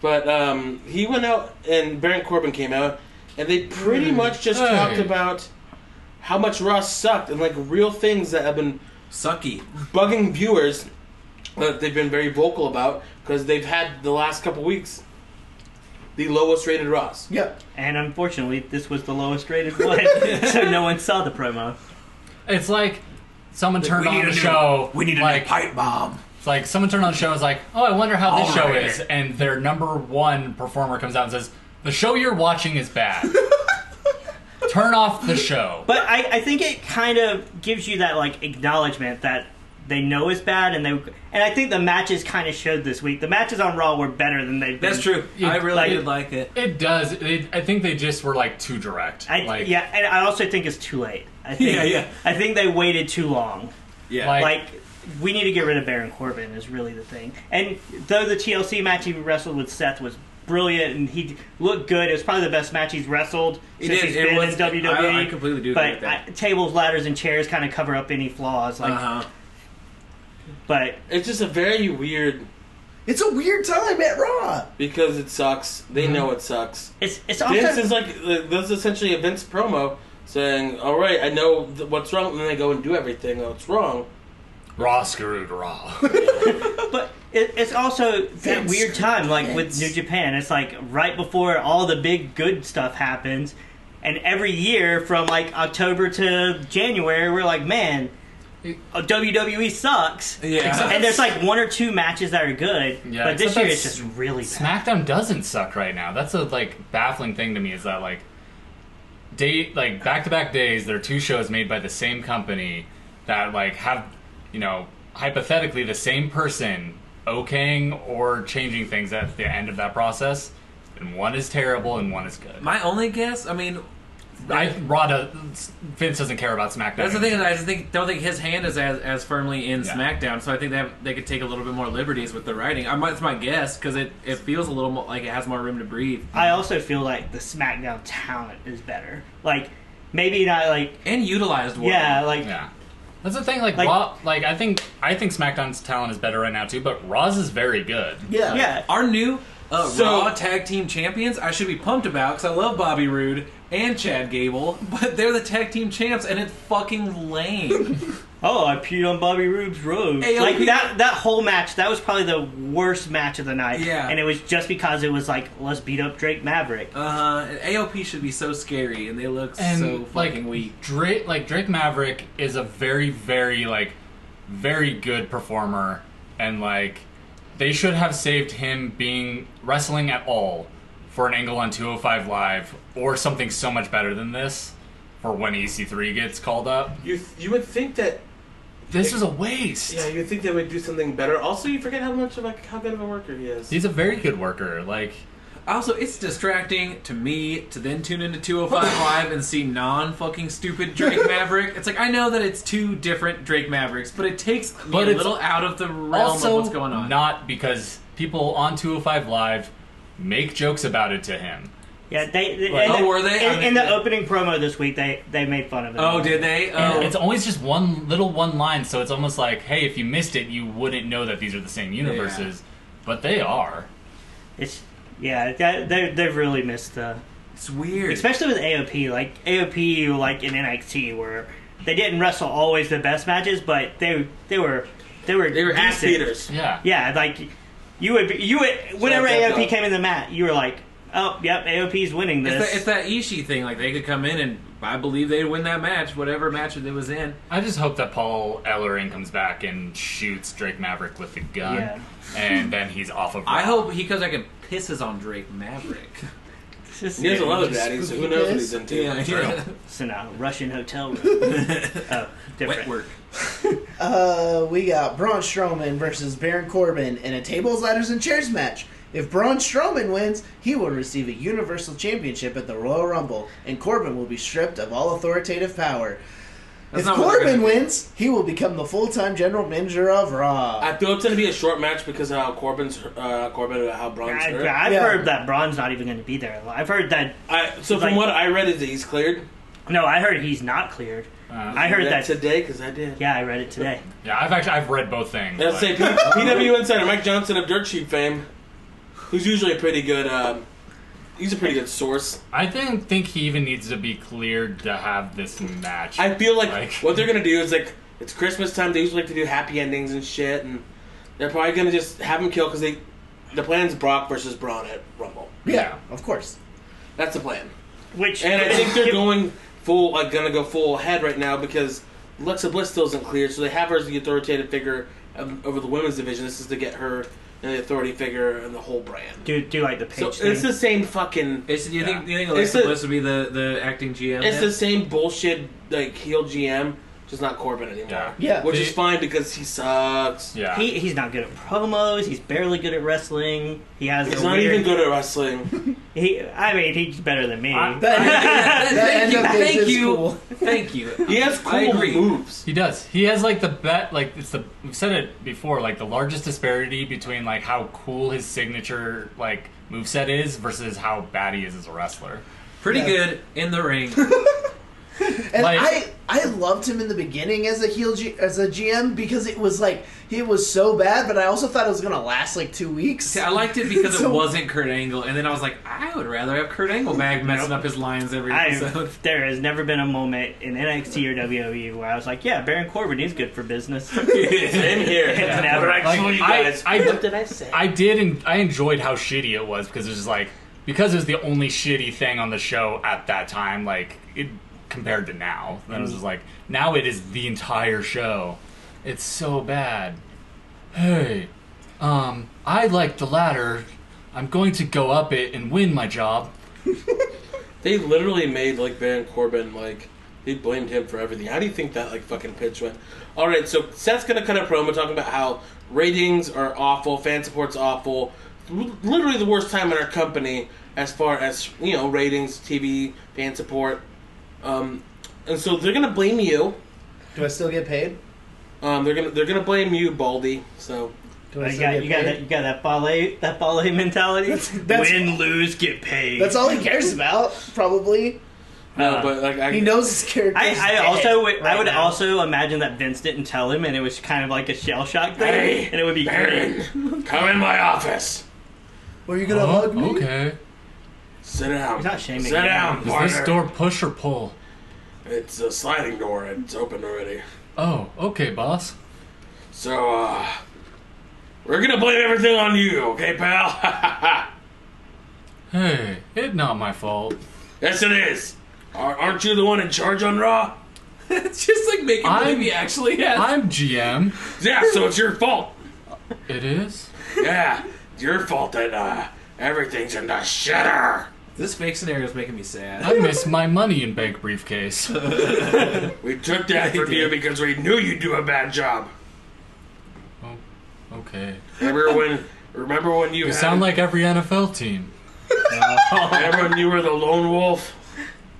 Speaker 3: But um, he went out, and Baron Corbin came out, and they pretty much just
Speaker 7: Hey.
Speaker 3: talked about how much Raw sucked and like real things that have been
Speaker 5: sucky.
Speaker 3: bugging viewers that they've been very vocal about because they've had the last couple weeks the lowest rated Raws.
Speaker 6: Yep.
Speaker 8: And unfortunately, this was the lowest rated one, so no one saw the promo.
Speaker 7: It's like someone turned
Speaker 9: we
Speaker 7: on
Speaker 9: need
Speaker 7: the
Speaker 9: a new-
Speaker 7: show.
Speaker 9: We need a
Speaker 7: like
Speaker 9: new pipe bomb.
Speaker 7: it's like someone turned on the show. Is like, oh, I wonder how this
Speaker 9: All
Speaker 7: show
Speaker 9: right.
Speaker 7: is. And their number one performer comes out and says, "The show you're watching is bad. Turn off the show."
Speaker 8: But I, I think it kind of gives you that like acknowledgement that they know is bad, and they and I think the matches kind of showed this week. The matches on Raw were better than they've been.
Speaker 5: That's true.
Speaker 7: Yeah,
Speaker 5: I really
Speaker 8: like-
Speaker 5: did like it.
Speaker 7: It does. It, I think they just were like too direct.
Speaker 8: I,
Speaker 7: like,
Speaker 8: yeah, and I also think it's too late. I think,
Speaker 9: Yeah, yeah.
Speaker 8: I think they waited too long.
Speaker 9: Yeah.
Speaker 7: Like,
Speaker 8: Like, we need to get rid of Baron Corbin is really the thing. And though the TLC match he wrestled with Seth was brilliant and he looked good, it was probably the best match he's wrestled
Speaker 5: It
Speaker 8: since
Speaker 5: is.
Speaker 8: he's
Speaker 5: It
Speaker 8: been
Speaker 5: was-
Speaker 8: in WWE.
Speaker 5: I- I completely do agree
Speaker 8: But
Speaker 5: with that.
Speaker 8: I- tables, ladders, and chairs kind of cover up any flaws. Like,
Speaker 5: Uh huh.
Speaker 8: but
Speaker 3: It's just a very weird
Speaker 6: It's a weird time at Raw.
Speaker 3: because it sucks. They know it sucks.
Speaker 8: it's it's
Speaker 3: Vince
Speaker 8: also
Speaker 3: is like this is essentially a Vince promo saying, "All right, I know th- what's wrong," and then they go and do everything that's wrong.
Speaker 7: raw screwed raw.
Speaker 8: But it, it's also that
Speaker 6: Vince.
Speaker 8: weird time, like with New Japan. It's like right before all the big good stuff happens, and every year from like October to January, we're like, man, uh, WWE sucks.
Speaker 9: yeah.
Speaker 8: And there's like one or two matches that are good,
Speaker 7: Yeah,
Speaker 8: but this
Speaker 7: except
Speaker 8: year it's
Speaker 7: that's-
Speaker 8: just really bad.
Speaker 7: SmackDown doesn't suck right now. That's a like baffling thing to me is that like day like back to back days there are two shows made by the same company that like have you know hypothetically the same person okaying or changing things at the end of that process and one is terrible and one is good.
Speaker 5: My only guess. I mean,
Speaker 7: I Raw does, Vince doesn't care about SmackDown.
Speaker 5: that's the thing. Is I just think don't think his hand is as, as firmly in
Speaker 7: Yeah.
Speaker 5: SmackDown. So I think they have, they could take a little bit more liberties with the writing. I, that's my guess because it, it feels a little more like it has more room to breathe.
Speaker 8: I also feel like the SmackDown talent is better. Like maybe not like
Speaker 5: and utilized well.
Speaker 8: yeah, like
Speaker 7: Yeah. That's the thing, like,
Speaker 8: Like-
Speaker 7: Raw, like I think I think SmackDown's talent is better right now too, but Raw's is very good.
Speaker 6: Yeah.
Speaker 8: yeah.
Speaker 5: Our new uh,
Speaker 3: So-
Speaker 5: Raw Tag Team Champions, I should be pumped about because I love Bobby Roode and Chad Gable, but they're the Tag Team Champs and it's fucking lame.
Speaker 8: Oh, I peed on Bobby Roode's robe.
Speaker 5: AOP.
Speaker 8: Like that that whole match, that was probably the worst match of the night.
Speaker 5: Yeah.
Speaker 8: And it was just because it was like, let's beat up Drake Maverick.
Speaker 5: uh, and AOP should be so scary and they look
Speaker 7: and
Speaker 5: so
Speaker 7: like
Speaker 5: fucking weak.
Speaker 7: Drake, like Drake Maverick is a very, very like very good performer, and like they should have saved him being wrestling at all for an angle on 205 Live or something so much better than this for when EC3 gets called up.
Speaker 3: You th- you would think that
Speaker 7: This is a waste.
Speaker 3: yeah, you would think they would do something better. Also, you forget how much of like how good of a worker he is.
Speaker 7: He's a very good worker. Like
Speaker 5: Also, it's distracting to me to then tune into 205 Live and see non fucking stupid Drake Maverick. It's like I know that it's two different Drake Mavericks, but it takes me
Speaker 7: But
Speaker 5: a
Speaker 7: it's
Speaker 5: little out of the realm
Speaker 7: also
Speaker 5: of what's going on.
Speaker 7: not because people on 205 Live make jokes about it to him.
Speaker 8: Yeah, they. they
Speaker 5: Right.
Speaker 8: in the-
Speaker 5: Oh, were they? I
Speaker 8: In,
Speaker 5: mean-
Speaker 8: in the opening promo this week, they they made fun of it.
Speaker 5: oh, did they? Oh,
Speaker 7: And it's always just one little one line, so it's almost like, hey, if you missed it, you wouldn't know that these are the same universes, but they are.
Speaker 8: It's yeah, that, they they've really missed the,
Speaker 5: it's weird.
Speaker 8: especially with AOP. Like AOP, like in NXT, where they didn't wrestle always the best matches, but they they were they were
Speaker 3: they were ass
Speaker 8: decent.
Speaker 3: beaters.
Speaker 7: Yeah,
Speaker 8: Yeah, like you would be, you would whenever
Speaker 3: that
Speaker 8: AOP
Speaker 3: guy.
Speaker 8: came in the mat, you were like, oh yep, AOP's winning this.
Speaker 5: It's that, it's that Ishii thing. Like they could come in and I believe they'd win that match, whatever match that it was in.
Speaker 7: I just hope that Paul Ellering comes back and shoots Drake Maverick with the gun,
Speaker 8: Yeah.
Speaker 7: and then he's off of.
Speaker 5: I hope he comes back and pisses on Drake Maverick.
Speaker 8: It's just-
Speaker 3: He has a lot of daddy, so who knows what he's into.
Speaker 8: It's in a Russian hotel room. oh, different.
Speaker 5: wet work.
Speaker 6: Uh, we got Braun Strowman versus Baron Corbin in a tables, ladders, and chairs match. If Braun Strowman wins, he will receive a Universal Championship at the Royal Rumble, and Corbin will be stripped of all authoritative power.
Speaker 5: That's
Speaker 6: if
Speaker 5: not what they're
Speaker 6: Corbin
Speaker 5: gonna do.
Speaker 6: wins, he will become the full time general manager of Raw.
Speaker 3: I feel it's going to be a short match because of how Corbin's uh, Corbin and how Braun's
Speaker 8: I,
Speaker 3: hurt.
Speaker 8: I've
Speaker 6: Yeah.
Speaker 8: heard that Braun's not even going to be there. I've heard that.
Speaker 3: I, so
Speaker 8: Like-
Speaker 3: from what I read is that he's cleared.
Speaker 8: No, I heard he's not cleared. I heard that.
Speaker 3: today because I did.
Speaker 8: yeah, I read it today.
Speaker 7: Uh, Yeah, I've actually I've read both things.
Speaker 3: Let's
Speaker 7: but-
Speaker 3: say P- PW Insider Mike Johnson of Dirt Sheep fame, who's usually a pretty good. Um, he's a pretty good source.
Speaker 7: I didn't think he even needs to be cleared to have this match.
Speaker 3: I feel like,
Speaker 7: Like-
Speaker 3: what they're gonna do is like it's Christmas time. They usually like to do happy endings and shit, and they're probably gonna just have him kill because they. The plan's Brock versus Braun at Rumble.
Speaker 6: yeah, of course.
Speaker 3: That's the plan.
Speaker 8: Which
Speaker 3: And I think they're
Speaker 8: give-
Speaker 3: going full, like, gonna go full ahead right now because Alexa Bliss still isn't cleared, so they have her as the authoritative figure of, over the women's division. This is to get her and the authority figure and the whole brand.
Speaker 8: do do like the page
Speaker 3: so
Speaker 8: thing.
Speaker 3: it's the same fucking.
Speaker 5: It's, do you think do you think
Speaker 3: It's
Speaker 5: Alexa
Speaker 3: the-
Speaker 5: Bliss would be the, the acting GM?
Speaker 3: It's
Speaker 5: now?
Speaker 3: the same bullshit like heel GM, just not Corbin anymore.
Speaker 7: Yeah.
Speaker 6: Yeah.
Speaker 3: which is fine because he sucks.
Speaker 7: yeah.
Speaker 8: he, he's not good at promos. He's barely good at wrestling. He has
Speaker 3: He's
Speaker 8: the
Speaker 3: not
Speaker 8: weird-
Speaker 3: even good at wrestling.
Speaker 8: He, I mean, he's better than me.
Speaker 7: I-
Speaker 6: That, that
Speaker 5: thank
Speaker 6: end
Speaker 5: you,
Speaker 6: of this
Speaker 5: thank
Speaker 6: is
Speaker 5: you,
Speaker 6: cool.
Speaker 5: thank you.
Speaker 3: He has
Speaker 5: I
Speaker 3: cool
Speaker 5: agree.
Speaker 3: moves.
Speaker 7: He does. He has like the bet, like it's the we've said it before, like the largest disparity between like how cool his signature like moveset is versus how bad he is as a wrestler.
Speaker 5: Pretty
Speaker 6: Yeah.
Speaker 5: good in the ring.
Speaker 6: And
Speaker 7: Like-
Speaker 6: I I loved him in the beginning as a heel G, as a GM because it was like he was so bad, but I also thought it was gonna last like two weeks.
Speaker 5: See, I liked it because
Speaker 6: So-
Speaker 5: it wasn't Kurt Angle, and then I was like, I would rather have Kurt Angle back messing
Speaker 8: Nope.
Speaker 5: up his lines every
Speaker 8: I,
Speaker 5: episode.
Speaker 8: there has never been a moment in NXT or WWE where I was like, yeah, Baron Corbin, he's good for business.
Speaker 3: Same here.
Speaker 8: It's never
Speaker 7: Like,
Speaker 8: actually.
Speaker 7: I, I,
Speaker 3: did I say?
Speaker 7: I did, and I enjoyed how shitty it was because it was just like because it was the only shitty thing on the show at that time, like it compared to now. Then it was just like now it is the entire show. It's so bad. Hey, um, I like the ladder. I'm going to go up it and win my job.
Speaker 3: They literally made like Baron Corbin like they blamed him for everything. How do you think that like fucking pitch went? All right, so Seth's gonna cut a promo talking about how ratings are awful, fan support's awful, L- literally the worst time in our company as far as you know ratings, TV, fan support, um, and so they're gonna blame you.
Speaker 6: Do I still get paid?
Speaker 3: Um, they're gonna they're gonna blame you, Baldy. So
Speaker 6: Do I
Speaker 8: You
Speaker 6: still
Speaker 8: got,
Speaker 6: get
Speaker 8: Uh, you got
Speaker 6: paid?
Speaker 8: that. You got that ballet. That ballet mentality.
Speaker 6: That's- that's-
Speaker 8: Win, lose, get paid.
Speaker 6: That's all he cares about, probably.
Speaker 3: no,
Speaker 8: Uh,
Speaker 3: but like I,
Speaker 6: He knows his character.
Speaker 8: I, I also would. I
Speaker 6: right
Speaker 8: would
Speaker 6: now.
Speaker 8: also imagine that Vince didn't tell him, and it was kind of like a shell shock thing,
Speaker 3: Hey,
Speaker 8: and it would be great.
Speaker 3: Baron, come in my office.
Speaker 6: Were you gonna hug me?
Speaker 7: Oh, okay.
Speaker 3: Sit down.
Speaker 8: He's not shaming
Speaker 3: Sit
Speaker 8: you.
Speaker 3: down.
Speaker 7: Does this
Speaker 3: partner.
Speaker 7: door push or pull?
Speaker 3: It's a sliding door. It's open already.
Speaker 7: Oh, okay, boss.
Speaker 3: So, uh, we're gonna blame everything on you, okay, pal?
Speaker 7: Hey, it's not my fault.
Speaker 3: yes, it is. Ar- Aren't you the one in charge on Raw?
Speaker 5: it's just like making
Speaker 7: I'm-
Speaker 5: believe he actually has.
Speaker 7: I'm GM.
Speaker 3: Yeah, so it's your fault.
Speaker 7: It is.
Speaker 3: Yeah, it's your fault that uh, everything's in the shitter.
Speaker 5: this fake scenario is making me sad.
Speaker 7: I miss my money in bank briefcase.
Speaker 3: We took that from you because we knew you'd do a bad job.
Speaker 7: Okay.
Speaker 3: Remember when? Remember when you,
Speaker 7: You
Speaker 3: had-
Speaker 7: sound like every NFL team.
Speaker 3: Remember when you were the lone wolf?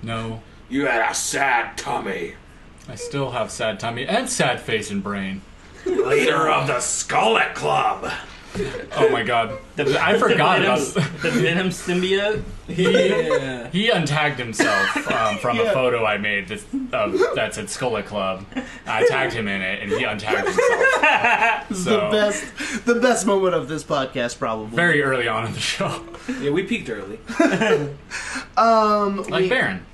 Speaker 7: No,
Speaker 3: You had a sad tummy.
Speaker 7: I still have sad tummy and sad face and brain.
Speaker 3: Leader of the Skullet Club.
Speaker 7: Oh my god. I forgot
Speaker 8: Venom,
Speaker 7: about
Speaker 8: the Venom symbiote.
Speaker 5: yeah.
Speaker 7: He untagged himself um, from a photo I made this, um, that said Skulla Club. I tagged him in it and he untagged himself.
Speaker 6: The
Speaker 7: So,
Speaker 6: best, the best moment of this podcast, probably.
Speaker 7: very early on in the show.
Speaker 5: yeah, we peaked early.
Speaker 6: um,
Speaker 7: Like
Speaker 6: we-
Speaker 7: Baron.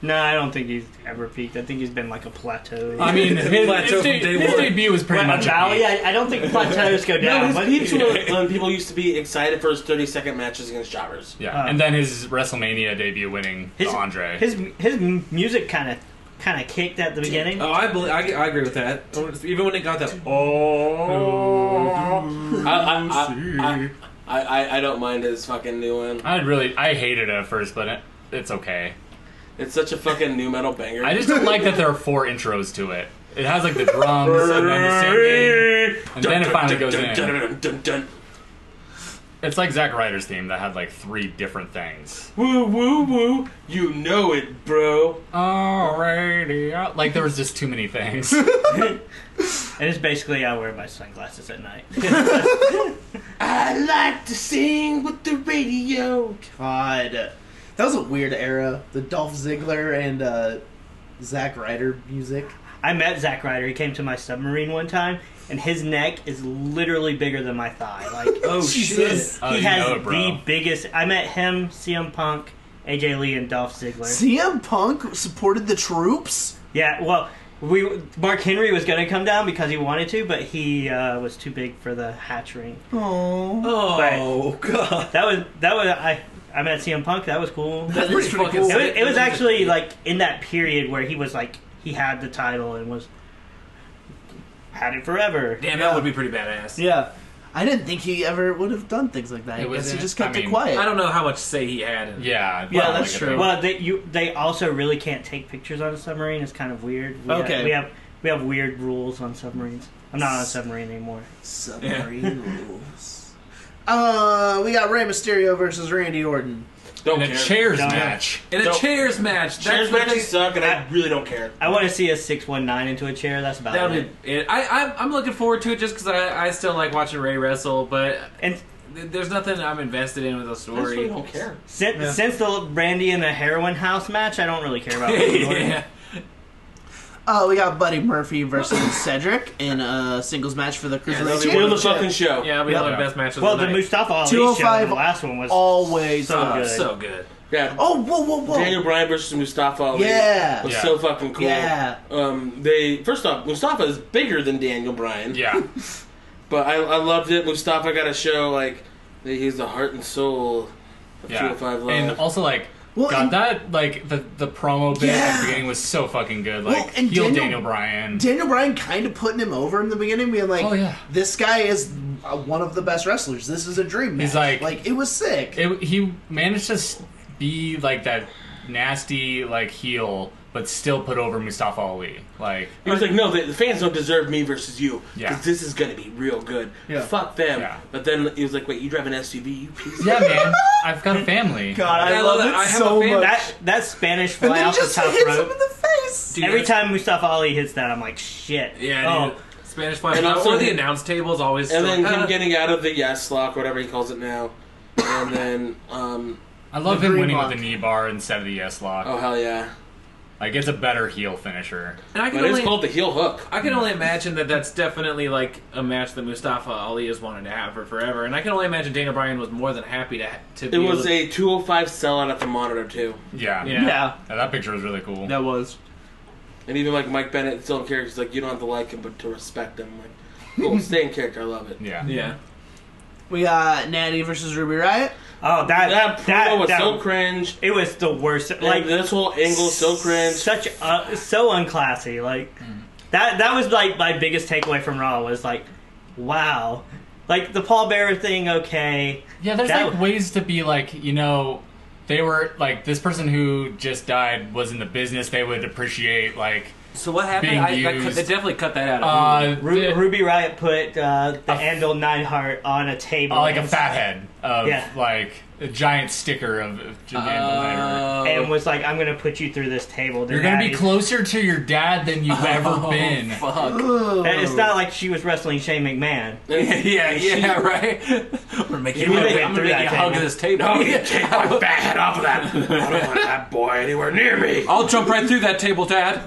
Speaker 8: No, I don't think he's ever peaked. I think he's been like a plateau.
Speaker 7: I mean, his, his,
Speaker 5: Plateau from
Speaker 7: de-
Speaker 5: day
Speaker 7: his
Speaker 5: one.
Speaker 7: debut was pretty much. a
Speaker 8: valley.
Speaker 7: peak.
Speaker 8: I, I don't think plateaus go down.
Speaker 3: No,
Speaker 8: but-
Speaker 3: his peeps were when people used to be excited for his 30 second matches against jobbers.
Speaker 7: Yeah, and then his WrestleMania debut winning
Speaker 8: His-
Speaker 7: to Andre.
Speaker 8: his his m- music kind of kind of kicked at the beginning.
Speaker 5: Oh, I believe I, I agree with that. Even when it got that, oh,
Speaker 3: I, I, I, I, I, I don't mind his fucking new one.
Speaker 7: I really, I hated it at first, but it, it's okay.
Speaker 3: It's such a fucking new metal banger.
Speaker 7: I just don't like that there are four intros to it. It has like the drums and then the singing, and then it finally goes in.
Speaker 3: Dun, dun, dun, dun.
Speaker 7: It's like Zack Ryder's theme that had like three different things.
Speaker 3: Woo woo woo, you know it, bro.
Speaker 7: Alrighty, uh, like there was just too many things.
Speaker 8: And it's basically I wear my sunglasses at night.
Speaker 3: I like to sing with the radio.
Speaker 6: God, that was a weird era. The Dolph Ziggler and uh, Zack Ryder music.
Speaker 8: I met Zack Ryder. He came to my submarine one time, and his neck is literally bigger than my thigh. Like
Speaker 6: Oh
Speaker 8: Jesus.
Speaker 7: Oh,
Speaker 8: he
Speaker 7: you
Speaker 8: has
Speaker 7: know it, bro.
Speaker 8: the biggest. I met him, CM Punk, AJ Lee, and Dolph Ziggler.
Speaker 6: CM Punk supported the troops.
Speaker 8: yeah, well, we Mark Henry was going to come down because he wanted to, but he uh, was too big for the hatch ring.
Speaker 6: Oh,
Speaker 9: Oh god.
Speaker 8: That was that was I. I met CM Punk. That was cool.
Speaker 5: That is fucking
Speaker 8: It was,
Speaker 5: sick.
Speaker 8: it was actually like in that period where he was like he had the title and was had it forever.
Speaker 5: Damn, that would be pretty badass.
Speaker 8: Yeah.
Speaker 6: I didn't think he ever would have done things like that. I
Speaker 7: It was-
Speaker 6: guess he just kept
Speaker 7: I
Speaker 6: it
Speaker 7: mean,
Speaker 6: quiet.
Speaker 5: I don't know how much say he had. In
Speaker 7: yeah,
Speaker 8: Yeah,
Speaker 7: well,
Speaker 6: that's
Speaker 7: like,
Speaker 6: true.
Speaker 8: Well, they you they also really can't take pictures on a submarine. It's kind of weird. We
Speaker 6: Okay.
Speaker 8: Have, we have we have weird rules on submarines. I'm not on a submarine anymore.
Speaker 6: Submarine rules. Uh, we got Rey Mysterio versus Randy Orton.
Speaker 3: Don't
Speaker 7: In
Speaker 3: care.
Speaker 7: a chairs
Speaker 8: Don't care.
Speaker 7: match.
Speaker 5: In a
Speaker 3: Nope.
Speaker 5: chairs match. that's
Speaker 3: Chairs
Speaker 5: what
Speaker 3: matches
Speaker 5: they-
Speaker 3: suck, and I really don't care.
Speaker 8: I want to see a six one nine into a chair. That's about
Speaker 5: That
Speaker 8: it.
Speaker 5: would be. It. I, I I'm looking forward to it just because I, I still like watching Ray wrestle, but
Speaker 8: And
Speaker 5: th- there's nothing I'm invested in with the
Speaker 3: I just
Speaker 5: story.
Speaker 3: really don't care.
Speaker 8: since, since the Brandy and the heroin house match, I don't really care about. Randy Orton.
Speaker 5: yeah.
Speaker 6: Oh, we got Buddy Murphy versus Cedric in a singles match for the
Speaker 5: that'll
Speaker 6: Cruiserweight
Speaker 5: be
Speaker 3: Steal the
Speaker 6: Championship.
Speaker 3: fucking show.
Speaker 5: Yeah, we
Speaker 6: Yep.
Speaker 5: love best matches.
Speaker 8: Well,
Speaker 5: of the,
Speaker 8: the
Speaker 5: night.
Speaker 8: Mustafa Ali show,
Speaker 6: 205
Speaker 8: the last one was
Speaker 6: Always
Speaker 8: so
Speaker 6: up.
Speaker 8: good.
Speaker 5: so good.
Speaker 3: Yeah.
Speaker 6: Oh, whoa, whoa, whoa!
Speaker 3: Daniel Bryan versus Mustafa Ali.
Speaker 6: Yeah.
Speaker 3: was
Speaker 7: Yeah.
Speaker 3: so fucking cool.
Speaker 6: Yeah.
Speaker 3: Um, they first off, Mustafa is bigger than Daniel Bryan.
Speaker 7: Yeah,
Speaker 3: But I, I loved it. Mustafa got a show like that he's the heart and soul of
Speaker 7: yeah.
Speaker 3: 205 Live.
Speaker 7: and also like.
Speaker 6: oh Well,
Speaker 7: God,
Speaker 6: and-
Speaker 7: that like the the promo bit at
Speaker 6: Yeah.
Speaker 7: the beginning was so fucking good.
Speaker 6: Well,
Speaker 7: Like
Speaker 6: and
Speaker 7: heel
Speaker 6: Daniel-
Speaker 7: Daniel Bryan.
Speaker 6: Daniel Bryan kind of putting him over in the beginning, being like,
Speaker 7: Oh, yeah.
Speaker 6: this guy is uh, one of the best wrestlers. This is a dream match."
Speaker 7: He's like-
Speaker 6: like it was sick.
Speaker 7: it, he managed to s- be like that nasty like heel, but still put over Mustafa Ali. Like
Speaker 3: he was like, "No, the, the fans don't deserve me versus you because
Speaker 7: Yeah.
Speaker 3: this is gonna be real good.
Speaker 6: Yeah.
Speaker 3: Fuck them."
Speaker 7: Yeah.
Speaker 3: But then he was like, "Wait, you drive an SUV? You piece of
Speaker 7: yeah, man, I've got a family.
Speaker 6: God, I,
Speaker 5: I
Speaker 6: love,
Speaker 5: love
Speaker 6: it
Speaker 5: that. I have
Speaker 6: so
Speaker 5: a fan-
Speaker 6: much.
Speaker 8: That that Spanish
Speaker 6: and
Speaker 8: fly
Speaker 6: then
Speaker 8: off the
Speaker 6: just
Speaker 8: top
Speaker 6: hits him
Speaker 8: rope.
Speaker 6: in the face.
Speaker 5: Dude,
Speaker 8: Every time Mustafa Ali hits that, I'm like, shit.
Speaker 5: Yeah,
Speaker 8: Oh,
Speaker 5: dude. Spanish fly.
Speaker 3: And
Speaker 5: And
Speaker 3: also
Speaker 5: also the
Speaker 3: him-
Speaker 5: announce table is always.
Speaker 3: And
Speaker 5: so-
Speaker 3: then him
Speaker 5: uh,
Speaker 3: getting out of the yes lock, whatever he calls it now. And then, um,
Speaker 7: I love
Speaker 6: The
Speaker 7: him
Speaker 6: green
Speaker 7: winning
Speaker 6: lock.
Speaker 7: with a knee bar instead of the S lock.
Speaker 3: oh hell yeah.
Speaker 7: Like it's a better heel finisher.
Speaker 5: and I can
Speaker 3: But it's
Speaker 5: only.
Speaker 3: called the heel hook.
Speaker 5: I can only imagine that that's definitely like a match that Mustafa Ali has wanted to have for forever, and I can only imagine Daniel Bryan was more than happy to to.
Speaker 3: It
Speaker 5: be
Speaker 3: was
Speaker 5: able
Speaker 3: a 205 sellout at the monitor, too.
Speaker 7: Yeah,
Speaker 5: to, yeah.
Speaker 7: Yeah, that picture was really cool.
Speaker 6: that was.
Speaker 3: And even like Mike Bennett still in character, he's like, you don't have to like him, but to respect him. Like, cool, stay in character, I love it.
Speaker 7: Yeah,
Speaker 5: yeah.
Speaker 6: We got Natty versus Ruby Riot.
Speaker 8: oh that
Speaker 3: That promo
Speaker 8: that, that,
Speaker 3: was so cringe.
Speaker 8: it was the worst.
Speaker 3: Like
Speaker 8: Like
Speaker 3: this whole angle is so cringe.
Speaker 8: Such uh, so unclassy. Like that that was like my biggest takeaway from Raw was like, wow. Like the pallbearer thing, okay.
Speaker 7: yeah. There's
Speaker 8: That
Speaker 7: like
Speaker 8: w-
Speaker 7: ways to be like you know. They were like this person who just died was in the business. They would appreciate like
Speaker 5: So what happened?
Speaker 7: Being
Speaker 5: I, I cut,
Speaker 7: used.
Speaker 5: they definitely cut that out. Of
Speaker 7: uh,
Speaker 8: Ru-
Speaker 7: the-
Speaker 8: Ruby Riot put uh, the Andal Nineheart on a table,
Speaker 7: uh, like a fat head of
Speaker 8: Yeah.
Speaker 7: like a giant sticker of, of Jim Vandal
Speaker 5: Uh,
Speaker 8: and was like, "I'm gonna put you through this table."
Speaker 7: You're gonna be
Speaker 8: Natty."
Speaker 7: closer to your dad than you've ever been.
Speaker 5: Fuck.
Speaker 8: And it's not like she was wrestling Shane McMahon.
Speaker 5: yeah, yeah, right. I'm gonna make you,
Speaker 8: You went
Speaker 5: I'm gonna
Speaker 8: through
Speaker 5: make
Speaker 8: that
Speaker 5: you
Speaker 8: thing,
Speaker 5: hug
Speaker 8: man.
Speaker 5: this table.
Speaker 3: Back head off of that. I don't want that boy anywhere near me.
Speaker 5: I'll jump right through that table, Dad.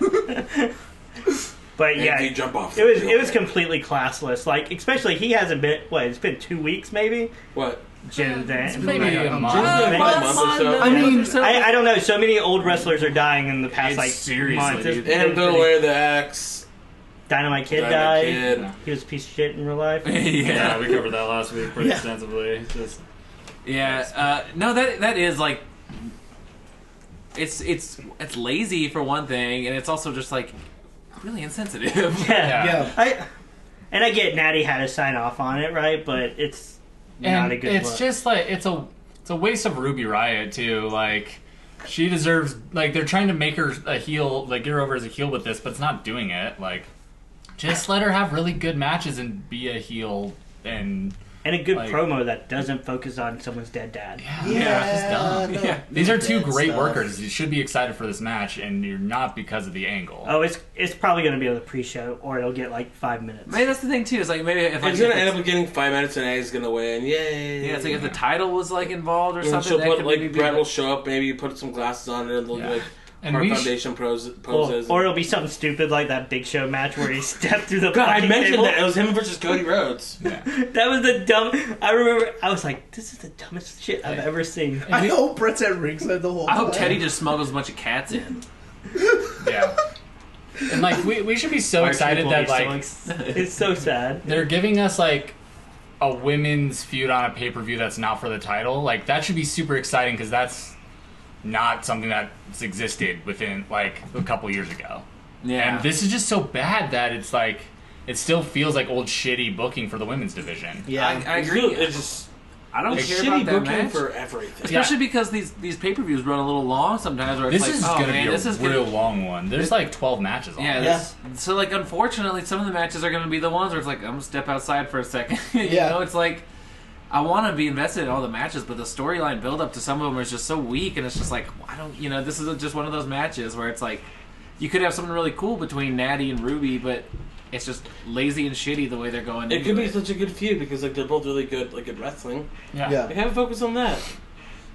Speaker 8: But yeah,
Speaker 3: Andy, jump off.
Speaker 8: It was it was completely classless. Like especially he hasn't been what it's been two weeks maybe.
Speaker 3: What?
Speaker 8: Jim Dan.
Speaker 7: Maybe a month.
Speaker 3: Just a month or so.
Speaker 6: I mean,
Speaker 8: I, I don't know. So many old wrestlers are dying in the past
Speaker 5: Dude,
Speaker 8: like
Speaker 5: seriously,
Speaker 8: months.
Speaker 5: dude.
Speaker 3: And Bill Ware the axe.
Speaker 8: Dynamite Kid
Speaker 3: Dynamite
Speaker 8: died.
Speaker 3: Kid.
Speaker 8: He was a piece of shit in real life.
Speaker 5: yeah,
Speaker 7: we covered that last week pretty extensively. Just
Speaker 5: yeah. Uh, no, that that is like, it's it's it's lazy for one thing, and it's also just like really insensitive.
Speaker 8: yeah.
Speaker 7: yeah.
Speaker 8: I and I get Natty had to sign off on it, right? But it's not
Speaker 7: and
Speaker 8: a good
Speaker 7: it's
Speaker 8: look.
Speaker 7: just like it's a it's a waste of Ruby Riot too. Like she deserves like they're trying to make her a heel, like get her over as a heel with this, but it's not doing it. Like just let her have really good matches and be a heel and
Speaker 8: and a good
Speaker 7: Like-
Speaker 8: promo that doesn't focus on someone's dead dad.
Speaker 6: Yeah, no,
Speaker 7: Yeah. These are two
Speaker 6: dead
Speaker 7: great
Speaker 6: stuff.
Speaker 7: workers. You should be excited for this match, and you're not because of the angle.
Speaker 8: Oh, it's it's probably gonna be on the pre-show, or it'll get like five minutes.
Speaker 5: Maybe that's the thing too. Is like maybe if I
Speaker 3: He's gonna end up getting five minutes and Egg's gonna win. Yay!
Speaker 5: yeah, it's like if the title was like involved or
Speaker 3: And
Speaker 5: something.
Speaker 3: she'll
Speaker 5: That
Speaker 3: put
Speaker 5: could
Speaker 3: like
Speaker 5: maybe
Speaker 3: Brett
Speaker 5: be,
Speaker 3: will show up. Maybe you put some glasses on and they'll
Speaker 7: Yeah.
Speaker 3: do like
Speaker 7: And
Speaker 3: Heart
Speaker 7: we sh-
Speaker 3: foundation pros,
Speaker 8: Or,
Speaker 3: poses.
Speaker 8: or it'll be something stupid like that Big Show match where he stepped through the.
Speaker 3: God, I
Speaker 8: fucking
Speaker 3: mentioned
Speaker 8: table.
Speaker 3: that it was him versus Cody Rhodes.
Speaker 8: That was the dumb. I remember. I was like, "This is the dumbest shit I've ever seen."
Speaker 6: I hope Brett's at ringside the whole
Speaker 5: I hope
Speaker 6: time.
Speaker 5: Teddy just smuggles a bunch of cats in.
Speaker 7: Yeah. and like we, we should be so excited
Speaker 8: People
Speaker 7: that
Speaker 8: be
Speaker 7: like
Speaker 8: so ex- it's so sad.
Speaker 7: they're giving us like a women's feud on a pay per view that's not for the title. Like that should be super exciting because that's not something that's existed within like a couple years ago.
Speaker 5: Yeah,
Speaker 7: And this is just so bad that it's like it still feels like old shitty booking for the women's division.
Speaker 6: Yeah.
Speaker 5: I, I agree.
Speaker 3: It's just
Speaker 5: I don't
Speaker 3: it's
Speaker 5: care
Speaker 3: shitty
Speaker 5: about that
Speaker 3: booking
Speaker 5: match.
Speaker 3: for everything.
Speaker 5: Especially because these these pay per views run a little long sometimes. Where it's like,
Speaker 7: This is
Speaker 5: oh,
Speaker 7: gonna
Speaker 5: man,
Speaker 7: be a
Speaker 5: this is gonna-
Speaker 7: real long one. There's like 12 matches on.
Speaker 5: Yeah,
Speaker 7: it.
Speaker 5: this, So like, unfortunately, some of the matches are going to be the ones where it's like, I'm gonna step outside for a second. you
Speaker 6: Yeah.
Speaker 5: know, it's like I want to be invested in all the matches, but the storyline build up to some of them is just so weak, and it's just like I don't, you know, this is just one of those matches where it's like you could have something really cool between Natty and Ruby, but it's just lazy and shitty the way they're going.
Speaker 3: It
Speaker 5: into
Speaker 3: could be
Speaker 5: it.
Speaker 3: such a good feud because like they're both really good like at wrestling.
Speaker 6: Yeah.
Speaker 3: Like have a focus on that.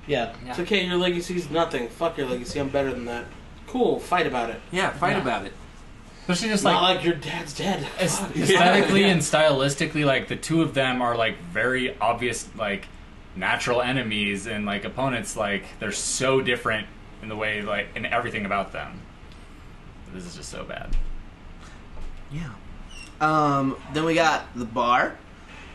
Speaker 6: Yeah.
Speaker 3: It's okay, your legacy's nothing. Fuck your legacy, I'm better than that. Cool, fight about it.
Speaker 5: yeah, fight
Speaker 7: Yeah.
Speaker 5: about it.
Speaker 7: Especially just
Speaker 3: Not
Speaker 7: like
Speaker 3: like your dad's dead.
Speaker 7: Aes-
Speaker 3: Fuck.
Speaker 7: aesthetically and stylistically, like the two of them are like very obvious, like natural enemies and like opponents. Like they're so different in the way, like in everything about them. This is just so bad.
Speaker 6: Yeah. Um, then we got the bar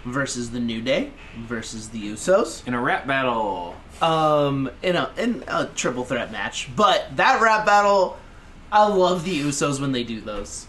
Speaker 6: versus the New Day versus the Usos.
Speaker 5: In a rap battle,
Speaker 6: Um, in a in a triple threat match. But that rap battle, I love the Usos when they do those.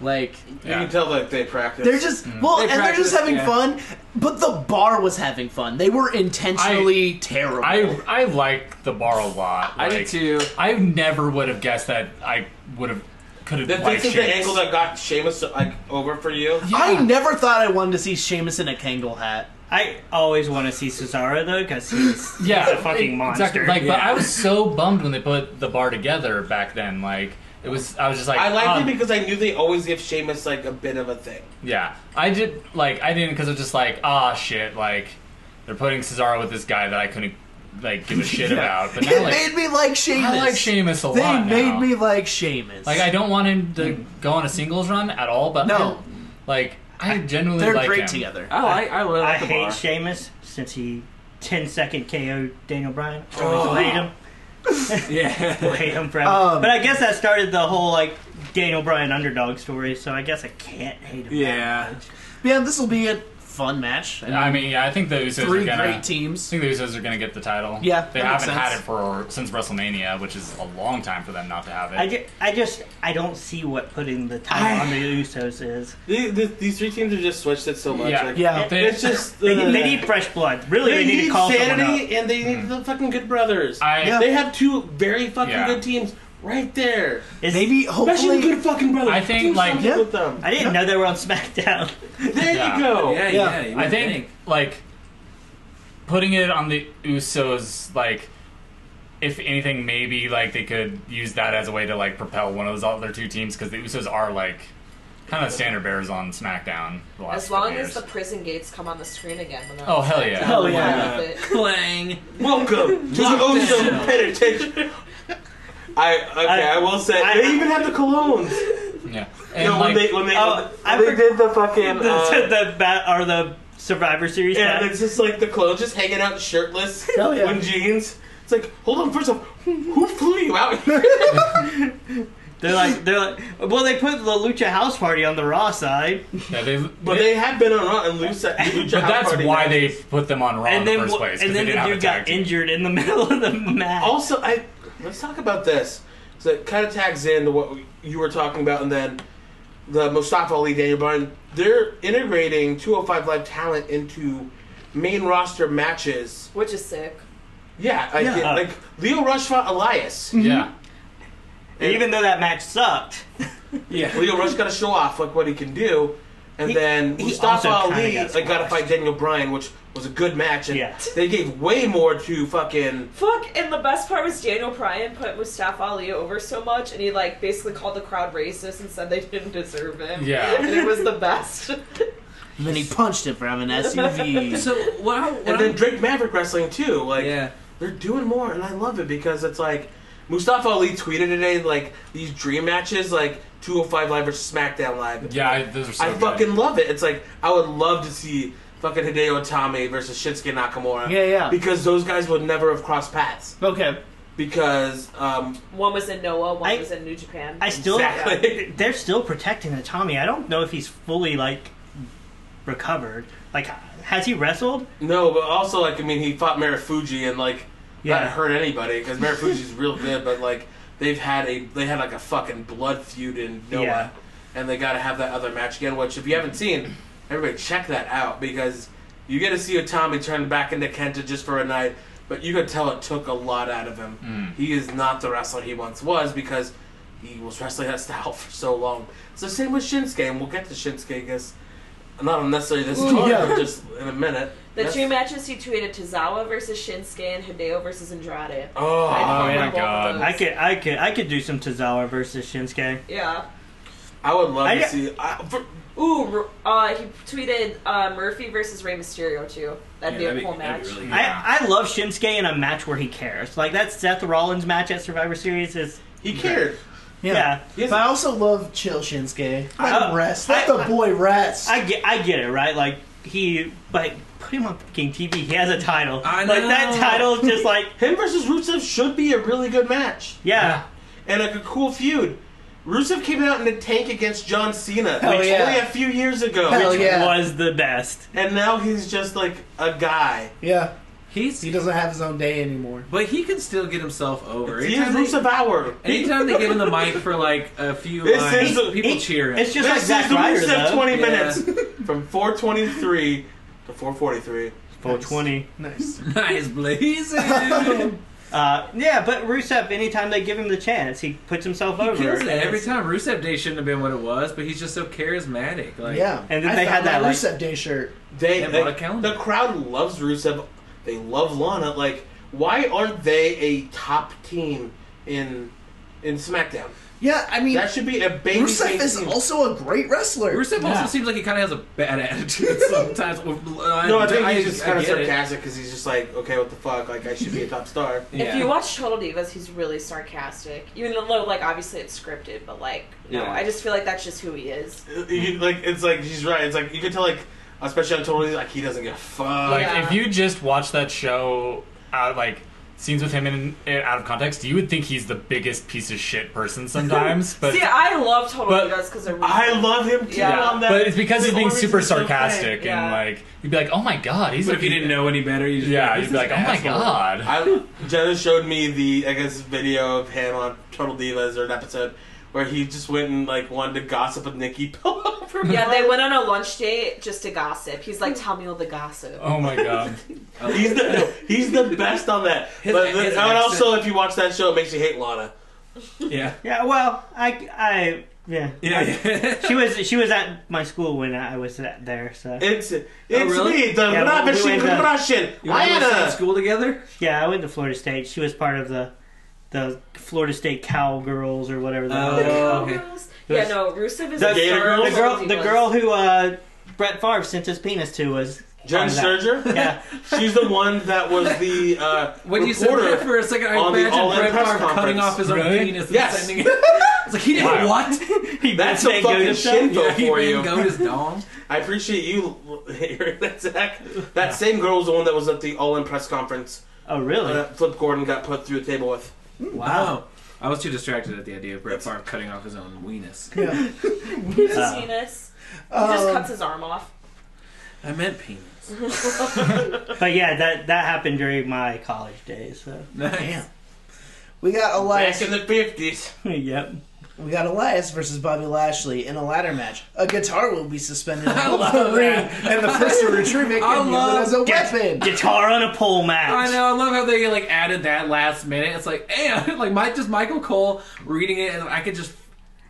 Speaker 6: Like
Speaker 3: You can tell like they practice.
Speaker 6: they're just
Speaker 7: Mm.
Speaker 6: well,
Speaker 5: They
Speaker 6: and they're just
Speaker 5: practice,
Speaker 6: having
Speaker 5: yeah.
Speaker 6: fun. But the bar was having fun. They were intentionally terrible.
Speaker 7: I I like the bar a lot.
Speaker 5: I do
Speaker 7: like,
Speaker 5: too.
Speaker 7: I never would have guessed that I would have could have
Speaker 3: That
Speaker 7: liked
Speaker 3: this is the
Speaker 7: Sheamus.
Speaker 3: angle that got Sheamus like over for you.
Speaker 6: I never thought I wanted to see Sheamus in a Kangle hat.
Speaker 8: I always want to see Cesaro though, because he's
Speaker 7: yeah,
Speaker 8: he's a fucking monster.
Speaker 7: Exactly. Like, but I was so bummed when they put the bar together back then. Like, it was. I was just like,
Speaker 3: I liked
Speaker 7: um,
Speaker 3: it because I knew they always give Sheamus like a bit of a thing.
Speaker 7: Yeah, I did. Like, I didn't because I was just like, ah, shit. Like, they're putting Cesaro with this guy that I couldn't like give a shit about. But now,
Speaker 6: It
Speaker 7: like,
Speaker 6: made me like Sheamus.
Speaker 7: I like Sheamus a
Speaker 6: They
Speaker 7: lot
Speaker 6: made
Speaker 7: now.
Speaker 6: me like Sheamus.
Speaker 7: Like, I don't want him to go on a singles run at all. But
Speaker 6: No.
Speaker 7: I, like, I genuinely
Speaker 6: They're
Speaker 7: like
Speaker 6: great
Speaker 7: him.
Speaker 6: together.
Speaker 5: I like. I really
Speaker 8: I
Speaker 5: like the
Speaker 8: hate
Speaker 5: bar.
Speaker 8: Sheamus since he 10 second KO Daniel Bryan. I always hate him.
Speaker 5: yeah.
Speaker 8: I hate him forever.
Speaker 6: Um,
Speaker 8: but I guess that started the whole like Daniel Bryan underdog story. So I guess I can't hate him. that
Speaker 5: Yeah.
Speaker 8: much.
Speaker 6: Yeah, this will be a fun match.
Speaker 7: I mean, yeah, I think the Usos
Speaker 6: Three
Speaker 7: are gonna.
Speaker 6: great
Speaker 7: I
Speaker 6: teams.
Speaker 7: think the Usos are gonna get the title.
Speaker 6: Yeah,
Speaker 7: they
Speaker 6: that makes
Speaker 7: haven't had
Speaker 6: sense.
Speaker 7: it for since WrestleMania, which is a long time for them not to have it.
Speaker 8: I, ju- I just I don't see what putting the title on the Usos is.
Speaker 3: These, these, these three teams have just switched it so much.
Speaker 7: Yeah.
Speaker 3: like,
Speaker 6: Yeah.
Speaker 7: They-
Speaker 3: It's just
Speaker 8: They,
Speaker 3: uh,
Speaker 8: they need fresh blood. Really,
Speaker 3: they
Speaker 8: they, need, to call someone up.
Speaker 3: sanity and they need the fucking good brothers.
Speaker 7: I,
Speaker 6: Yeah.
Speaker 3: They have two very fucking
Speaker 7: Yeah.
Speaker 3: good teams right there.
Speaker 8: Is-
Speaker 3: Especially
Speaker 6: Maybe,
Speaker 3: the
Speaker 6: hopefully,
Speaker 3: good fucking brothers.
Speaker 7: I think,
Speaker 3: Do
Speaker 7: like-
Speaker 3: something
Speaker 6: Yeah.
Speaker 3: with them.
Speaker 8: I didn't know they were on SmackDown.
Speaker 3: There
Speaker 7: Yeah.
Speaker 3: you go.
Speaker 5: Yeah, yeah,
Speaker 6: Yeah.
Speaker 5: you
Speaker 7: I
Speaker 5: would
Speaker 7: think, like putting it on the Usos, like if anything, maybe like they could use that as a way to like propel one of those other two teams because the Usos are like kind of standard bearers on SmackDown. The last
Speaker 10: As long
Speaker 7: couple
Speaker 10: as the
Speaker 7: years.
Speaker 10: prison gates come on the screen again. when they're
Speaker 7: oh
Speaker 10: on
Speaker 7: hell
Speaker 10: set.
Speaker 7: yeah,
Speaker 8: Hell yeah.
Speaker 10: I love it.
Speaker 5: Clang.
Speaker 3: Welcome to the Ocean Penitentiary. I okay, I,
Speaker 8: I-
Speaker 3: will say
Speaker 8: I-
Speaker 3: they even have the colognes.
Speaker 7: yeah.
Speaker 3: You
Speaker 7: And,
Speaker 3: know, when
Speaker 7: like,
Speaker 3: they when they,
Speaker 8: Oh, I
Speaker 3: when they
Speaker 8: forgot-
Speaker 3: did the fucking
Speaker 8: the,
Speaker 3: uh,
Speaker 8: the bat or the Survivor Series.
Speaker 3: yeah,
Speaker 8: match.
Speaker 3: it's just like the clothes just hanging out shirtless
Speaker 6: Hell yeah.
Speaker 3: in jeans. It's like, hold on, first off, who flew you out here?
Speaker 8: They're like, they're like, well, they put the Lucha House Party on the Raw side,
Speaker 7: yeah, they-
Speaker 3: But they have been on Raw and Lucha. Lucha
Speaker 7: but
Speaker 3: House
Speaker 7: that's
Speaker 3: Party
Speaker 7: why
Speaker 3: matches.
Speaker 7: they put them on Raw in
Speaker 8: and
Speaker 7: the
Speaker 8: then
Speaker 7: first
Speaker 8: wha-
Speaker 7: place. 'cause
Speaker 8: and then
Speaker 7: they
Speaker 8: the
Speaker 7: didn't have
Speaker 8: dude
Speaker 7: a
Speaker 8: got
Speaker 7: tag team.
Speaker 8: injured in the middle of the match.
Speaker 3: Also, I let's talk about this. So it kind of tags into what you were talking about, and then the Mustafa Ali, Daniel Bryan. They're integrating 205 Live talent into main roster matches.
Speaker 10: Which is sick.
Speaker 3: Yeah, like,
Speaker 6: Yeah.
Speaker 3: like Leo Rush fought Elias.
Speaker 7: Yeah,
Speaker 8: even though that match sucked,
Speaker 5: Yeah.
Speaker 3: Leo Rush got to show off like what he can do. And
Speaker 8: He-
Speaker 3: then
Speaker 8: he
Speaker 3: Mustafa
Speaker 8: also kinda
Speaker 3: Ali
Speaker 8: got
Speaker 3: like got to
Speaker 8: squashed.
Speaker 3: fight Daniel Bryan, which was a good match, and
Speaker 8: Yeah.
Speaker 3: they gave way more to fucking
Speaker 4: Fuck, and the best part was Daniel Bryan put Mustafa Ali over so much, and he like basically called the crowd racist and said they didn't deserve him.
Speaker 7: Yeah.
Speaker 4: and it was the best.
Speaker 6: And then he punched him from an SUV.
Speaker 5: So what? I, what
Speaker 3: and then Drake Maverick wrestling too. Like
Speaker 5: Yeah.
Speaker 3: they're doing more, and I love it because it's like Mustafa Ali tweeted today like these dream matches like 205 Live versus SmackDown Live.
Speaker 7: Yeah, I, those are so
Speaker 3: I
Speaker 7: good.
Speaker 3: fucking love it. It's like I would love to see fucking Hideo Itami versus Shinsuke Nakamura.
Speaker 6: Yeah, yeah.
Speaker 3: Because those guys would never have crossed paths.
Speaker 6: Okay.
Speaker 3: Because um,
Speaker 4: one was in Noah, one
Speaker 8: I-
Speaker 4: was in New Japan.
Speaker 8: I still,
Speaker 3: Exactly.
Speaker 8: they're still protecting the Tommy. I don't know if he's fully like recovered. Like, has he wrestled?
Speaker 3: no, but also like I mean he fought Marufuji and like
Speaker 8: Yeah.
Speaker 3: not hurt anybody because Marufuji's real good, but like they've had a they had like a fucking blood feud in Noah,
Speaker 8: Yeah.
Speaker 3: and they got to have that other match again. Which if you haven't seen, everybody check that out because you get to see Tommy turn back into Kenta just for a night, but you could tell it took a lot out of him.
Speaker 8: Mm.
Speaker 3: He is not the wrestler he once was because he was wrestling that style for so long. So same with Shinsuke, and we'll get to Shinsuke, I guess. Not necessarily this
Speaker 6: Ooh,
Speaker 3: time,
Speaker 6: yeah.
Speaker 3: but just in a minute.
Speaker 4: The
Speaker 3: Yes?
Speaker 4: two matches he tweeted: Tozawa versus Shinsuke and Hideo versus Andrade.
Speaker 3: Oh,
Speaker 4: I
Speaker 7: my
Speaker 4: remember both of
Speaker 7: God.
Speaker 4: those.
Speaker 8: I could, I could, I could do some Tozawa versus Shinsuke.
Speaker 4: Yeah.
Speaker 3: I would love
Speaker 8: I
Speaker 3: to
Speaker 8: got-
Speaker 3: see. I, for,
Speaker 4: Ooh, uh, he tweeted uh, Murphy versus Rey Mysterio too. That'd
Speaker 5: Yeah,
Speaker 4: be a cool match.
Speaker 5: that'd be really good.
Speaker 8: I, I love Shinsuke in a match where he cares. Like that Seth Rollins match at Survivor Series is
Speaker 3: he cared.
Speaker 8: yeah.
Speaker 3: He has
Speaker 6: But I also love Chill Shinsuke. Let
Speaker 8: Uh,
Speaker 6: him rest. Let the boy rest.
Speaker 8: I get, I get it, right? Like he, but put him on fucking TV. He has a title.
Speaker 5: I
Speaker 8: Like that
Speaker 5: know.
Speaker 8: title, is just like
Speaker 3: Him versus Rusev should be a really good match
Speaker 8: yeah.
Speaker 3: and like a cool feud. Rusev came out in a tank against John Cena
Speaker 6: Hell
Speaker 3: which
Speaker 6: yeah.
Speaker 3: only a few years ago,
Speaker 6: Hell
Speaker 3: Which-
Speaker 6: yeah.
Speaker 8: was the best.
Speaker 3: and now he's just like a guy.
Speaker 6: yeah.
Speaker 5: he's
Speaker 6: He doesn't have his own day anymore.
Speaker 5: but he can still get himself over.
Speaker 3: He is
Speaker 5: Anytime they-
Speaker 3: Rusev hour.
Speaker 5: Anytime they give him the mic for like a few
Speaker 3: This
Speaker 5: lines,
Speaker 3: is the-
Speaker 5: people
Speaker 8: it-
Speaker 5: cheer him.
Speaker 8: It's just
Speaker 3: this
Speaker 8: like Zack
Speaker 3: is the
Speaker 8: Ryder
Speaker 3: Rusev
Speaker 8: though.
Speaker 3: twenty
Speaker 5: Yeah.
Speaker 3: minutes from four twenty three to four forty three.
Speaker 8: Full twenty.
Speaker 6: Nice.
Speaker 5: nice blazing.
Speaker 8: Uh, yeah, but Rusev, anytime they give him the chance, he puts himself over.
Speaker 5: Kills it
Speaker 8: and
Speaker 5: every
Speaker 8: it's-
Speaker 5: time. Rusev Day shouldn't have been what it was, but he's just so charismatic. Like,
Speaker 6: yeah.
Speaker 8: And then
Speaker 6: I
Speaker 8: they
Speaker 6: found
Speaker 8: had
Speaker 6: my
Speaker 8: that, like-
Speaker 6: Rusev Day shirt.
Speaker 3: They,
Speaker 5: Yeah,
Speaker 3: they-
Speaker 5: bought a calendar.
Speaker 3: the crowd loves Rusev. They love Lana. Like, why aren't they a top team in in SmackDown?
Speaker 6: Yeah, I mean,
Speaker 3: That should be a baby
Speaker 6: Rusev is
Speaker 3: team.
Speaker 6: also a great wrestler.
Speaker 5: Rusev also seems like he kind of has a bad attitude sometimes.
Speaker 3: No, I think he's just
Speaker 5: I
Speaker 3: kind of
Speaker 5: get it.
Speaker 3: sarcastic because he's just like, okay, what the fuck? Like, I should be a top star.
Speaker 5: Yeah.
Speaker 4: If you watch Total Divas, he's really sarcastic. Even though, like, obviously it's scripted, but like, no,
Speaker 5: Yeah.
Speaker 4: I just feel like that's just who he is.
Speaker 3: You- like, it's like he's right. It's like you can tell, like, especially on Total, he's like he doesn't give a fuck.
Speaker 7: Uh, Like
Speaker 4: Yeah.
Speaker 7: if you just watch that show out like scenes with him in, in out of context, you would think he's the biggest piece of shit person sometimes. But
Speaker 4: See, I love Total
Speaker 7: but-
Speaker 4: Divas because they're.
Speaker 3: I love him too.
Speaker 4: Yeah.
Speaker 3: on that.
Speaker 7: but it's because
Speaker 3: the
Speaker 7: he's being
Speaker 3: only
Speaker 7: super
Speaker 3: reason it's okay.
Speaker 7: sarcastic
Speaker 4: Yeah.
Speaker 7: and like you'd be like, oh my god, he's
Speaker 5: But
Speaker 7: a
Speaker 5: if you
Speaker 7: piece-"
Speaker 5: didn't know any better, you just
Speaker 7: Yeah,
Speaker 5: this
Speaker 7: you'd be
Speaker 5: is
Speaker 7: like, oh
Speaker 5: an
Speaker 7: my
Speaker 5: asshole."
Speaker 7: god.
Speaker 3: I, Jenna showed me the, I guess, video of him on Total Divas or an episode where he just went and like wanted to gossip with Nikki Bella. for
Speaker 4: Yeah, they went on a lunch date just to gossip. He's like, tell me all the gossip.
Speaker 7: oh my god.
Speaker 3: He's the he's the best on that. but
Speaker 5: Oh, his
Speaker 3: and also, if you watch that show, it makes you hate Lana.
Speaker 5: Yeah,
Speaker 8: Yeah, well, I, I, yeah.
Speaker 5: yeah, yeah.
Speaker 8: She was, she was at my school when I was at there. So
Speaker 3: It's it's
Speaker 5: Oh, really?
Speaker 3: me, the
Speaker 8: Yeah, well, we
Speaker 3: ravishing
Speaker 8: went to-
Speaker 3: Russian.
Speaker 5: You went to the same
Speaker 3: Lana.
Speaker 5: school together?
Speaker 8: yeah, I went to Florida State. She was part of the, the Florida State Cowgirls or whatever. The,
Speaker 5: Oh, okay.
Speaker 4: Yeah, no, Rusev is
Speaker 8: The
Speaker 4: a
Speaker 3: Gator
Speaker 4: star
Speaker 3: Girls?
Speaker 4: of
Speaker 8: the girl,
Speaker 4: Total
Speaker 8: the
Speaker 4: Divas.
Speaker 8: girl who uh, Brett Favre sent his penis to was
Speaker 3: Jen
Speaker 8: part of that.
Speaker 3: Serger.
Speaker 8: Yeah,
Speaker 3: She's the one that was the uh,
Speaker 5: When you said that
Speaker 3: reporter.
Speaker 5: for a second, I
Speaker 3: on the
Speaker 5: imagine
Speaker 3: all-in
Speaker 5: Brett
Speaker 3: press
Speaker 5: Favre cutting
Speaker 3: conference.
Speaker 5: off his own
Speaker 7: Really?
Speaker 5: penis and
Speaker 3: Yes.
Speaker 5: sending it. It's like he did
Speaker 7: Wow.
Speaker 5: what?
Speaker 3: That's a
Speaker 8: They go
Speaker 3: fucking
Speaker 8: to-
Speaker 3: shinto
Speaker 5: yeah, he
Speaker 3: for
Speaker 5: made
Speaker 3: you.
Speaker 5: go his dong.
Speaker 3: I appreciate you hearing that, Zach. That same girl was the one that was at the all-in press conference.
Speaker 8: Oh, really?
Speaker 3: Uh, Flip Gordon got put through the table with.
Speaker 5: Wow. I was too distracted at the idea of Brett Favre cutting off his own weenus.
Speaker 6: Yeah.
Speaker 4: Who's seen this? He just
Speaker 6: Um,
Speaker 4: cuts his arm off.
Speaker 5: I meant penis.
Speaker 8: But yeah, that that happened during my college days. So
Speaker 5: Nice.
Speaker 6: we got
Speaker 3: Back
Speaker 6: Elias.
Speaker 3: in the fifties.
Speaker 8: yep.
Speaker 6: We got Elias versus Bobby Lashley in a ladder match. A guitar will be suspended
Speaker 5: I
Speaker 6: above
Speaker 5: love
Speaker 6: the ring,
Speaker 5: that.
Speaker 6: and the first to retrieve it
Speaker 5: I
Speaker 6: can use it
Speaker 5: love
Speaker 6: as a
Speaker 8: Get-
Speaker 6: weapon.
Speaker 8: Guitar on a pole match.
Speaker 5: I know. I love how they like added that last minute. It's like, and like my just Michael Cole reading it, and I could just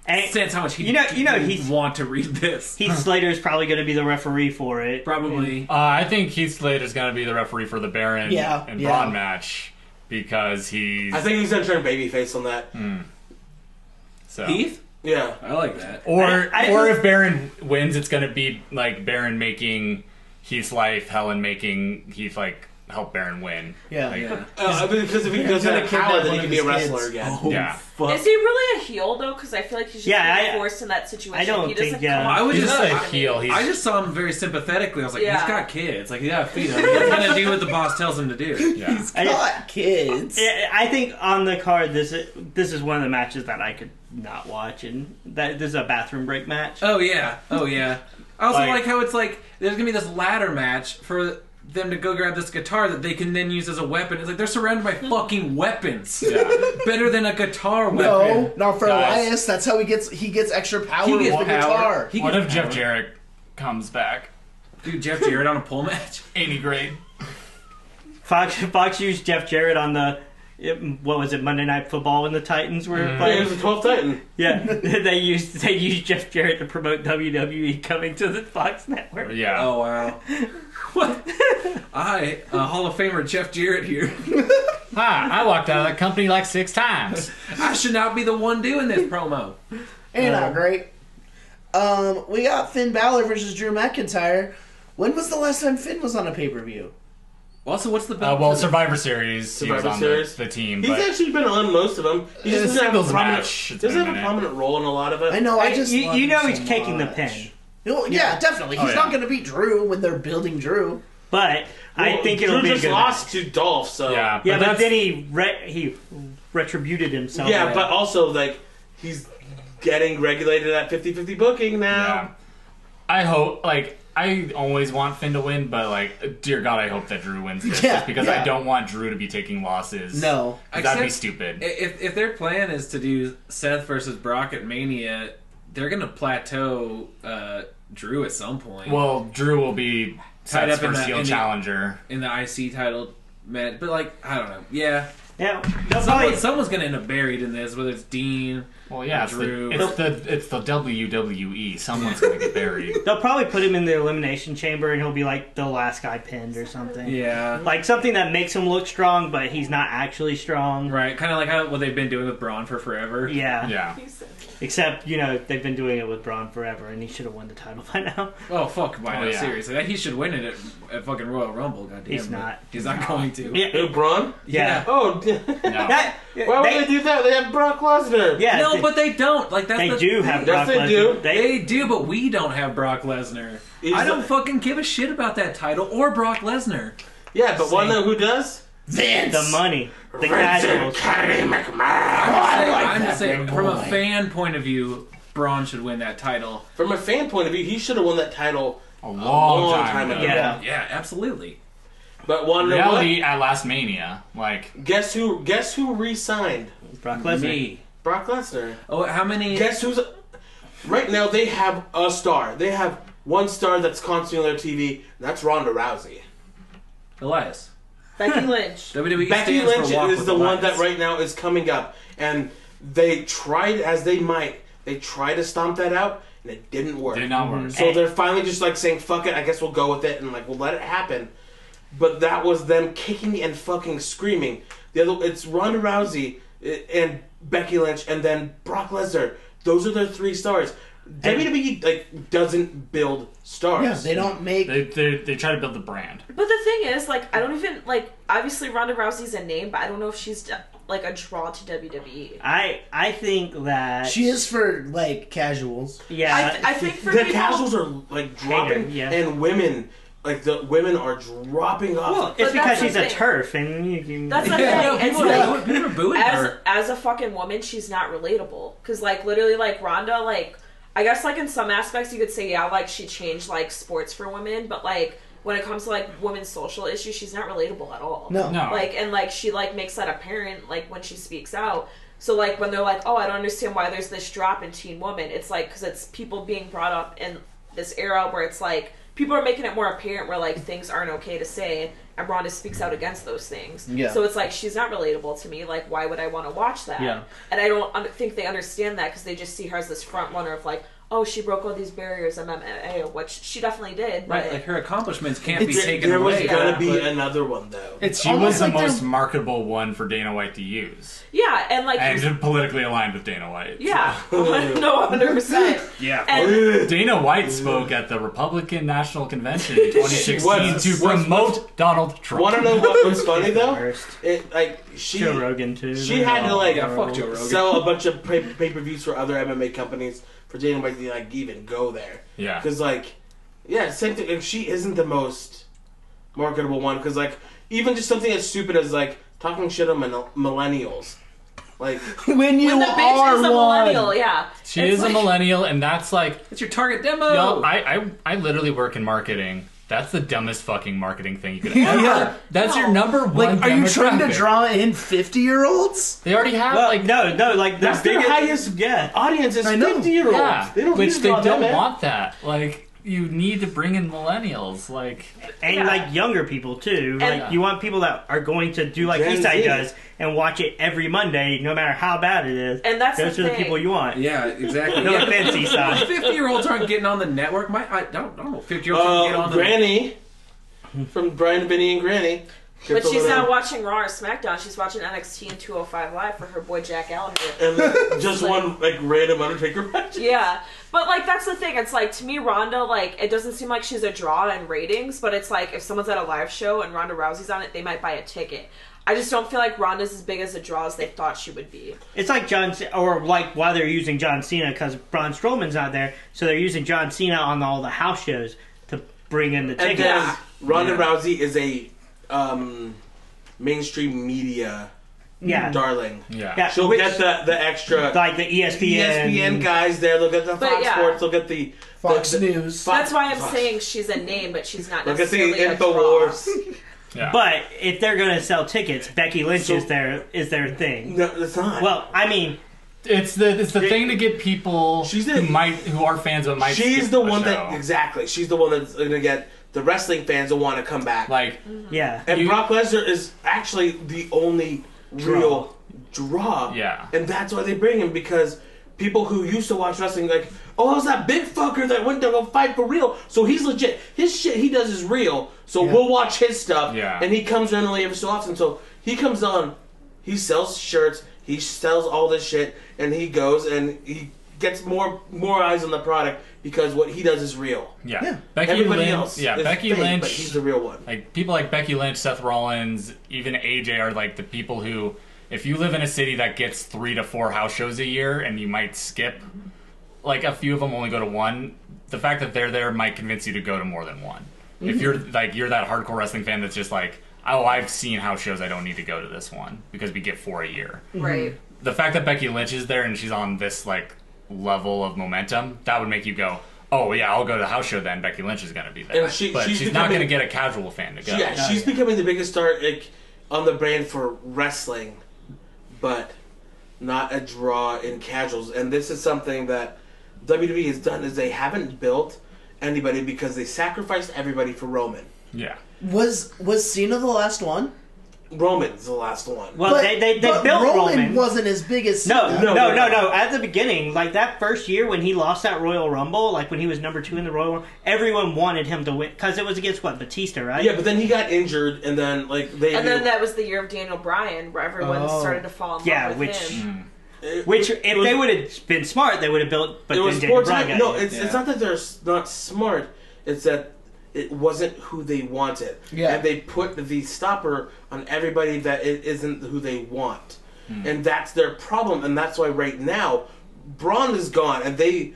Speaker 8: And
Speaker 5: Sense how much he
Speaker 8: You know- you know,
Speaker 5: would
Speaker 8: he's-
Speaker 5: want to read this.
Speaker 8: Heath Slater is probably going to be the referee for it.
Speaker 5: Probably.
Speaker 7: Uh, I think Heath Slater's going to be the referee for the Baron
Speaker 6: Yeah,
Speaker 7: and
Speaker 6: yeah.
Speaker 7: Braun match because he's
Speaker 3: I think he's gonna turn babyface on
Speaker 8: Hmm.
Speaker 3: that.
Speaker 7: so.
Speaker 5: Heath?
Speaker 3: Yeah.
Speaker 5: I like that.
Speaker 7: Or
Speaker 8: I- I
Speaker 7: or
Speaker 8: just-
Speaker 7: if Baron wins, it's going to be like Baron making Heath's life, Helen making Heath like help Baron win.
Speaker 6: Yeah.
Speaker 7: Like,
Speaker 5: Yeah.
Speaker 3: Uh, because if he goes into
Speaker 6: gonna kidnap
Speaker 3: Coward, then
Speaker 6: one
Speaker 3: he
Speaker 6: of
Speaker 3: can be a
Speaker 6: his
Speaker 3: wrestler
Speaker 6: kids.
Speaker 3: again.
Speaker 9: Oh,
Speaker 7: Yeah.
Speaker 9: fuck.
Speaker 10: Is he really a heel though? Because I feel like he's just
Speaker 8: Yeah,
Speaker 10: being
Speaker 8: I-
Speaker 10: forced in that situation.
Speaker 8: I don't
Speaker 10: he doesn't
Speaker 8: think, yeah.
Speaker 10: come
Speaker 5: I
Speaker 10: off-
Speaker 5: was
Speaker 7: He's
Speaker 5: just
Speaker 7: not a
Speaker 5: I-
Speaker 7: heel. He's
Speaker 5: I just saw him very sympathetically. I was like,
Speaker 10: Yeah.
Speaker 5: he's got kids. Like, yeah, feed him. He's gonna do what the boss tells him to do.
Speaker 7: yeah.
Speaker 8: I,
Speaker 6: Fuck kids.
Speaker 8: I- I think on the card, this is, this is one of the matches that I could not watch, and that this is a bathroom break match.
Speaker 5: Oh yeah. Oh yeah. I also
Speaker 7: Like-
Speaker 5: like, how it's like there's gonna be this ladder match for them to go grab this guitar that they can then use as a weapon. It's like they're surrounded
Speaker 7: Hmm.
Speaker 5: by fucking weapons.
Speaker 7: yeah.
Speaker 5: Better than a guitar
Speaker 6: No,
Speaker 5: weapon.
Speaker 6: not for
Speaker 7: Guys.
Speaker 6: Elias. That's how he gets he gets extra power
Speaker 5: He gets
Speaker 6: with the
Speaker 5: power.
Speaker 6: guitar.
Speaker 5: He
Speaker 7: What
Speaker 5: gets
Speaker 7: if Jeff
Speaker 5: power.
Speaker 7: Jarrett comes back?
Speaker 5: Dude, Jeff Jarrett on a pole match.
Speaker 7: Any grade.
Speaker 8: Fox Fox used Jeff Jarrett on the it- what was it Monday Night Football when the Titans were
Speaker 6: Oh.
Speaker 3: Yeah, he
Speaker 8: playing.
Speaker 3: was the 12th Titan.
Speaker 8: Yeah, they used they used Jeff Jarrett to promote WWE coming to the Fox Network.
Speaker 7: Yeah.
Speaker 5: Oh wow. what? I uh, Hall of Famer Jeff Jarrett here.
Speaker 7: Hi, I walked out of that company like six times.
Speaker 5: I should not be the one doing this promo.
Speaker 6: Ain't that great? Um, we got Finn Balor versus Drew McIntyre. When was the last time Finn was on a pay per view?
Speaker 5: Also, what's the
Speaker 7: Uh,
Speaker 5: belt?
Speaker 7: well, Survivor Series. he was
Speaker 3: Survivor
Speaker 7: on
Speaker 3: Series.
Speaker 7: The, the team.
Speaker 3: He's
Speaker 7: but
Speaker 3: actually been on most of them. He just
Speaker 7: It's
Speaker 3: doesn't have
Speaker 7: a
Speaker 3: a
Speaker 7: singles
Speaker 3: prominent,
Speaker 7: match. It's
Speaker 3: doesn't
Speaker 7: been
Speaker 3: have
Speaker 7: a
Speaker 3: a
Speaker 7: minute.
Speaker 3: prominent role in a lot of it.
Speaker 6: I know. Oh, I just
Speaker 8: you,
Speaker 6: love
Speaker 8: you
Speaker 6: him
Speaker 8: know
Speaker 6: so
Speaker 8: he's taking the
Speaker 6: much.
Speaker 8: pin,
Speaker 6: No, yeah, definitely. He's
Speaker 7: Oh,
Speaker 6: not
Speaker 7: yeah.
Speaker 6: going to beat Drew when they're building Drew.
Speaker 8: but I
Speaker 3: Well,
Speaker 8: think
Speaker 3: Drew
Speaker 8: it'll be a
Speaker 3: just
Speaker 8: good.
Speaker 3: lost to Dolph, so
Speaker 7: Yeah,
Speaker 8: match. Yeah, but,
Speaker 7: that's-
Speaker 8: then he re- he retributed himself.
Speaker 3: yeah. But also, like, he's getting regulated at 50-50 booking
Speaker 7: Yeah.
Speaker 3: now.
Speaker 7: I hope, like, I always want Finn to win, but, like, dear God, I hope that Drew wins this.
Speaker 6: Yeah,
Speaker 7: just because
Speaker 6: yeah.
Speaker 7: I don't want Drew to be taking losses.
Speaker 6: No.
Speaker 7: 'Cause That'd be
Speaker 5: Except-
Speaker 7: stupid.
Speaker 5: If if their plan is to do Seth versus Brock at Mania, they're gonna plateau uh, Drew at some point
Speaker 7: well, Drew will be
Speaker 5: Tied
Speaker 7: Seth's
Speaker 5: up in
Speaker 7: first
Speaker 5: that-
Speaker 7: heel
Speaker 5: in the-
Speaker 7: challenger.
Speaker 5: in the IC title match. But like, I don't know. Yeah,
Speaker 8: yeah, they'll
Speaker 5: someone,
Speaker 8: probably-
Speaker 5: someone's gonna end up buried in this, whether it's Dean.
Speaker 7: Well, yeah, it's
Speaker 5: Drew.
Speaker 7: the, it's the it's the WWE. Someone's gonna get buried.
Speaker 8: They'll probably put him in the elimination chamber and he'll be like the last guy pinned or something.
Speaker 5: Yeah.
Speaker 8: Like something that makes him look strong, but he's not actually strong.
Speaker 5: Right, kind of like how what they've been doing with Braun for forever.
Speaker 8: Yeah.
Speaker 7: Yeah,
Speaker 8: Except, you know, they've been doing it with Braun forever and he should have won the title by now.
Speaker 5: Oh fuck! Why
Speaker 7: Oh,
Speaker 5: not?
Speaker 7: yeah.
Speaker 5: Seriously, he should win it at, at fucking Royal Rumble. Goddamn,
Speaker 8: He's
Speaker 5: but
Speaker 8: not.
Speaker 5: He's not going to.
Speaker 8: Yeah.
Speaker 3: Who, Braun?
Speaker 8: Yeah.
Speaker 3: Oh,
Speaker 7: no.
Speaker 8: That,
Speaker 3: why would
Speaker 8: they,
Speaker 3: they, do that? They have Brock Lesnar.
Speaker 8: Yeah.
Speaker 5: No,
Speaker 8: they,
Speaker 5: but they don't. Like that's
Speaker 8: they
Speaker 5: the
Speaker 8: do
Speaker 5: thing.
Speaker 8: have
Speaker 3: Yes,
Speaker 8: Brock
Speaker 3: they
Speaker 8: Lesnar.
Speaker 3: do.
Speaker 5: They do, but we don't have Brock Lesnar.
Speaker 3: He's
Speaker 5: I don't
Speaker 3: like-
Speaker 5: fucking give a shit about that title or Brock Lesnar.
Speaker 3: Yeah, but one know who does?
Speaker 6: Vince.
Speaker 8: the money. The
Speaker 3: Vincent
Speaker 8: casuals.
Speaker 3: Kennedy McMahon.
Speaker 5: I'm,
Speaker 6: like
Speaker 5: I'm
Speaker 6: that
Speaker 5: just saying,
Speaker 6: big
Speaker 5: from a
Speaker 6: boy.
Speaker 5: fan point of view, Braun should win that title.
Speaker 3: From a fan point of view, he should have won that title.
Speaker 7: a long,
Speaker 3: long
Speaker 7: time,
Speaker 3: time
Speaker 7: ago.
Speaker 3: ago.
Speaker 8: Yeah.
Speaker 5: Yeah, absolutely.
Speaker 3: But one know
Speaker 7: Reality
Speaker 3: what?
Speaker 7: at Last Mania, like
Speaker 3: Guess who? Guess who re-signed?
Speaker 8: Brock Lesnar.
Speaker 5: Me.
Speaker 3: Brock Lesnar.
Speaker 5: Oh, how many?
Speaker 3: Guess who's? Right now, they have a star. They have one star that's constantly on their TV. And that's Ronda Rousey.
Speaker 5: Elias.
Speaker 10: Becky Lynch.
Speaker 5: WWE
Speaker 3: Becky
Speaker 5: stands
Speaker 3: Lynch
Speaker 5: for walk
Speaker 3: is
Speaker 5: with
Speaker 3: the one
Speaker 5: Elias.
Speaker 3: that right now is coming up, and they tried as they might. They tried to stomp that out, and it didn't work.
Speaker 7: did not work.
Speaker 3: So they're finally just like saying, "Fuck it, I guess we'll go with it," and like we'll let it happen. But that was them kicking and fucking screaming. The other, it's Ronda Rousey eh, and Becky Lynch, and then Brock Lesnar. Those are their three stars. WWE like doesn't build stars.
Speaker 6: Yeah, they don't make.
Speaker 7: They, they they try to build the brand.
Speaker 10: But the thing is, like, I don't even like. Obviously, Ronda Rousey's a name, but I don't know if she's like a draw to E. WWE.
Speaker 8: I I think that
Speaker 6: she is for like casuals.
Speaker 8: Yeah.
Speaker 10: I, th- I think for
Speaker 3: the
Speaker 10: people,
Speaker 3: casuals are like dropping,
Speaker 8: yeah.
Speaker 3: and women like the women are dropping off.
Speaker 8: well, it's
Speaker 10: But that's
Speaker 8: because she's
Speaker 10: the
Speaker 8: a
Speaker 10: thing.
Speaker 8: turf and you can
Speaker 10: That's the
Speaker 5: Yeah,
Speaker 10: thing.
Speaker 5: no,
Speaker 10: It's
Speaker 5: people,
Speaker 10: like-
Speaker 5: are, people are booing
Speaker 10: as
Speaker 5: her.
Speaker 10: as a fucking woman, she's not relatable. Cause like literally, like Rhonda, like I guess like in some aspects you could say yeah, like she changed like sports for women, but like when it comes to like women's social issues, she's not relatable at all.
Speaker 6: No.
Speaker 7: No,
Speaker 10: Like and like she like makes that apparent like when she speaks out. So like when they're like, oh, I don't understand why there's this drop in teen woman. It's like because it's people being brought up in this era where it's like people are making it more apparent where like things aren't okay to say, and Rhonda speaks out against those things.
Speaker 6: Yeah.
Speaker 10: So it's like she's not relatable to me. Like, why would I want to watch that?
Speaker 8: Yeah.
Speaker 10: And I don't un- think they understand that because they just see her as this front runner of like, oh, she broke all these barriers, MMA, which she definitely did.
Speaker 5: Right,
Speaker 10: but-
Speaker 5: like her accomplishments can't be
Speaker 6: It's-
Speaker 5: taken
Speaker 6: there
Speaker 5: away.
Speaker 6: was
Speaker 3: There's gotta
Speaker 10: Yeah.
Speaker 3: be another one though.
Speaker 6: It's
Speaker 7: She
Speaker 6: almost
Speaker 7: was the
Speaker 6: like
Speaker 7: most
Speaker 6: they're-
Speaker 7: marketable one for Dana White to use,
Speaker 10: yeah, and like
Speaker 7: and politically aligned with Dana White.
Speaker 10: yeah, no, hundred percent.
Speaker 8: Yeah.
Speaker 10: And
Speaker 7: Dana White spoke at the Republican National Convention in 2016
Speaker 3: was-
Speaker 7: to
Speaker 3: was-
Speaker 7: promote Donald Trump.
Speaker 3: Wanna know what was funny though?
Speaker 8: First.
Speaker 3: It like she
Speaker 8: Joe Rogan too.
Speaker 3: she had to like
Speaker 5: Yeah, fuck Joe Rogan.
Speaker 3: sell a bunch of pay per views for other MMA companies for Dana White to like even go there.
Speaker 7: Yeah.
Speaker 3: Because like, yeah, same thing. And she isn't the most marketable one. Because like, even just something as stupid as like talking shit on mil- millennials, like
Speaker 6: when you
Speaker 10: when the bitch
Speaker 6: are
Speaker 10: is a
Speaker 6: one.
Speaker 10: millennial, yeah,
Speaker 7: She
Speaker 10: It's
Speaker 7: is
Speaker 10: like-
Speaker 7: a millennial, and that's like,
Speaker 5: It's your target demo.
Speaker 3: Oh.
Speaker 7: y'all, I, I, I literally work in marketing. That's the dumbest fucking marketing thing you could ever.
Speaker 6: Yeah.
Speaker 7: That's your number one.
Speaker 6: Like, are you trying to
Speaker 7: demographic.
Speaker 6: draw in 50 year olds?
Speaker 7: They already have
Speaker 8: Well,
Speaker 7: like
Speaker 8: like no, no, like the
Speaker 3: that's their
Speaker 8: biggest-
Speaker 3: highest
Speaker 8: Yeah.
Speaker 3: audience is
Speaker 6: I know.
Speaker 3: fifty year olds.
Speaker 7: yeah,
Speaker 3: They don't
Speaker 7: which
Speaker 3: use
Speaker 7: they
Speaker 3: all that,
Speaker 7: don't
Speaker 3: man.
Speaker 7: want that. Like you need to bring in millennials. Like
Speaker 8: and
Speaker 10: Yeah.
Speaker 8: like younger people too.
Speaker 10: And-
Speaker 8: like you want people that are going to do like
Speaker 3: Gen Z.
Speaker 8: Eastside does and watch it every Monday, no matter how bad it is.
Speaker 10: And that's
Speaker 8: those
Speaker 10: the
Speaker 8: are the
Speaker 10: thing.
Speaker 8: people you want.
Speaker 5: yeah, exactly.
Speaker 8: No
Speaker 5: Yeah.
Speaker 8: offense, Eastside.
Speaker 5: Fifty year olds aren't getting on the network. My, I don't, I don't know. Fifty year olds
Speaker 3: Uh,
Speaker 5: can get on the
Speaker 3: Granny from Brian, Benny, and Granny.
Speaker 10: but she's not
Speaker 3: Triple
Speaker 10: watching Raw or SmackDown. She's watching NXT and 205 Live for her boy Jack Gallagher.
Speaker 3: M. and just one like random Undertaker match.
Speaker 10: Yeah, but like that's the thing. It's like to me, Ronda like it doesn't seem like she's a draw in ratings, but it's like if someone's at a live show and Ronda Rousey's on it, they might buy a ticket. I just don't feel like Ronda's as big as a draw as they thought she would be.
Speaker 8: It's like John, C- or like why they're using John Cena because Braun Strowman's not there, so they're using John Cena on all the house shows to bring in the
Speaker 3: And
Speaker 8: tickets.
Speaker 3: then Ronda Rousey is a um, mainstream media
Speaker 8: yeah,
Speaker 3: darling.
Speaker 7: yeah,
Speaker 8: yeah.
Speaker 3: She'll
Speaker 8: which-
Speaker 3: get the, the extra E
Speaker 8: like the E ESPN.
Speaker 3: ESPN guys there. Look at the
Speaker 10: But
Speaker 3: Fox
Speaker 10: yeah.
Speaker 3: Sports. Look at the
Speaker 6: Fox
Speaker 3: the, the-
Speaker 6: News.
Speaker 3: Fox-
Speaker 10: That's why I'm
Speaker 3: Fox.
Speaker 10: saying she's a name, but she's not
Speaker 3: Look at the
Speaker 10: necessarily a draw.
Speaker 3: Infowars.
Speaker 7: yeah.
Speaker 8: But if they're gonna sell tickets, Becky Lynch is their is their thing.
Speaker 3: No, it's not.
Speaker 8: Well, I mean,
Speaker 7: it's the it's the thing to get people
Speaker 3: She's the-
Speaker 7: who might who are fans but might.
Speaker 3: she's
Speaker 7: skip
Speaker 3: the one that
Speaker 7: show.
Speaker 3: exactly. She's the one that's gonna get the wrestling fans to want to come back.
Speaker 7: like
Speaker 8: yeah.
Speaker 3: and
Speaker 7: you-
Speaker 3: Brock Lesnar is actually the only real draw.
Speaker 7: Yeah.
Speaker 3: and that's why they bring him because. People who used to watch wrestling like, oh, how's that big fucker that went to go fight for real? So he's legit. His shit he does is real. So we'll watch his stuff.
Speaker 7: Yeah.
Speaker 3: And he comes randomly every so often. So he comes on he sells shirts he sells all this shit and he goes and he gets more more eyes on the product because what he does is real
Speaker 7: yeah, Becky
Speaker 3: everybody
Speaker 7: Lynch.
Speaker 3: else
Speaker 7: yeah,
Speaker 3: is
Speaker 7: Becky
Speaker 3: fake,
Speaker 7: Lynch.
Speaker 3: but he's the real one
Speaker 7: like people like Becky Lynch, Seth Rollins, even AJ are like the people who, if you live in a city that gets three to four house shows a year and you might skip, like a few of them only go to one. The fact that they're there might convince you to go to more than one. If you're like you're that hardcore wrestling fan that's just like, oh, I've seen house shows, I don't need to go to this one because we get four a year.
Speaker 10: Right.
Speaker 7: The fact that Becky Lynch is there and she's on this like level of momentum, that would make you go. Oh yeah, I'll go to the house show then. Becky Lynch is going to be there,
Speaker 3: And she-
Speaker 7: but
Speaker 3: she's
Speaker 7: she's, not going to
Speaker 3: becoming-
Speaker 7: get a casual fan to go.
Speaker 3: yeah, she's becoming the biggest star like, on the brand for wrestling but not a draw in casuals and this is something that wwe has done is they haven't built anybody because they sacrificed everybody for roman
Speaker 7: Yeah.
Speaker 6: Was was Cena the last one?
Speaker 3: roman's the last one
Speaker 8: Well, they they, they
Speaker 6: but
Speaker 8: built
Speaker 6: Roman,
Speaker 8: Roman.
Speaker 6: wasn't as big as
Speaker 8: No,
Speaker 6: Cena.
Speaker 8: no,
Speaker 3: no, no.
Speaker 8: no, no, At the beginning, like that first year when he lost that Royal Rumble, like when he was number two in the Royal Rumble, everyone wanted him to win because it was against what Batista, right?
Speaker 3: yeah but then he got injured and then like they
Speaker 10: And then that was the year of Daniel Bryan, where everyone
Speaker 6: Oh.
Speaker 10: started to fall in
Speaker 8: Yeah,
Speaker 10: love with
Speaker 8: which-
Speaker 10: him.
Speaker 8: Which, if
Speaker 3: was-
Speaker 8: they would have been smart, they would have built. But
Speaker 3: it
Speaker 8: then
Speaker 3: was
Speaker 8: Daniel
Speaker 3: sports.
Speaker 8: Bryan got
Speaker 3: No,
Speaker 8: injured.
Speaker 3: it's, it's not that they're s- not smart. It's that it wasn't who they wanted.
Speaker 6: Yeah.
Speaker 3: And they put the stopper on everybody that it isn't who they want. And that's their problem. And that's why right now, Braun is gone. And they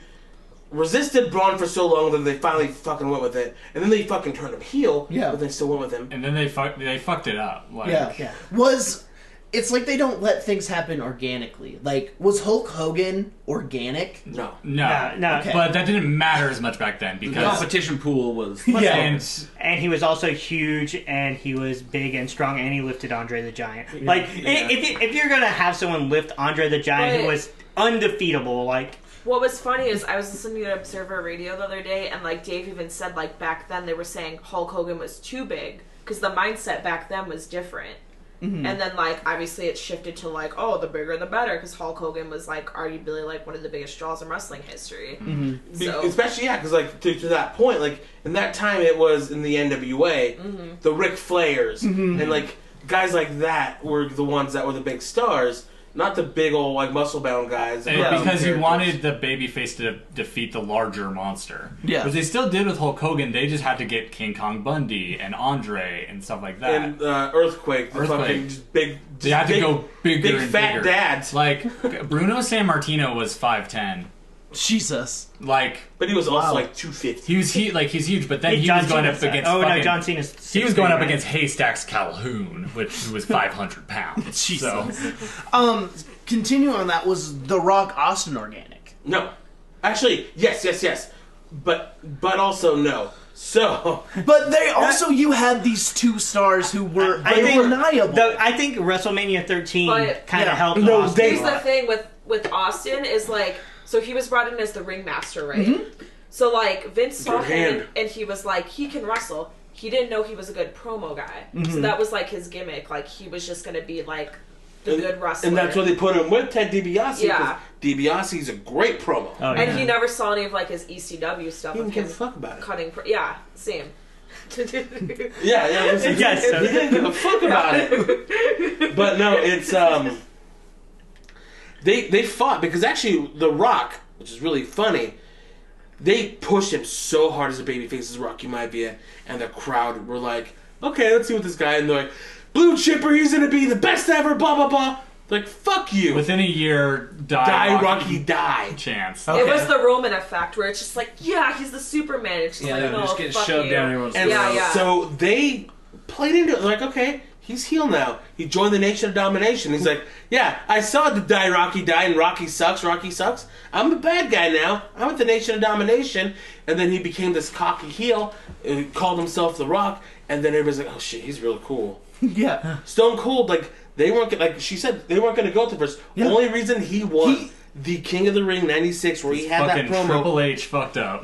Speaker 3: resisted Braun for so long that they finally fucking went with it. And then they fucking turned him heel.
Speaker 6: Yeah.
Speaker 3: But they still went with him.
Speaker 7: And then they fucked. They fucked it up. Like,
Speaker 6: Yeah.
Speaker 8: Yeah.
Speaker 6: Was it's like they don't let things happen organically. Like was Hulk Hogan organic?
Speaker 3: No.
Speaker 7: No.
Speaker 8: Uh, No, no.
Speaker 6: Okay.
Speaker 7: But that didn't matter as much back then
Speaker 5: The
Speaker 7: because.
Speaker 5: competition pool was.
Speaker 6: Yeah.
Speaker 7: And
Speaker 8: and he was also huge, and he was big and strong, and he lifted Andre the Giant. Like, i if, you, if you're gonna have someone lift Andre the Giant, who
Speaker 10: Right.
Speaker 8: was undefeatable, like
Speaker 4: What was funny is I was listening to Observer Radio the other day, and like Dave even said, like back then they were saying Hulk Hogan was too big because the mindset back then was different. And then like obviously it shifted to like oh the bigger the better because Hulk Hogan was like arguably like one of the biggest draws in wrestling history.
Speaker 3: Be-
Speaker 4: So
Speaker 3: Especially, yeah, because like to, to that point, like in that time, it was in the NWA,
Speaker 4: Mm-hmm.
Speaker 3: the Ric Flairs,
Speaker 7: Mm-hmm.
Speaker 3: and like guys like that were the ones that were the big stars, not the big old like muscle bound guys. that
Speaker 7: And
Speaker 3: were
Speaker 7: because you
Speaker 3: characters.
Speaker 7: wanted the babyface to defeat the larger monster.
Speaker 6: Yeah.
Speaker 7: Which they still did with Hulk Hogan. They just had to get King Kong Bundy and Andre and stuff like that.
Speaker 3: and uh, Earthquake, the
Speaker 7: Earthquake.
Speaker 3: fucking just big, just
Speaker 7: they had to
Speaker 3: big,
Speaker 7: go bigger
Speaker 3: big
Speaker 7: and
Speaker 3: fat
Speaker 7: bigger.
Speaker 3: dads,
Speaker 7: Like Bruno San Martino was five ten.
Speaker 6: Jesus.
Speaker 7: Like
Speaker 3: but he was also
Speaker 6: Wow.
Speaker 3: like two fifty.
Speaker 7: he was he like he's huge, but then
Speaker 8: Hey,
Speaker 7: he
Speaker 8: John
Speaker 7: was going
Speaker 8: Cena's
Speaker 7: up against
Speaker 8: Oh no,
Speaker 7: fucking-
Speaker 8: John Cena's.
Speaker 7: he was going
Speaker 8: 16,
Speaker 7: up
Speaker 8: right?
Speaker 7: against Haystacks Calhoun, which was five hundred pounds. So
Speaker 6: Jesus. Um, continue on that was The Rock Austin Organic.
Speaker 3: No, actually, yes, yes, yes, but but also no. So
Speaker 6: But they also, you had these two stars who were
Speaker 8: I think-
Speaker 6: undeniable.
Speaker 8: Though, I think WrestleMania 13 kind
Speaker 4: But-
Speaker 8: of
Speaker 6: Yeah.
Speaker 8: helped.
Speaker 3: No,
Speaker 8: Austin
Speaker 3: they-
Speaker 8: a
Speaker 4: here's the
Speaker 8: lot.
Speaker 4: thing with with Austin is like so he was brought in as the ringmaster, right?
Speaker 5: Mm-hmm.
Speaker 4: So like Vince saw
Speaker 3: Good
Speaker 4: him
Speaker 3: hand.
Speaker 4: and, and he was like he can wrestle. He didn't know he was a good promo guy,
Speaker 5: Mm-hmm.
Speaker 4: so that was like his gimmick. Like he was just gonna be like the good wrestler,
Speaker 3: and that's why they put him with Ted DiBiase.
Speaker 4: Yeah.
Speaker 3: Yeah, DiBiase's a great promo.
Speaker 7: Uh,
Speaker 8: Oh, yeah.
Speaker 4: and he never saw any of like his ECW stuff.
Speaker 3: He
Speaker 4: of
Speaker 3: didn't give
Speaker 4: him
Speaker 3: a fuck about it.
Speaker 4: cutting, pro- yeah, same.
Speaker 3: Yeah, yeah. listen, he-
Speaker 8: Yes, so-
Speaker 3: he didn't give a fuck about it. But no, it's um. They they fought because actually The Rock, which is really funny, they pushed him so hard as a babyface as Rocky Maivia, and the crowd were like, "Okay, let's see what this guy." And they're like, "Blue Chipper, he's gonna be the best ever." Blah blah blah. Like fuck you.
Speaker 7: within a year, die,
Speaker 3: die Rocky,
Speaker 7: Rocky
Speaker 3: die.
Speaker 7: chance.
Speaker 4: It was the Roman effect where it's just like, yeah, he's the Superman. It's just
Speaker 5: Yeah,
Speaker 4: like,
Speaker 5: they were
Speaker 4: oh,
Speaker 5: just getting
Speaker 4: fuck
Speaker 5: shoved
Speaker 4: you.
Speaker 5: down everyone's
Speaker 3: And
Speaker 4: Yeah, yeah.
Speaker 3: so they played into it like, okay, he's heel now. He joined the Nation of Domination. He's like, yeah, I saw the die Rocky die and Rocky sucks, Rocky sucks. I'm a bad guy now. I'm with the Nation of Domination. And then he became this cocky heel, uh, called himself The Rock, and then everybody's like, oh shit, he's really cool.
Speaker 6: yeah.
Speaker 3: Stone Cold, like they weren't gonna- like she said they weren't going to go to first. Only reason he won.
Speaker 6: He-
Speaker 3: the King of the Ring '96, where he had that
Speaker 7: fucking
Speaker 3: promo.
Speaker 7: Triple H fucked up.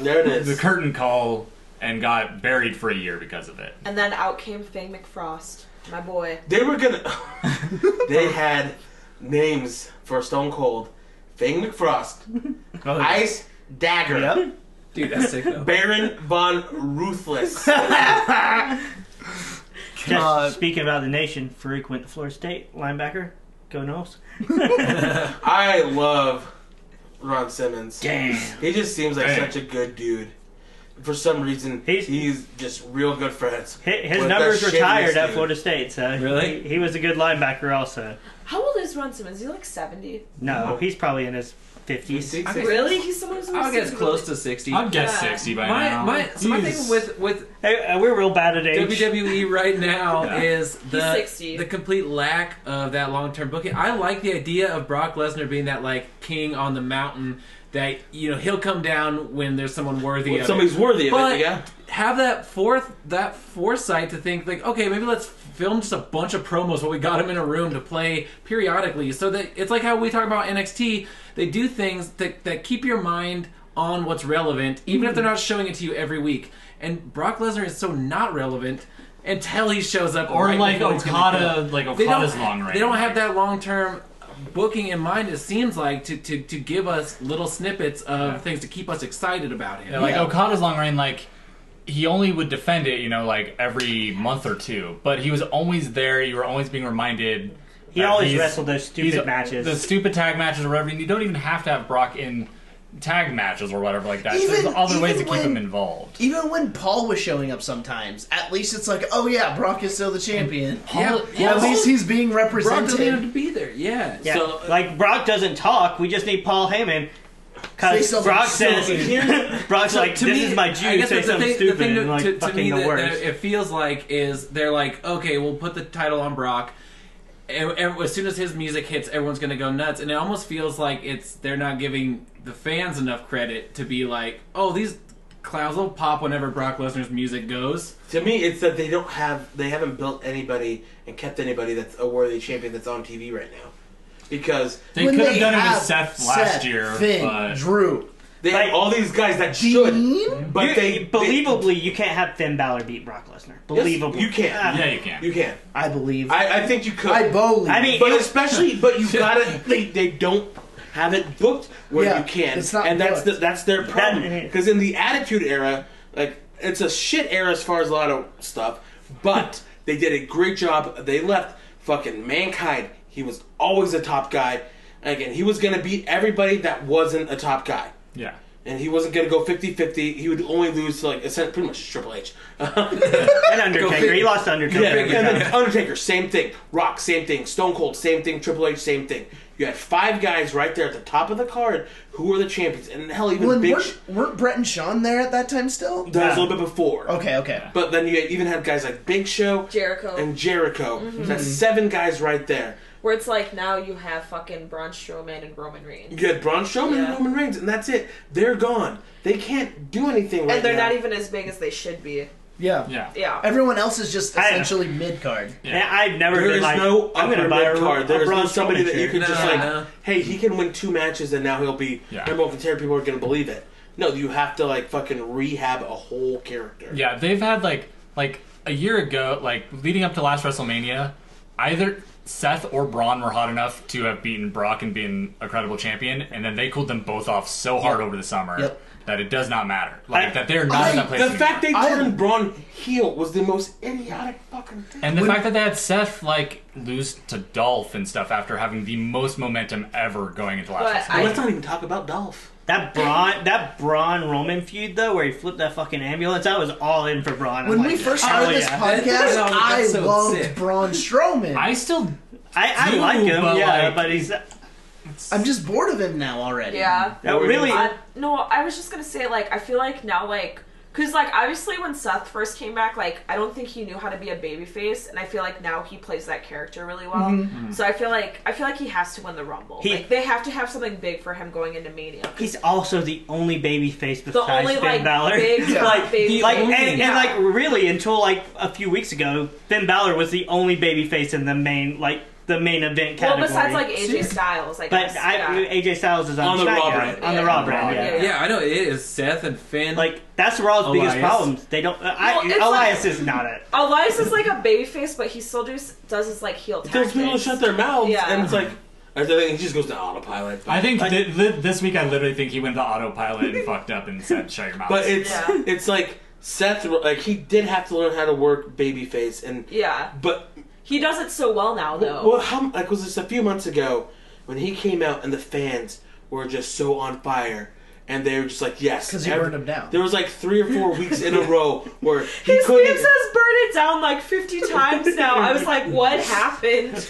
Speaker 3: There it
Speaker 7: the
Speaker 3: is.
Speaker 7: curtain call and got buried for a year because of it.
Speaker 4: and then out came Fang McFrost, my boy.
Speaker 3: They were gonna. they had names for Stone Cold, Fang McFrost,
Speaker 8: Oh, yeah.
Speaker 3: Ice Dagger,
Speaker 8: Yep.
Speaker 5: Dude, that's sick though.
Speaker 3: Baron von Ruthless.
Speaker 8: Just
Speaker 6: Uh,
Speaker 8: speaking about the nation, Farouk went to Florida State linebacker. Go Knowles.
Speaker 3: I love Ron Simmons.
Speaker 8: Damn.
Speaker 3: He just seems like
Speaker 7: Damn.
Speaker 3: such a good dude. For some reason,
Speaker 8: He's-
Speaker 3: he's, just real good friends.
Speaker 8: His, his
Speaker 3: With
Speaker 8: numbers
Speaker 3: that
Speaker 8: retired
Speaker 3: shittiness,
Speaker 8: at
Speaker 3: dude.
Speaker 8: Florida State, so
Speaker 5: Really?
Speaker 8: he, he was a good linebacker. Also,
Speaker 4: How old is Ron Simmons? Is he like 70?
Speaker 8: no, he's probably in his fifties.
Speaker 3: He's-
Speaker 4: Really? He's someone who's
Speaker 5: I'll guess close to sixty.
Speaker 7: I'd guess
Speaker 4: Yeah.
Speaker 7: sixty by
Speaker 5: My
Speaker 7: now.
Speaker 5: my so my
Speaker 7: Jeez.
Speaker 5: thing with with
Speaker 8: uh, we're real bad at age.
Speaker 5: WWE E right now is the
Speaker 4: 60.
Speaker 5: the complete lack of that long term booking. I like the idea of Brock Lesnar being that like king on the mountain that you know he'll come down when there's someone worthy
Speaker 3: Well,
Speaker 5: of
Speaker 3: somebody's
Speaker 5: it.
Speaker 3: worthy of
Speaker 5: but
Speaker 3: it, yeah.
Speaker 5: Have that forth that foresight to think like okay maybe let's film just a bunch of promos where we got him in a room to play periodically so that it's like how we talk about NXT they do things that that keep your mind on what's relevant even if
Speaker 7: Mm-hmm.
Speaker 5: they're not showing it to you every week and Brock Lesnar is so not relevant until he shows up
Speaker 7: or
Speaker 5: right
Speaker 7: like
Speaker 5: before he's gonna
Speaker 7: Okada,
Speaker 5: go.
Speaker 7: like
Speaker 5: They
Speaker 7: Okada's
Speaker 5: don't,
Speaker 7: long range.
Speaker 5: they don't have that long term booking in mind. It seems like to, to, to give us little snippets of things to keep us excited about him.
Speaker 7: Yeah, like
Speaker 6: Yeah.
Speaker 7: Okada's long reign, like he only would defend it, you know, like every month or two. But he was always there. You were always being reminded.
Speaker 8: He
Speaker 7: that
Speaker 8: always
Speaker 7: he's-
Speaker 8: wrestled those
Speaker 7: he's-
Speaker 8: stupid matches.
Speaker 7: the stupid tag matches or whatever. And you don't even have to have Brock in tag matches or whatever like that. So
Speaker 6: Even-
Speaker 7: there's other ways to
Speaker 6: even
Speaker 7: keep
Speaker 6: when-
Speaker 7: him involved.
Speaker 6: Even when Paul was showing up sometimes, at least it's like, oh yeah, Brock is still the champion.
Speaker 5: Yeah, yeah,
Speaker 6: At least he's being
Speaker 5: Brock doesn't even have
Speaker 6: represented.
Speaker 5: to be there. Yeah.
Speaker 8: yeah,
Speaker 3: so-
Speaker 8: like Brock doesn't talk. We just need Paul Heyman.
Speaker 6: Say
Speaker 8: Because
Speaker 6: something
Speaker 8: Brock says,
Speaker 6: stupid.
Speaker 8: Brock's
Speaker 5: So,
Speaker 8: like, this is my Jew,
Speaker 5: I guess
Speaker 8: say
Speaker 5: that's the
Speaker 8: something
Speaker 5: thing- the
Speaker 8: stupid.
Speaker 5: thing to-
Speaker 8: and, like,
Speaker 5: to- to
Speaker 8: fucking
Speaker 5: me
Speaker 8: the
Speaker 5: that-
Speaker 8: worst.
Speaker 5: that it feels like is they're like, okay, we'll put the title on Brock. And, and as soon as his music hits, everyone's going to go nuts. And it almost feels like it's they're not giving the fans enough credit to be like, oh, these clowns will pop whenever Brock Lesnar's music goes.
Speaker 3: To me, it's that they don't have, they haven't built anybody and kept anybody that's a worthy champion that's on TV right now. because
Speaker 7: They
Speaker 6: When
Speaker 7: could have
Speaker 6: they
Speaker 7: done it
Speaker 6: have
Speaker 7: with Seth last
Speaker 6: Seth,
Speaker 7: year,
Speaker 6: Finn,
Speaker 7: but
Speaker 6: Drew,
Speaker 3: they have
Speaker 8: Like-
Speaker 3: all these guys that should,
Speaker 6: Dean?
Speaker 3: but
Speaker 8: You-
Speaker 3: they
Speaker 8: believably, you can't have Finn Balor beat Brock Lesnar.
Speaker 3: they- yes,
Speaker 8: Believably,
Speaker 3: You can.
Speaker 8: Ah,
Speaker 7: yeah, you can.
Speaker 3: You can.
Speaker 6: I believe. I,
Speaker 3: I, I think you could.
Speaker 6: believe.
Speaker 8: I mean,
Speaker 3: but
Speaker 8: it-
Speaker 3: especially, but you gotta. They, they don't have it booked where
Speaker 6: Yeah,
Speaker 3: you can,
Speaker 6: it's not
Speaker 3: and that's the,
Speaker 6: booked.
Speaker 3: that's their problem.
Speaker 8: mhm.
Speaker 3: Because in the Attitude Era, like it's a shit era as far as a lot of stuff, but they did a great job. They left fucking mankind. He was always a top guy. Again, he was gonna beat everybody that wasn't a top guy
Speaker 7: Yeah.
Speaker 3: and he wasn't going to go 50-50. He would only lose to like essen- pretty much Triple H. Uh,
Speaker 8: and Undertaker. He lost to Undertaker.
Speaker 3: Yeah,
Speaker 8: every
Speaker 3: and
Speaker 8: time.
Speaker 3: then Undertaker, same thing. Rock, same thing. Stone Cold, same thing. Triple H, same thing. You had five guys right there at the top of the card who were the champions, and hell, even
Speaker 6: when,
Speaker 3: Big. Sh-
Speaker 6: weren't, weren't Brett and Sean there at that time still?
Speaker 3: that was a little bit before.
Speaker 6: Okay, okay.
Speaker 3: But then you even had guys like Big Show
Speaker 10: Jericho.
Speaker 3: and Jericho.
Speaker 10: Mm-hmm.
Speaker 3: So That's seven guys right there.
Speaker 10: Where it's like now you have fucking Braun Strowman and Roman Reigns.
Speaker 3: You had Braun Strowman
Speaker 10: Yeah.
Speaker 3: and Roman Reigns, and that's it. They're gone. They can't do anything right
Speaker 10: And they're
Speaker 3: now.
Speaker 10: not even as big as they should be.
Speaker 6: Yeah.
Speaker 7: Yeah.
Speaker 10: Yeah.
Speaker 6: Everyone else is just
Speaker 8: I-
Speaker 6: essentially mid card.
Speaker 8: And I've never
Speaker 3: There
Speaker 8: been
Speaker 3: is
Speaker 8: like,
Speaker 3: no
Speaker 8: I'm going
Speaker 3: upper
Speaker 8: to buy a,
Speaker 3: mid card. There
Speaker 8: a
Speaker 3: is no
Speaker 8: Braun
Speaker 3: somebody
Speaker 8: Strowman
Speaker 3: that you
Speaker 8: shirt.
Speaker 3: can just
Speaker 5: No,
Speaker 3: like,
Speaker 5: no.
Speaker 3: hey, he can win two matches and now he'll be
Speaker 7: Yeah.
Speaker 3: number one contender. People are going to believe it. No, you have to like fucking rehab a whole character.
Speaker 7: Yeah, they've had like like a year ago, like leading up to last WrestleMania, either Seth or Braun were hot enough to have beaten Brock and been a credible champion, and then they cooled them both off so hard over the summer
Speaker 6: Yep.
Speaker 7: that it does not matter. Like
Speaker 8: I-
Speaker 7: that they're not in that place.
Speaker 3: The
Speaker 7: anymore.
Speaker 3: fact they
Speaker 6: I-
Speaker 3: turned Braun heel was the most idiotic fucking thing.
Speaker 7: and the fact that they had Seth like lose to Dolph and stuff after having the most momentum ever going into
Speaker 10: But
Speaker 7: last WrestleMania.
Speaker 10: I-
Speaker 3: Let's not even talk about Dolph.
Speaker 8: That Braun, that Braun Roman feud though, where he flipped that fucking ambulance, I was all in for Braun. I'm
Speaker 6: When
Speaker 8: like,
Speaker 6: we first
Speaker 8: hell
Speaker 6: started this
Speaker 8: yeah.
Speaker 6: podcast,
Speaker 5: No, that's
Speaker 6: I
Speaker 5: so
Speaker 6: loved
Speaker 5: sick.
Speaker 6: Braun Strowman.
Speaker 7: I still
Speaker 8: I, I
Speaker 7: do,
Speaker 8: like him,
Speaker 7: but,
Speaker 8: yeah,
Speaker 7: like-
Speaker 8: but he's that
Speaker 6: I'm just bored of him now already.
Speaker 10: Yeah.
Speaker 8: really.
Speaker 10: I, no, I was just gonna say like I feel like now like because like obviously when Seth first came back like I don't think he knew how to be a babyface and I feel like now he plays that character really well. So I feel like I feel like he has to win the Rumble.
Speaker 8: He-
Speaker 10: like they have to have something big for him going into Mania.
Speaker 8: He's also the only baby face
Speaker 10: The
Speaker 8: besides
Speaker 10: only
Speaker 8: Finn
Speaker 10: like
Speaker 8: Balor.
Speaker 10: big
Speaker 8: like,
Speaker 10: baby.
Speaker 8: like
Speaker 5: only-
Speaker 8: and, and
Speaker 10: yeah.
Speaker 8: like really until like a few weeks ago, Finn Balor was the only baby face in the main like the main event
Speaker 10: well
Speaker 8: category.
Speaker 10: besides like AJ Styles like
Speaker 8: but I, AJ Styles is on,
Speaker 3: On the Raw
Speaker 8: SmackDown.
Speaker 3: brand.
Speaker 8: on the
Speaker 10: Yeah.
Speaker 8: Raw brand, yeah.
Speaker 10: Yeah.
Speaker 5: Yeah, I know it is Seth and Finn.
Speaker 8: Like that's Raw's biggest
Speaker 5: Elias.
Speaker 8: problems. They don't. Uh, I,
Speaker 10: Well, it's
Speaker 8: Elias
Speaker 10: like-
Speaker 8: is not it.
Speaker 10: Elias is like a babyface but he still does does his like heel
Speaker 3: Those people
Speaker 10: tactics.
Speaker 3: shut their mouths,
Speaker 10: Yeah.
Speaker 3: and it's like, I think he just goes to autopilot.
Speaker 7: I think th- th- this week I literally think he went to autopilot and fucked up and said, "Shut your mouth."
Speaker 3: But it's
Speaker 10: Yeah.
Speaker 3: it's like Seth, like he did have to learn how to work babyface, and
Speaker 10: Yeah,
Speaker 3: but
Speaker 10: he does it so well now though.
Speaker 3: Well, how, like was this a few months ago when he came out and the fans were just so on fire. And they were just like, yes.
Speaker 6: 'Cause he
Speaker 3: every-
Speaker 6: burned 'em down.
Speaker 3: There was like three or four weeks in a row where he
Speaker 10: His name
Speaker 3: couldn't.
Speaker 10: says burn it down like 50 times now. I was like, what happened?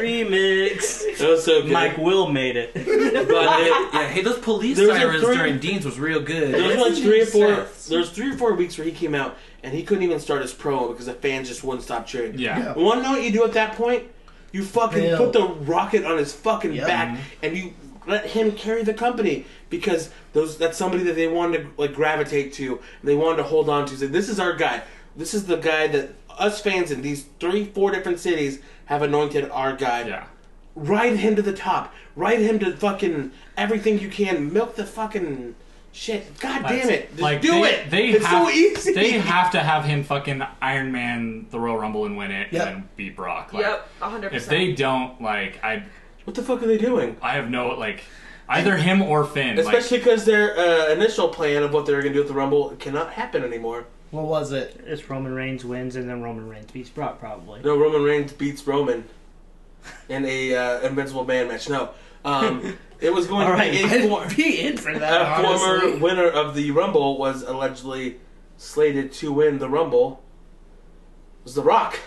Speaker 8: Remix.
Speaker 3: that was so good.
Speaker 8: Mike Will made it.
Speaker 3: But it,
Speaker 5: yeah, hey, those police
Speaker 3: There was a
Speaker 5: sirens
Speaker 3: three-
Speaker 5: during Dean's was real good.
Speaker 3: there was like three or four.
Speaker 5: Seths.
Speaker 3: There was three or four weeks where he came out and he couldn't even start his promo because the fans just wouldn't stop cheering.
Speaker 7: yeah.
Speaker 6: Yeah.
Speaker 3: Want to know what you do at that point? You fucking
Speaker 6: Bill.
Speaker 3: put the rocket on his fucking
Speaker 6: Yeah.
Speaker 3: back, and you let him carry the company because those that's somebody that they wanted to like gravitate to, and they wanted to hold on to. Say, this is our guy. This is the guy that us fans in these three, four different cities have anointed our guy.
Speaker 7: Yeah.
Speaker 3: Ride him to the top. Ride him to fucking everything you can. Milk the fucking shit. God damn it! Just do
Speaker 7: they,
Speaker 3: it.
Speaker 7: They
Speaker 3: it's
Speaker 7: have,
Speaker 3: so easy.
Speaker 7: They have to have him fucking Iron Man the Royal Rumble and win it,
Speaker 6: Yep.
Speaker 7: and then beat Brock. Like,
Speaker 10: yep, 100%.
Speaker 7: If they don't, like, I,
Speaker 3: what the fuck are they doing?
Speaker 7: I have no like, either him or Finn.
Speaker 3: Especially
Speaker 7: like,
Speaker 3: because their uh, initial plan of what they were going to do with the Rumble cannot happen anymore.
Speaker 6: What was it?
Speaker 8: It's Roman Reigns wins, and then Roman Reigns beats Brock probably.
Speaker 3: No, Roman Reigns beats Roman in a uh, Invincible Man match. No, um, it was going
Speaker 8: All
Speaker 3: to
Speaker 8: right,
Speaker 3: be a, for-
Speaker 6: I'd be in for that.
Speaker 3: a former
Speaker 6: honestly.
Speaker 3: winner of the Rumble was allegedly slated to win the Rumble. It was The Rock?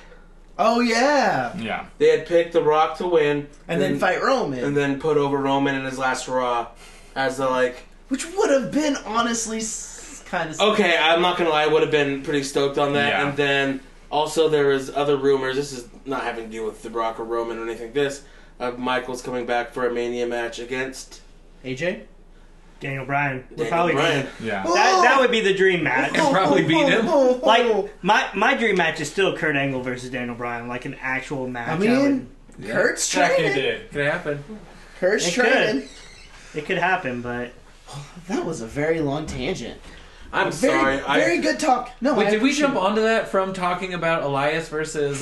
Speaker 6: Oh yeah,
Speaker 7: yeah,
Speaker 3: They had picked The Rock to win,
Speaker 6: and then fight Roman,
Speaker 3: and then put over Roman in his last Raw as the like.
Speaker 6: which would have been honestly kind of.
Speaker 3: Okay, I'm not gonna lie, I would have been pretty stoked on that.
Speaker 7: Yeah.
Speaker 3: And then also there was other rumors. This is not having to do with The Rock or Roman or anything. like This of Michaels coming back for a Mania match against
Speaker 6: AJ.
Speaker 8: Daniel Bryan. would
Speaker 3: Daniel
Speaker 8: probably
Speaker 3: Bryan.
Speaker 7: yeah.
Speaker 8: That,
Speaker 6: Oh.
Speaker 8: that would be the dream match.
Speaker 5: probably beat him.
Speaker 8: Like my my dream match is still Kurt Angle versus Daniel Bryan, like an actual match.
Speaker 6: I mean,
Speaker 8: would-
Speaker 6: Kurt's
Speaker 7: Jack
Speaker 6: training.
Speaker 7: did it.
Speaker 5: Could happen.
Speaker 6: Kurt's
Speaker 8: It
Speaker 6: training.
Speaker 8: It could happen, but
Speaker 6: That was a very long tangent.
Speaker 3: I'm
Speaker 6: Very,
Speaker 3: sorry.
Speaker 6: very
Speaker 3: I,
Speaker 6: good talk. No,
Speaker 5: Wait,
Speaker 6: I
Speaker 5: did we
Speaker 6: appreciate
Speaker 5: jump onto that from talking about Elias versus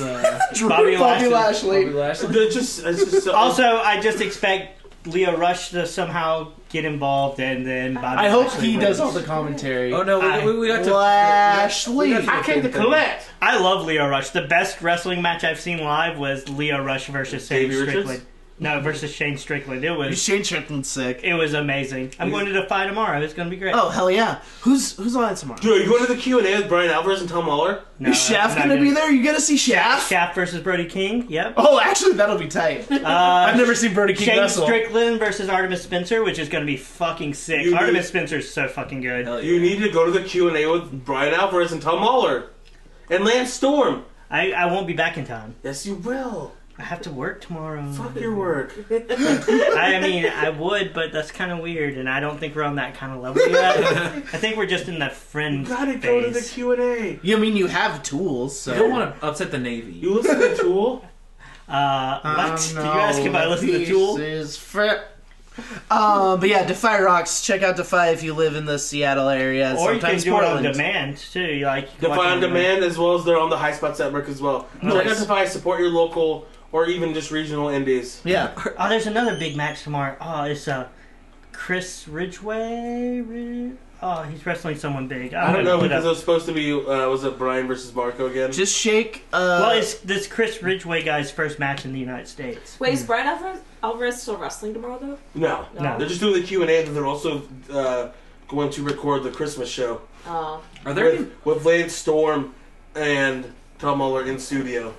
Speaker 5: uh,
Speaker 6: it. Drew Bobby,
Speaker 8: Bobby
Speaker 6: Lashley?
Speaker 5: Bobby Lashley?
Speaker 3: they're just, it's just so, um,
Speaker 8: also I just expect Leo Rush to somehow get involved, and then Bobby
Speaker 6: I hope
Speaker 8: Lashley
Speaker 6: he does
Speaker 8: wins.
Speaker 6: all the commentary.
Speaker 5: Oh no,
Speaker 8: I-
Speaker 5: we, we, we got to
Speaker 6: Lashley.
Speaker 3: I came to collect.
Speaker 8: I love Leo Rush. The best wrestling match I've seen live was Leo Rush versus Shane
Speaker 3: Davey Richards?
Speaker 8: Strickland. No, versus Shane Strickland. It was
Speaker 6: Shane Strickland's sick.
Speaker 8: it was amazing. I'm going to Defy tomorrow. It's going to be great.
Speaker 6: Oh hell yeah! Who's who's on tomorrow?
Speaker 3: Dude, are you going to the Q and A with Brian Alvarez and Tom Waller?
Speaker 8: no,
Speaker 6: Is Shaft
Speaker 8: I'm not
Speaker 6: gonna be there? You gonna see Shaft?
Speaker 8: Shaft versus Brody King. Yep.
Speaker 6: Oh, actually, that'll be tight.
Speaker 8: Uh,
Speaker 6: I've never seen Brody King
Speaker 8: Shane
Speaker 6: wrestle.
Speaker 8: Strickland versus Artemis Spencer, which is going to be fucking sick.
Speaker 3: You-
Speaker 8: Artemis Spencer's so fucking good.
Speaker 3: You need to go to the Q and A with Brian Alvarez and Tom Waller, and Lance Storm.
Speaker 8: I, I won't be back in time.
Speaker 3: Yes, you will.
Speaker 8: I have to work tomorrow.
Speaker 3: Fuck your work.
Speaker 8: I mean, I would, but that's kind of weird, and I don't think we're on that kind of level yet. I think we're just in the friend
Speaker 3: You gotta
Speaker 8: phase.
Speaker 3: go to the Q and A.
Speaker 6: You mean you have tools? So
Speaker 5: I don't want to upset the Navy.
Speaker 3: You listen to Tool.
Speaker 8: Uh, what? Did you ask if I listen to Tool?
Speaker 6: Is fr- um, but yeah, Defy rocks. Check out Defy if you live in the Seattle area.
Speaker 8: Or you can
Speaker 6: sometimes
Speaker 8: do
Speaker 6: Portland.
Speaker 8: it on demand too. You Like you can watch
Speaker 3: Defy
Speaker 8: it
Speaker 3: on demand, as well as they're on the High Spots Network as well. Check out
Speaker 6: Nice.
Speaker 3: Defy. Support your local or even just regional indies.
Speaker 6: Yeah,
Speaker 8: Oh, there's another big match tomorrow. Oh, it's uh, Chris Ridgway. Rid- Oh, he's wrestling someone big.
Speaker 3: I
Speaker 8: I'm
Speaker 3: don't
Speaker 8: gonna
Speaker 3: know
Speaker 8: pull it
Speaker 3: because it
Speaker 8: up.
Speaker 3: was supposed to be uh, was it Brian versus Marco again?
Speaker 6: just shake. Uh,
Speaker 8: Well, it's this Chris Ridgway guy's first match in the United States.
Speaker 10: Wait, is Brian Alvarez, Alvarez still wrestling tomorrow though?
Speaker 3: no,
Speaker 8: No.
Speaker 3: they're just doing the Q and A, and they're also uh, going to record the Christmas show
Speaker 10: Oh,
Speaker 5: Are there any,
Speaker 3: with, with Lance Storm and Tom Muller in studio.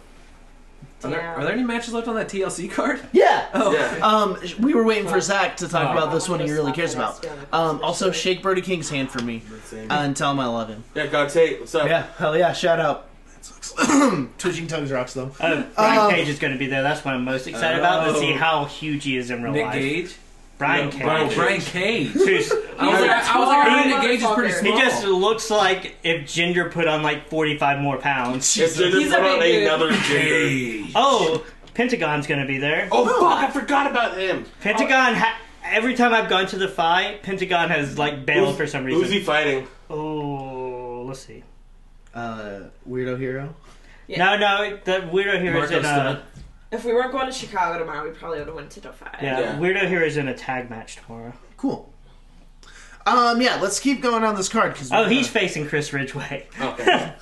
Speaker 5: are there,
Speaker 10: damn.
Speaker 5: are there any matches left on that TLC card?
Speaker 6: yeah.
Speaker 3: Yeah,
Speaker 6: Um, we were waiting for Zach to talk
Speaker 5: Oh.
Speaker 6: about this one he really cares about. Um, also, shake Brody King's hand for me
Speaker 3: Same.
Speaker 6: uh, and tell him I love him.
Speaker 3: yeah. God, Tate, what's up?
Speaker 6: Yeah, hell yeah! Shout out. Twitching tongues rocks though.
Speaker 8: Uh, Brian
Speaker 6: Um,
Speaker 8: Cage is going to be there. That's what I'm most excited about to
Speaker 5: Oh.
Speaker 8: see how huge he is in real
Speaker 5: Nick
Speaker 8: life.
Speaker 5: Gage,
Speaker 8: Brian
Speaker 3: No,
Speaker 8: Cage.
Speaker 3: Brian Cage.
Speaker 5: Brian Cage.
Speaker 8: Who's-
Speaker 5: I was like, I was like, I think Nick Gage is pretty
Speaker 8: he
Speaker 5: small.
Speaker 8: just looks like if Ginger put on like 45 more pounds.
Speaker 3: If they're
Speaker 10: He's
Speaker 3: just
Speaker 10: a
Speaker 3: put on
Speaker 10: big dude.
Speaker 3: another gender.
Speaker 5: Gage.
Speaker 8: Oh, Pentagon's going to be there.
Speaker 3: Oh fuck! I forgot about him.
Speaker 8: Pentagon. Ha- every time I've gone to the fight, Pentagon has like bailed
Speaker 3: Who's-
Speaker 8: for some
Speaker 3: Who's he
Speaker 8: reason.
Speaker 3: fighting?
Speaker 8: Oh, let's see.
Speaker 6: Uh, weirdo hero.
Speaker 8: No, no, the weirdo here is
Speaker 5: Marco
Speaker 8: in a
Speaker 10: If we weren't going to Chicago tomorrow, we probably would have went to Defy.
Speaker 8: yeah,
Speaker 3: Yeah. Oh,
Speaker 8: weirdo here is in a tag match tomorrow.
Speaker 6: Cool. Um, yeah, let's keep going on this card because
Speaker 8: Oh, he's facing Chris Ridgway.
Speaker 3: Okay.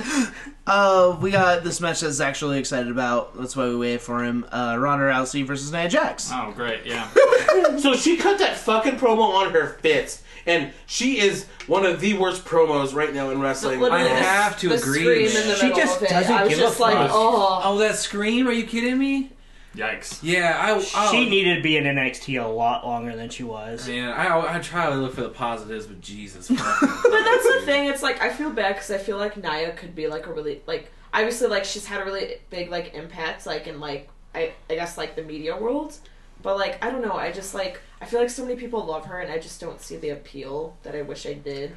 Speaker 6: Uh, we got this match that's actually excited about. That's why we waited for him. Uh, Ronda Rousey versus Nia Jax.
Speaker 7: Oh, great. Yeah.
Speaker 3: so she cut that fucking promo on her fist, and she is one of the worst promos right now in wrestling.
Speaker 10: Literally,
Speaker 5: I
Speaker 10: the-
Speaker 5: have to
Speaker 10: the
Speaker 5: agree,
Speaker 10: Scream
Speaker 5: man.
Speaker 10: in the
Speaker 8: She
Speaker 10: middle
Speaker 8: just
Speaker 10: of it.
Speaker 8: doesn't
Speaker 10: I was
Speaker 8: give a
Speaker 10: just like,
Speaker 8: fuck.
Speaker 10: oh,
Speaker 5: Oh, that scream! Are you kidding me?
Speaker 7: Yikes.
Speaker 5: Yeah, I. Oh,
Speaker 8: She needed to be in NXT a lot longer than she was.
Speaker 5: Man, I, I try to look for the positives, but Jesus.
Speaker 10: But that's the thing. It's like I feel bad because I feel like Naya could be like a really like obviously like she's had a really big like impact like in like I I guess like the media world, but like I don't know. I just like I feel like so many people love her and I just don't see the appeal that I wish I did.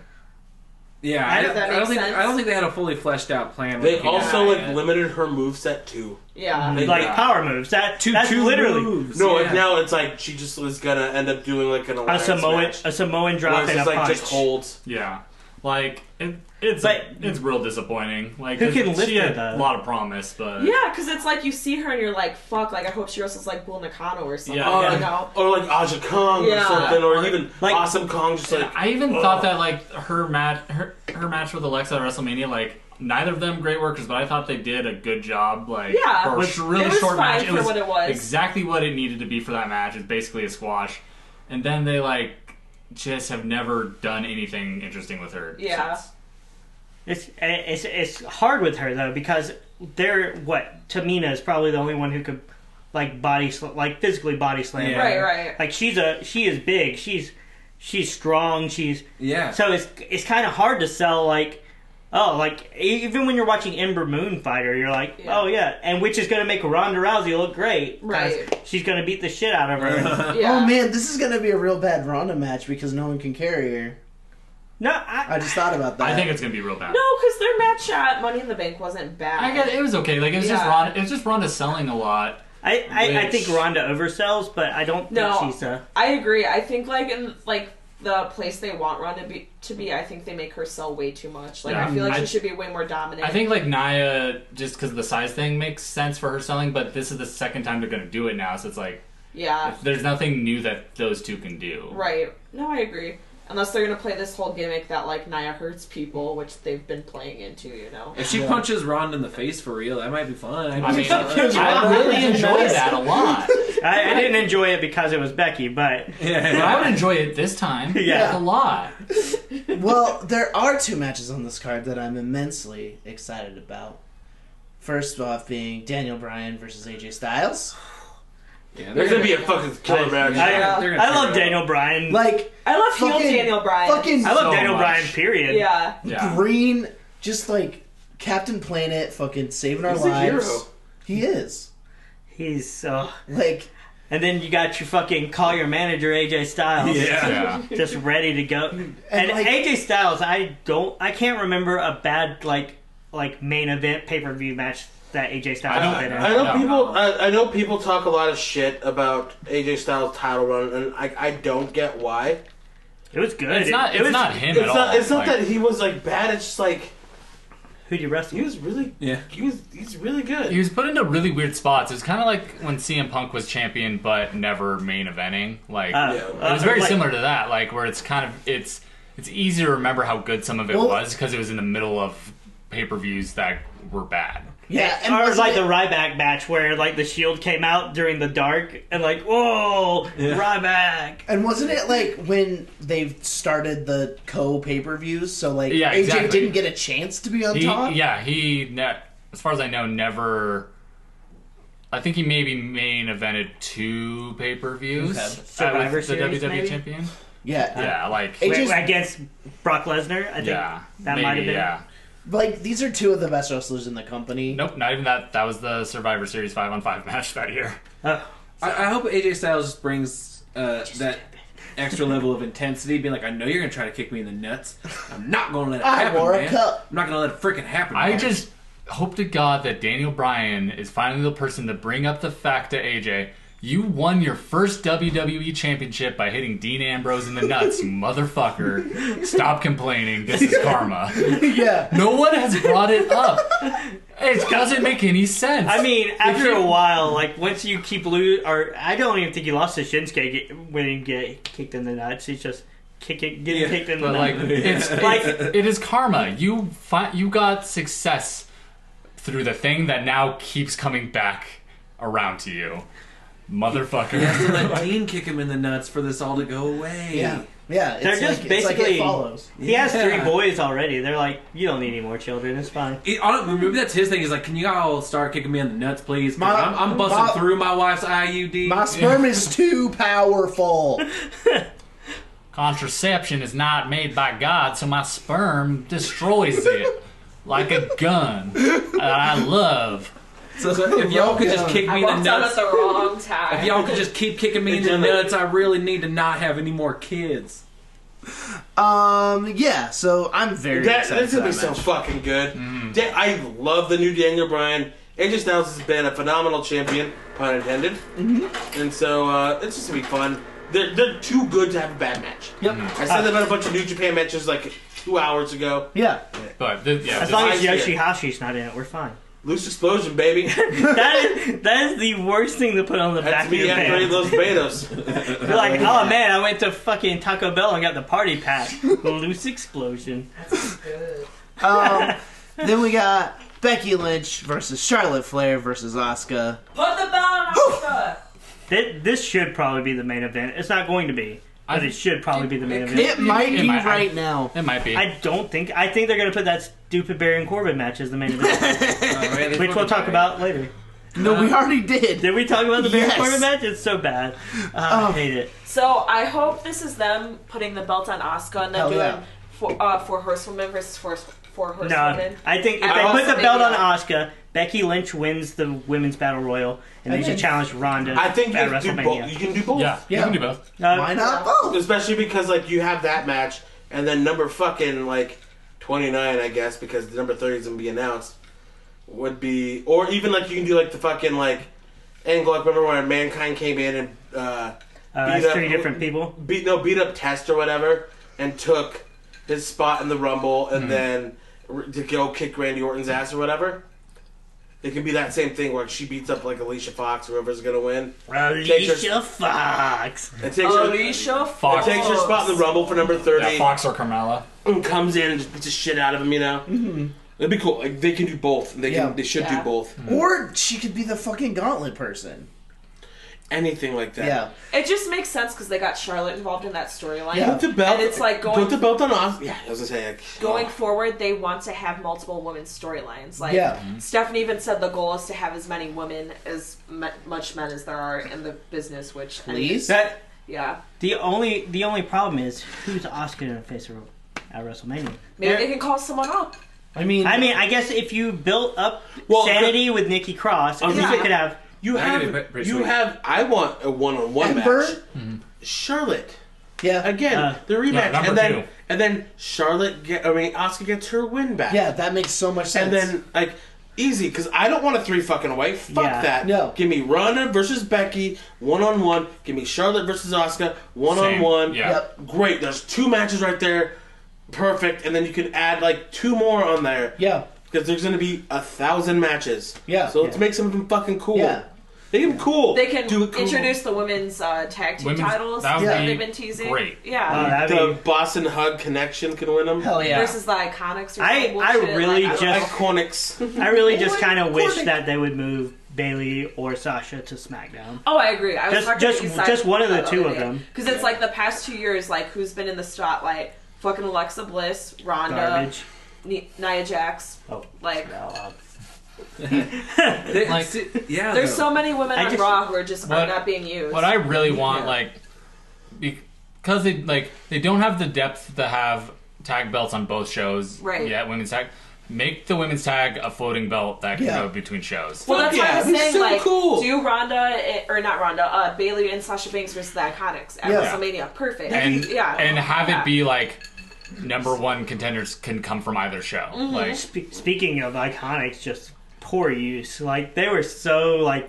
Speaker 5: Yeah, I,
Speaker 10: Does that
Speaker 5: I
Speaker 10: make
Speaker 5: don't think
Speaker 10: sense?
Speaker 5: I don't think they had a fully fleshed out plan. when
Speaker 3: They
Speaker 5: it came
Speaker 3: also
Speaker 5: out.
Speaker 3: like limited her moveset too.
Speaker 10: Yeah.
Speaker 3: They-
Speaker 8: Like
Speaker 3: Yeah.
Speaker 8: power moves. That
Speaker 5: two
Speaker 8: that's
Speaker 5: two
Speaker 8: literally
Speaker 5: moves.
Speaker 3: No,
Speaker 5: yeah.
Speaker 3: now it's like she just was gonna end up doing like an
Speaker 8: a
Speaker 3: alliance
Speaker 8: Samoan
Speaker 3: match.
Speaker 8: a Samoan drop
Speaker 3: Whereas
Speaker 8: and a
Speaker 3: it's like
Speaker 8: punch.
Speaker 3: just holds.
Speaker 7: Yeah. Like it, it's
Speaker 8: But-
Speaker 7: it's real disappointing. Like
Speaker 8: Who can
Speaker 7: she
Speaker 8: lift
Speaker 7: had
Speaker 8: it, though?
Speaker 7: a lot of promise, but
Speaker 10: Yeah, because it's like you see her and you're like, fuck, like I hope she wrestles like Bull Nakano or something.
Speaker 7: Yeah.
Speaker 10: You know?
Speaker 3: Or like Aja Kong or
Speaker 10: Yeah.
Speaker 3: something, or even
Speaker 8: Like-
Speaker 3: Awesome Kong, just like
Speaker 7: I even
Speaker 10: oh.
Speaker 7: thought that like her match her her match with Alexa at WrestleMania like. Neither of them great workers, but I thought they did a good job. Like
Speaker 10: Yeah.
Speaker 7: for a
Speaker 10: It
Speaker 7: sh- really
Speaker 10: was
Speaker 7: short
Speaker 10: fine
Speaker 7: match,
Speaker 10: for what it was.
Speaker 7: exactly what it needed to be for that match. It's basically a squash, and then they like just have never done anything interesting with her.
Speaker 10: Yeah.
Speaker 7: since.
Speaker 8: It's, it's it's hard with her though because they're what Tamina is probably the only one who could like body sl- like physically body slam.
Speaker 5: Yeah.
Speaker 8: her.
Speaker 10: Right, right.
Speaker 8: Like she's a she is big. She's she's strong. She's
Speaker 5: yeah.
Speaker 8: so it's it's kind of hard to sell like. Oh, like e- even when you're watching Ember Moon fight her, you're like,
Speaker 10: Yeah.
Speaker 8: oh yeah, and which is gonna make Ronda Rousey look great. 'cause
Speaker 10: Right.
Speaker 8: She's gonna beat the shit out of her.
Speaker 10: Yeah.
Speaker 6: Oh man, this is gonna be a real bad Ronda match because no one can carry her.
Speaker 8: no, I,
Speaker 6: I just thought about that.
Speaker 7: I think it's gonna be real bad.
Speaker 10: No, because their match at Money in the Bank wasn't bad.
Speaker 7: I guess it was okay. Like it was just
Speaker 10: Yeah.
Speaker 7: Ronda. It was just Ronda selling a lot,
Speaker 8: I, I, I
Speaker 5: Which-
Speaker 8: think Rhonda oversells, but I don't
Speaker 10: No.
Speaker 8: think she's a.
Speaker 10: I agree. I think like in like the place they want Ron to be to be, I think they make her sell way too much. Like I
Speaker 7: Yeah.
Speaker 10: feel like
Speaker 7: I-
Speaker 10: she should be way more dominant.
Speaker 7: I think like Naya, just because the size thing makes sense for her selling, but this is the second time they're going to do it now, so it's like
Speaker 10: yeah.
Speaker 7: there's nothing new that those two can do.
Speaker 10: Right. No, I agree. Unless they're gonna play this whole gimmick that like Nia hurts people, which they've been playing into, you know.
Speaker 5: If she punches Ron in the face for real, that might be fun. I'd
Speaker 7: I
Speaker 5: be
Speaker 7: mean,
Speaker 5: fun.
Speaker 7: I really enjoyed that a lot.
Speaker 8: I, I didn't enjoy it because it was Becky, but
Speaker 7: But
Speaker 5: yeah.
Speaker 7: I would enjoy it this time.
Speaker 8: Yeah.
Speaker 7: a lot.
Speaker 6: well, there are two matches on this card that I'm immensely excited about. First off, being Daniel Bryan versus AJ Styles.
Speaker 5: yeah,
Speaker 3: There's gonna be a fucking killer match.
Speaker 8: I,
Speaker 5: Yeah, they're gonna
Speaker 8: I love
Speaker 5: figure it
Speaker 8: Daniel Bryan.
Speaker 6: Like,
Speaker 10: I love heel
Speaker 6: fucking,
Speaker 10: Daniel Bryan.
Speaker 6: Fucking
Speaker 8: I love
Speaker 7: so
Speaker 8: Daniel
Speaker 7: much.
Speaker 8: Bryan. Period.
Speaker 10: yeah.
Speaker 7: Yeah.
Speaker 6: green, just like Captain Planet, fucking saving our
Speaker 3: He's a
Speaker 6: lives.
Speaker 3: hero.
Speaker 6: He is.
Speaker 8: He's so.
Speaker 6: Like,
Speaker 8: And then you got your fucking call your manager AJ Styles.
Speaker 7: Yeah.
Speaker 8: Just ready to go. And,
Speaker 6: like-
Speaker 8: AJ Styles, I don't, I can't remember a bad like like main event pay per view match that AJ Styles
Speaker 7: I
Speaker 8: has
Speaker 7: don't-
Speaker 8: been in.
Speaker 7: I
Speaker 3: I know
Speaker 7: No,
Speaker 3: people.
Speaker 7: no.
Speaker 3: I, I know people talk a lot of shit about AJ Styles title run, and I, I don't get why.
Speaker 8: It was good.
Speaker 7: It's not.
Speaker 8: It,
Speaker 7: It's
Speaker 8: was,
Speaker 7: not him
Speaker 3: It's
Speaker 7: at
Speaker 3: not.
Speaker 7: all.
Speaker 3: It's not
Speaker 7: Like,
Speaker 3: that he was like bad. It's just like
Speaker 8: Who do you
Speaker 3: he
Speaker 8: wrestle?
Speaker 3: was really.
Speaker 5: Yeah.
Speaker 3: He was. He's really good.
Speaker 7: He was put into really weird spots. It's kind of like when CM Punk was champion but never main eventing. Like
Speaker 8: Uh,
Speaker 3: Yeah.
Speaker 7: it was very
Speaker 8: like-
Speaker 7: similar to that. Like where it's kind of it's it's easy to remember how good some of it
Speaker 6: Well-
Speaker 7: was because it was in the middle of pay per views that were bad.
Speaker 6: yeah, and
Speaker 8: or
Speaker 6: wasn't
Speaker 8: like
Speaker 6: it-
Speaker 8: the Ryback match where like the Shield came out during the dark and like whoa Ryback.
Speaker 6: And wasn't it like when they started the co pay per views? So like
Speaker 7: Yeah,
Speaker 6: AJ
Speaker 7: exactly.
Speaker 6: didn't get a chance to be on
Speaker 7: He,
Speaker 6: top.
Speaker 7: yeah, he ne- as far as I know never. I think he maybe main evented two pay per views.
Speaker 6: Okay.
Speaker 8: Survivor
Speaker 7: the
Speaker 8: Series,
Speaker 7: WWE
Speaker 8: maybe?
Speaker 7: champion.
Speaker 6: yeah.
Speaker 7: Yeah, like
Speaker 6: It
Speaker 8: Wait,
Speaker 6: just-
Speaker 8: against Brock Lesnar. I think
Speaker 7: yeah,
Speaker 8: that
Speaker 7: maybe,
Speaker 8: might have been.
Speaker 7: yeah.
Speaker 6: Like these are two of the best wrestlers in the company.
Speaker 7: Nope, not even that. That was the Survivor Series five on five match that year.
Speaker 8: Oh,
Speaker 5: I, I hope AJ Styles just brings uh, that extra level of intensity, being like, I know you're gonna try to kick me in the nuts. I'm not gonna let it
Speaker 6: I
Speaker 5: happen,
Speaker 6: wore a
Speaker 5: man.
Speaker 6: cup."
Speaker 5: I'm not gonna let it freaking happen.
Speaker 7: I
Speaker 5: man."
Speaker 7: just hope to God that Daniel Bryan is finally the person to bring up the fact to AJ. You won your first WWE championship by hitting Dean Ambrose in the nuts, you motherfucker. Stop complaining. This is karma.
Speaker 6: yeah.
Speaker 7: No one has brought it up. It doesn't make any sense.
Speaker 8: I mean, after a while, like once you keep lose, or I don't even think he lost to Shinsuke get, when he get kicked in the nuts. He's just kicking, getting
Speaker 5: Yeah,
Speaker 8: kicked in the
Speaker 7: But like,
Speaker 8: nuts.
Speaker 7: it's,
Speaker 8: Like-
Speaker 7: it's- it is karma. You fi- you got success through the thing that now keeps coming back around to you, motherfucker.
Speaker 5: to let Dean kick him in the nuts for this all to go away.
Speaker 6: Yeah. Yeah. It's
Speaker 8: They're
Speaker 6: like,
Speaker 8: just
Speaker 6: it's like
Speaker 8: basically-
Speaker 6: it follows.
Speaker 8: He has
Speaker 5: Yeah.
Speaker 8: three boys already. They're like, you don't need any more children. It's fine.
Speaker 5: It- I don't- maybe that's his thing. He's like, can you all start kicking me in the nuts, please? 'Cause
Speaker 6: My-
Speaker 5: I'm, I'm busting
Speaker 6: my-
Speaker 5: through my wife's IUD.
Speaker 6: My sperm is too powerful.
Speaker 7: Contraception is not made by God, so my sperm destroys it like a gun that I love.
Speaker 5: So, so if y'all could just kick
Speaker 10: I
Speaker 5: me in
Speaker 10: walked
Speaker 5: the
Speaker 10: out at
Speaker 5: nuts,
Speaker 10: the wrong
Speaker 5: if
Speaker 10: time.
Speaker 5: y'all could just keep kicking me in the nuts, I really need to not have any more kids.
Speaker 6: Um. Yeah. So I'm very
Speaker 3: That,
Speaker 6: excited.
Speaker 3: this
Speaker 6: for
Speaker 3: is gonna be
Speaker 6: that
Speaker 3: so
Speaker 6: match.
Speaker 3: fucking good. Da- I love the new Daniel Bryan. AJ Styles has been a phenomenal champion, pun intended.
Speaker 8: Mm-hmm.
Speaker 3: And so uh, it's just gonna be fun. They're, they're too good to have a bad match.
Speaker 6: Yep.
Speaker 3: I said that about a bunch of New Japan matches like two hours ago.
Speaker 6: Yeah.
Speaker 7: But th- yeah,
Speaker 8: As
Speaker 7: this-
Speaker 8: long as
Speaker 3: I see it.
Speaker 8: Yoshihashi's not in it, we're fine.
Speaker 3: Loose explosion, baby.
Speaker 8: That is that is the worst thing to put on the back
Speaker 3: That's
Speaker 8: of your
Speaker 3: me after
Speaker 8: pants.
Speaker 3: Los Betos.
Speaker 8: You're like, oh man, I went to fucking Taco Bell and got the party pack. Loose explosion.
Speaker 6: Um. then we got Becky Lynch versus Charlotte Flair versus Asuka.
Speaker 10: Put the bell on Oscar.
Speaker 8: Thi- This should probably be the main event. It's not going to be, but
Speaker 7: I-
Speaker 8: it should probably be the main event.
Speaker 6: It might
Speaker 7: it
Speaker 6: be
Speaker 7: might- I-
Speaker 6: right now.
Speaker 7: it might be.
Speaker 8: I don't think. I think they're gonna put that stupid Barry and Corbin match as the main event,
Speaker 5: Alright,
Speaker 8: which we'll talk
Speaker 5: okay.
Speaker 8: about later.
Speaker 6: No, we already did.
Speaker 8: Did we talk about the Barry
Speaker 6: Yes.
Speaker 8: and Corbin match? It's so bad. Ah,
Speaker 6: Oh.
Speaker 8: I hate it.
Speaker 10: So I hope this is them putting the belt on Oscar and then
Speaker 6: Hell
Speaker 10: doing
Speaker 6: yeah.
Speaker 10: four, uh, four horsewomen versus four four
Speaker 8: No,
Speaker 10: horsewomen.
Speaker 8: I think if
Speaker 10: I
Speaker 8: they
Speaker 10: also
Speaker 8: put the
Speaker 10: think
Speaker 8: belt on
Speaker 10: that-
Speaker 8: Oscar, Becky Lynch wins the women's battle royal, and
Speaker 6: I
Speaker 8: they should
Speaker 6: think-
Speaker 8: challenge Ronda
Speaker 3: I think you
Speaker 8: at
Speaker 3: can do both. You
Speaker 8: WrestleMania.
Speaker 3: can do both.
Speaker 7: yeah, you
Speaker 6: Yeah.
Speaker 7: can do both.
Speaker 8: Uh,
Speaker 6: Why not both?
Speaker 3: Especially because like you have that match, and then number fucking like twenty nine, I guess, because the number thirty is gonna be announced. Would be, or even like you can do like the fucking like angle. Like remember when Mankind came in and uh,
Speaker 8: Uh,
Speaker 3: beat
Speaker 8: that's
Speaker 3: up-
Speaker 8: three different people.
Speaker 3: beat no beat up Test or whatever, and took his spot in the Rumble,
Speaker 7: Mm-hmm.
Speaker 3: and then r- to go kick Randy Orton's ass or whatever. It could be that same thing where she beats up like Alicia Fox, whoever's gonna win,
Speaker 8: Alicia Fox.
Speaker 3: and takes her,
Speaker 4: Alicia
Speaker 7: Fox.
Speaker 3: takes her spot in the Rumble for number thirty,
Speaker 7: Yeah, Fox or Carmella.
Speaker 3: and comes in and just beats the shit out of him. You know, mm-hmm. it'd be cool. Like, they can do both. They
Speaker 6: Yeah.
Speaker 3: can, they should
Speaker 4: Yeah.
Speaker 3: do both.
Speaker 6: Or she could be the fucking gauntlet person.
Speaker 3: Anything like that.
Speaker 6: Yeah.
Speaker 4: It just makes sense because they got Charlotte involved in that storyline.
Speaker 6: Yeah.
Speaker 3: Put the belt.
Speaker 4: And it's like going-
Speaker 3: Put the belt on Oscar. Yeah, I was gonna say. Like,
Speaker 4: Going
Speaker 3: oh.
Speaker 4: forward, they want to have multiple women storylines. Like
Speaker 6: Yeah.
Speaker 4: Stephanie even said, the goal is to have as many women as mu much men as there are in the business. Which I mean,
Speaker 6: Please?
Speaker 8: That
Speaker 4: yeah,
Speaker 8: the only the only problem is who's Oscar gonna face at at WrestleMania?
Speaker 4: maybe they can call someone up.
Speaker 6: I mean,
Speaker 8: I mean, I guess if you built up
Speaker 3: Well,
Speaker 8: sanity with Nikki Cross,
Speaker 3: I'm
Speaker 8: you
Speaker 3: thinking-
Speaker 8: could have.
Speaker 3: you
Speaker 5: That could be
Speaker 3: have
Speaker 5: pretty
Speaker 3: you
Speaker 5: sweet.
Speaker 3: have. I want a one-on-one
Speaker 6: Ember?
Speaker 3: match. Charlotte
Speaker 6: yeah,
Speaker 3: again,
Speaker 8: Uh,
Speaker 3: the rematch,
Speaker 7: number
Speaker 3: and then
Speaker 7: two.
Speaker 3: and then Charlotte. Get, I mean, Oscar gets her win back.
Speaker 6: yeah, that makes so much sense.
Speaker 3: and then like easy because I don't want a three fucking away. Fuck
Speaker 8: Yeah.
Speaker 3: that.
Speaker 6: No.
Speaker 3: give me Ronda versus Becky one-on-one. Give me Charlotte versus Oscar one-on-one.
Speaker 7: Same. Yeah.
Speaker 6: yep,
Speaker 3: great. There's two matches right there. Perfect, and then you can add like two more on there.
Speaker 6: yeah,
Speaker 3: Because there's going to be a thousand matches.
Speaker 6: Yeah.
Speaker 3: So let's make some of them fucking cool.
Speaker 6: Yeah.
Speaker 3: Make them cool.
Speaker 4: They can
Speaker 3: Do it cool.
Speaker 4: introduce the women's uh, tag team
Speaker 7: Women's-
Speaker 4: titles
Speaker 7: that
Speaker 4: that
Speaker 7: would
Speaker 6: be
Speaker 4: they've been teasing.
Speaker 7: great.
Speaker 8: Oh,
Speaker 4: Yeah.
Speaker 8: that'd
Speaker 3: The
Speaker 8: be-
Speaker 3: Boston Hug connection can win them.
Speaker 6: hell Uh, yeah.
Speaker 4: Versus the Iconics. Or some
Speaker 8: I- I
Speaker 4: bullshit,
Speaker 8: really
Speaker 4: like, I don't
Speaker 8: just-
Speaker 3: Iconics.
Speaker 8: I really just
Speaker 6: Or-
Speaker 8: kind
Speaker 6: or
Speaker 8: of wish
Speaker 6: they-
Speaker 8: that they would move Bailey or Sasha to SmackDown.
Speaker 4: Oh, I agree. I was
Speaker 8: Just-
Speaker 4: talking
Speaker 8: just-
Speaker 4: to Eastside
Speaker 8: just one of the two of them.
Speaker 4: Because it's like the past two years, like who's been in the spotlight? Fucking Alexa Bliss,
Speaker 3: Uh,
Speaker 4: Ronda,
Speaker 8: Garbage.
Speaker 4: Ni- Nia Jax.
Speaker 8: Oh,
Speaker 4: Like
Speaker 8: no.
Speaker 5: They- see- yeah,
Speaker 4: there's
Speaker 5: though.
Speaker 4: so many women
Speaker 8: I
Speaker 4: on
Speaker 8: just-
Speaker 4: Raw who are just
Speaker 7: What-
Speaker 4: are not being used.
Speaker 7: What I really want,
Speaker 4: Yeah.
Speaker 7: like, because they like they don't have the depth to have tag belts on both shows
Speaker 4: Right.
Speaker 7: yet. Women's tag, make the women's tag a floating belt that can
Speaker 6: Yeah.
Speaker 7: go between shows.
Speaker 4: well, that's
Speaker 3: Yeah,
Speaker 4: why I
Speaker 3: it'd
Speaker 4: was
Speaker 3: be
Speaker 4: saying,
Speaker 3: so
Speaker 4: like,
Speaker 3: cool.
Speaker 4: do Ronda eh, or not Ronda, uh, Bailey and Sasha Banks versus the Iconics at
Speaker 6: Yeah.
Speaker 4: WrestleMania. Perfect.
Speaker 7: and
Speaker 4: yeah,
Speaker 7: and have
Speaker 4: Yeah.
Speaker 7: it be like number one contenders can come from either show.
Speaker 4: Mm-hmm.
Speaker 7: Like
Speaker 8: Spe- speaking of iconics, just poor use. Like they were so like,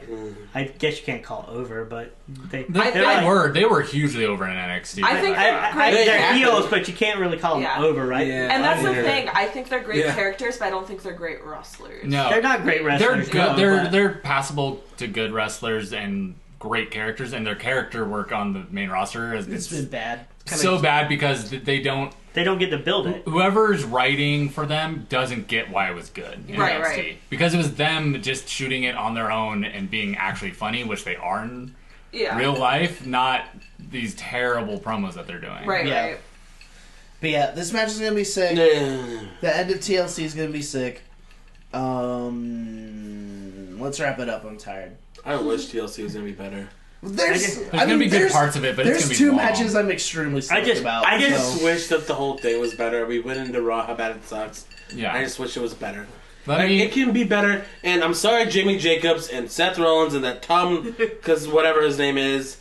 Speaker 8: I guess you can't call over, but they
Speaker 7: they,
Speaker 8: they're
Speaker 7: they
Speaker 8: like,
Speaker 7: were they were hugely over in NXT.
Speaker 4: I think
Speaker 8: I, I, I,
Speaker 4: They
Speaker 8: they're
Speaker 3: have
Speaker 8: heels,
Speaker 3: to.
Speaker 8: but you can't really call
Speaker 4: Yeah.
Speaker 8: them over, right?
Speaker 5: Yeah.
Speaker 4: And that's the
Speaker 5: Yeah.
Speaker 4: thing. I think they're great
Speaker 5: Yeah.
Speaker 4: characters, but I don't think they're great wrestlers.
Speaker 7: no,
Speaker 8: They're not great
Speaker 7: They're
Speaker 8: wrestlers.
Speaker 7: good.
Speaker 8: no,
Speaker 7: they're
Speaker 8: but-
Speaker 7: they're passable to good wrestlers and great characters, and their character work on the main roster is
Speaker 6: it's been bad.
Speaker 7: so bad because th- they don't.
Speaker 8: they don't get to build it.
Speaker 7: Whoever's writing for them doesn't get why it was good in
Speaker 4: Right,
Speaker 7: NXT
Speaker 4: right.
Speaker 7: because it was them just shooting it on their own and being actually funny, which they are in
Speaker 4: Yeah.
Speaker 7: real life, not these terrible promos that they're doing.
Speaker 4: Right.
Speaker 6: Yeah.
Speaker 4: Right.
Speaker 6: But yeah, this match is gonna be sick. The end of TLC is gonna be sick. Um, let's wrap it up. I'm tired.
Speaker 3: I wish TLC was going to be better.
Speaker 6: There's,
Speaker 7: There's gonna be good parts of it, but it's
Speaker 6: there's
Speaker 7: gonna be
Speaker 6: two
Speaker 7: long.
Speaker 6: matches I'm extremely stoked
Speaker 8: just-
Speaker 6: about.
Speaker 8: I
Speaker 3: I just
Speaker 6: so-
Speaker 3: wish that the whole thing was better. We went into Raw, how bad it sucks.
Speaker 7: Yeah.
Speaker 3: I just wish it was better.
Speaker 7: Let
Speaker 3: Like,
Speaker 7: me-
Speaker 3: it can be better. And I'm sorry, Jimmy Jacobs and Seth Rollins and that Tom, because whatever his name is,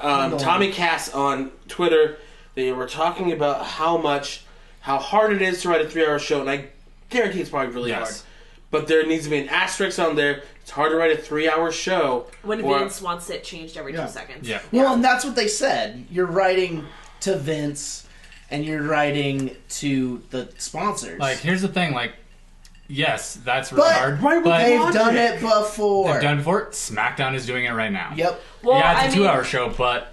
Speaker 3: um, Tommy Cass on Twitter. They were talking about how much, how hard it is to write a three-hour show, and I guarantee it's probably really
Speaker 7: Yes.
Speaker 3: hard. But there needs to be an asterisk on there. It's hard to write a three-hour show.
Speaker 4: When
Speaker 3: or-
Speaker 4: Vince wants it changed every
Speaker 6: Yeah.
Speaker 4: two seconds.
Speaker 7: Yeah.
Speaker 6: Well, and that's what they said. You're writing to Vince, and you're writing to the sponsors.
Speaker 7: Like here's the thing. Like yes, that's really
Speaker 6: But-
Speaker 7: hard.
Speaker 3: Right,
Speaker 7: but
Speaker 6: they've
Speaker 3: logic.
Speaker 6: done it before.
Speaker 7: they've done it before. SmackDown is doing it right now.
Speaker 6: yep.
Speaker 4: Well,
Speaker 7: yeah,
Speaker 4: I
Speaker 7: it's a
Speaker 4: mean,
Speaker 7: two-hour show, but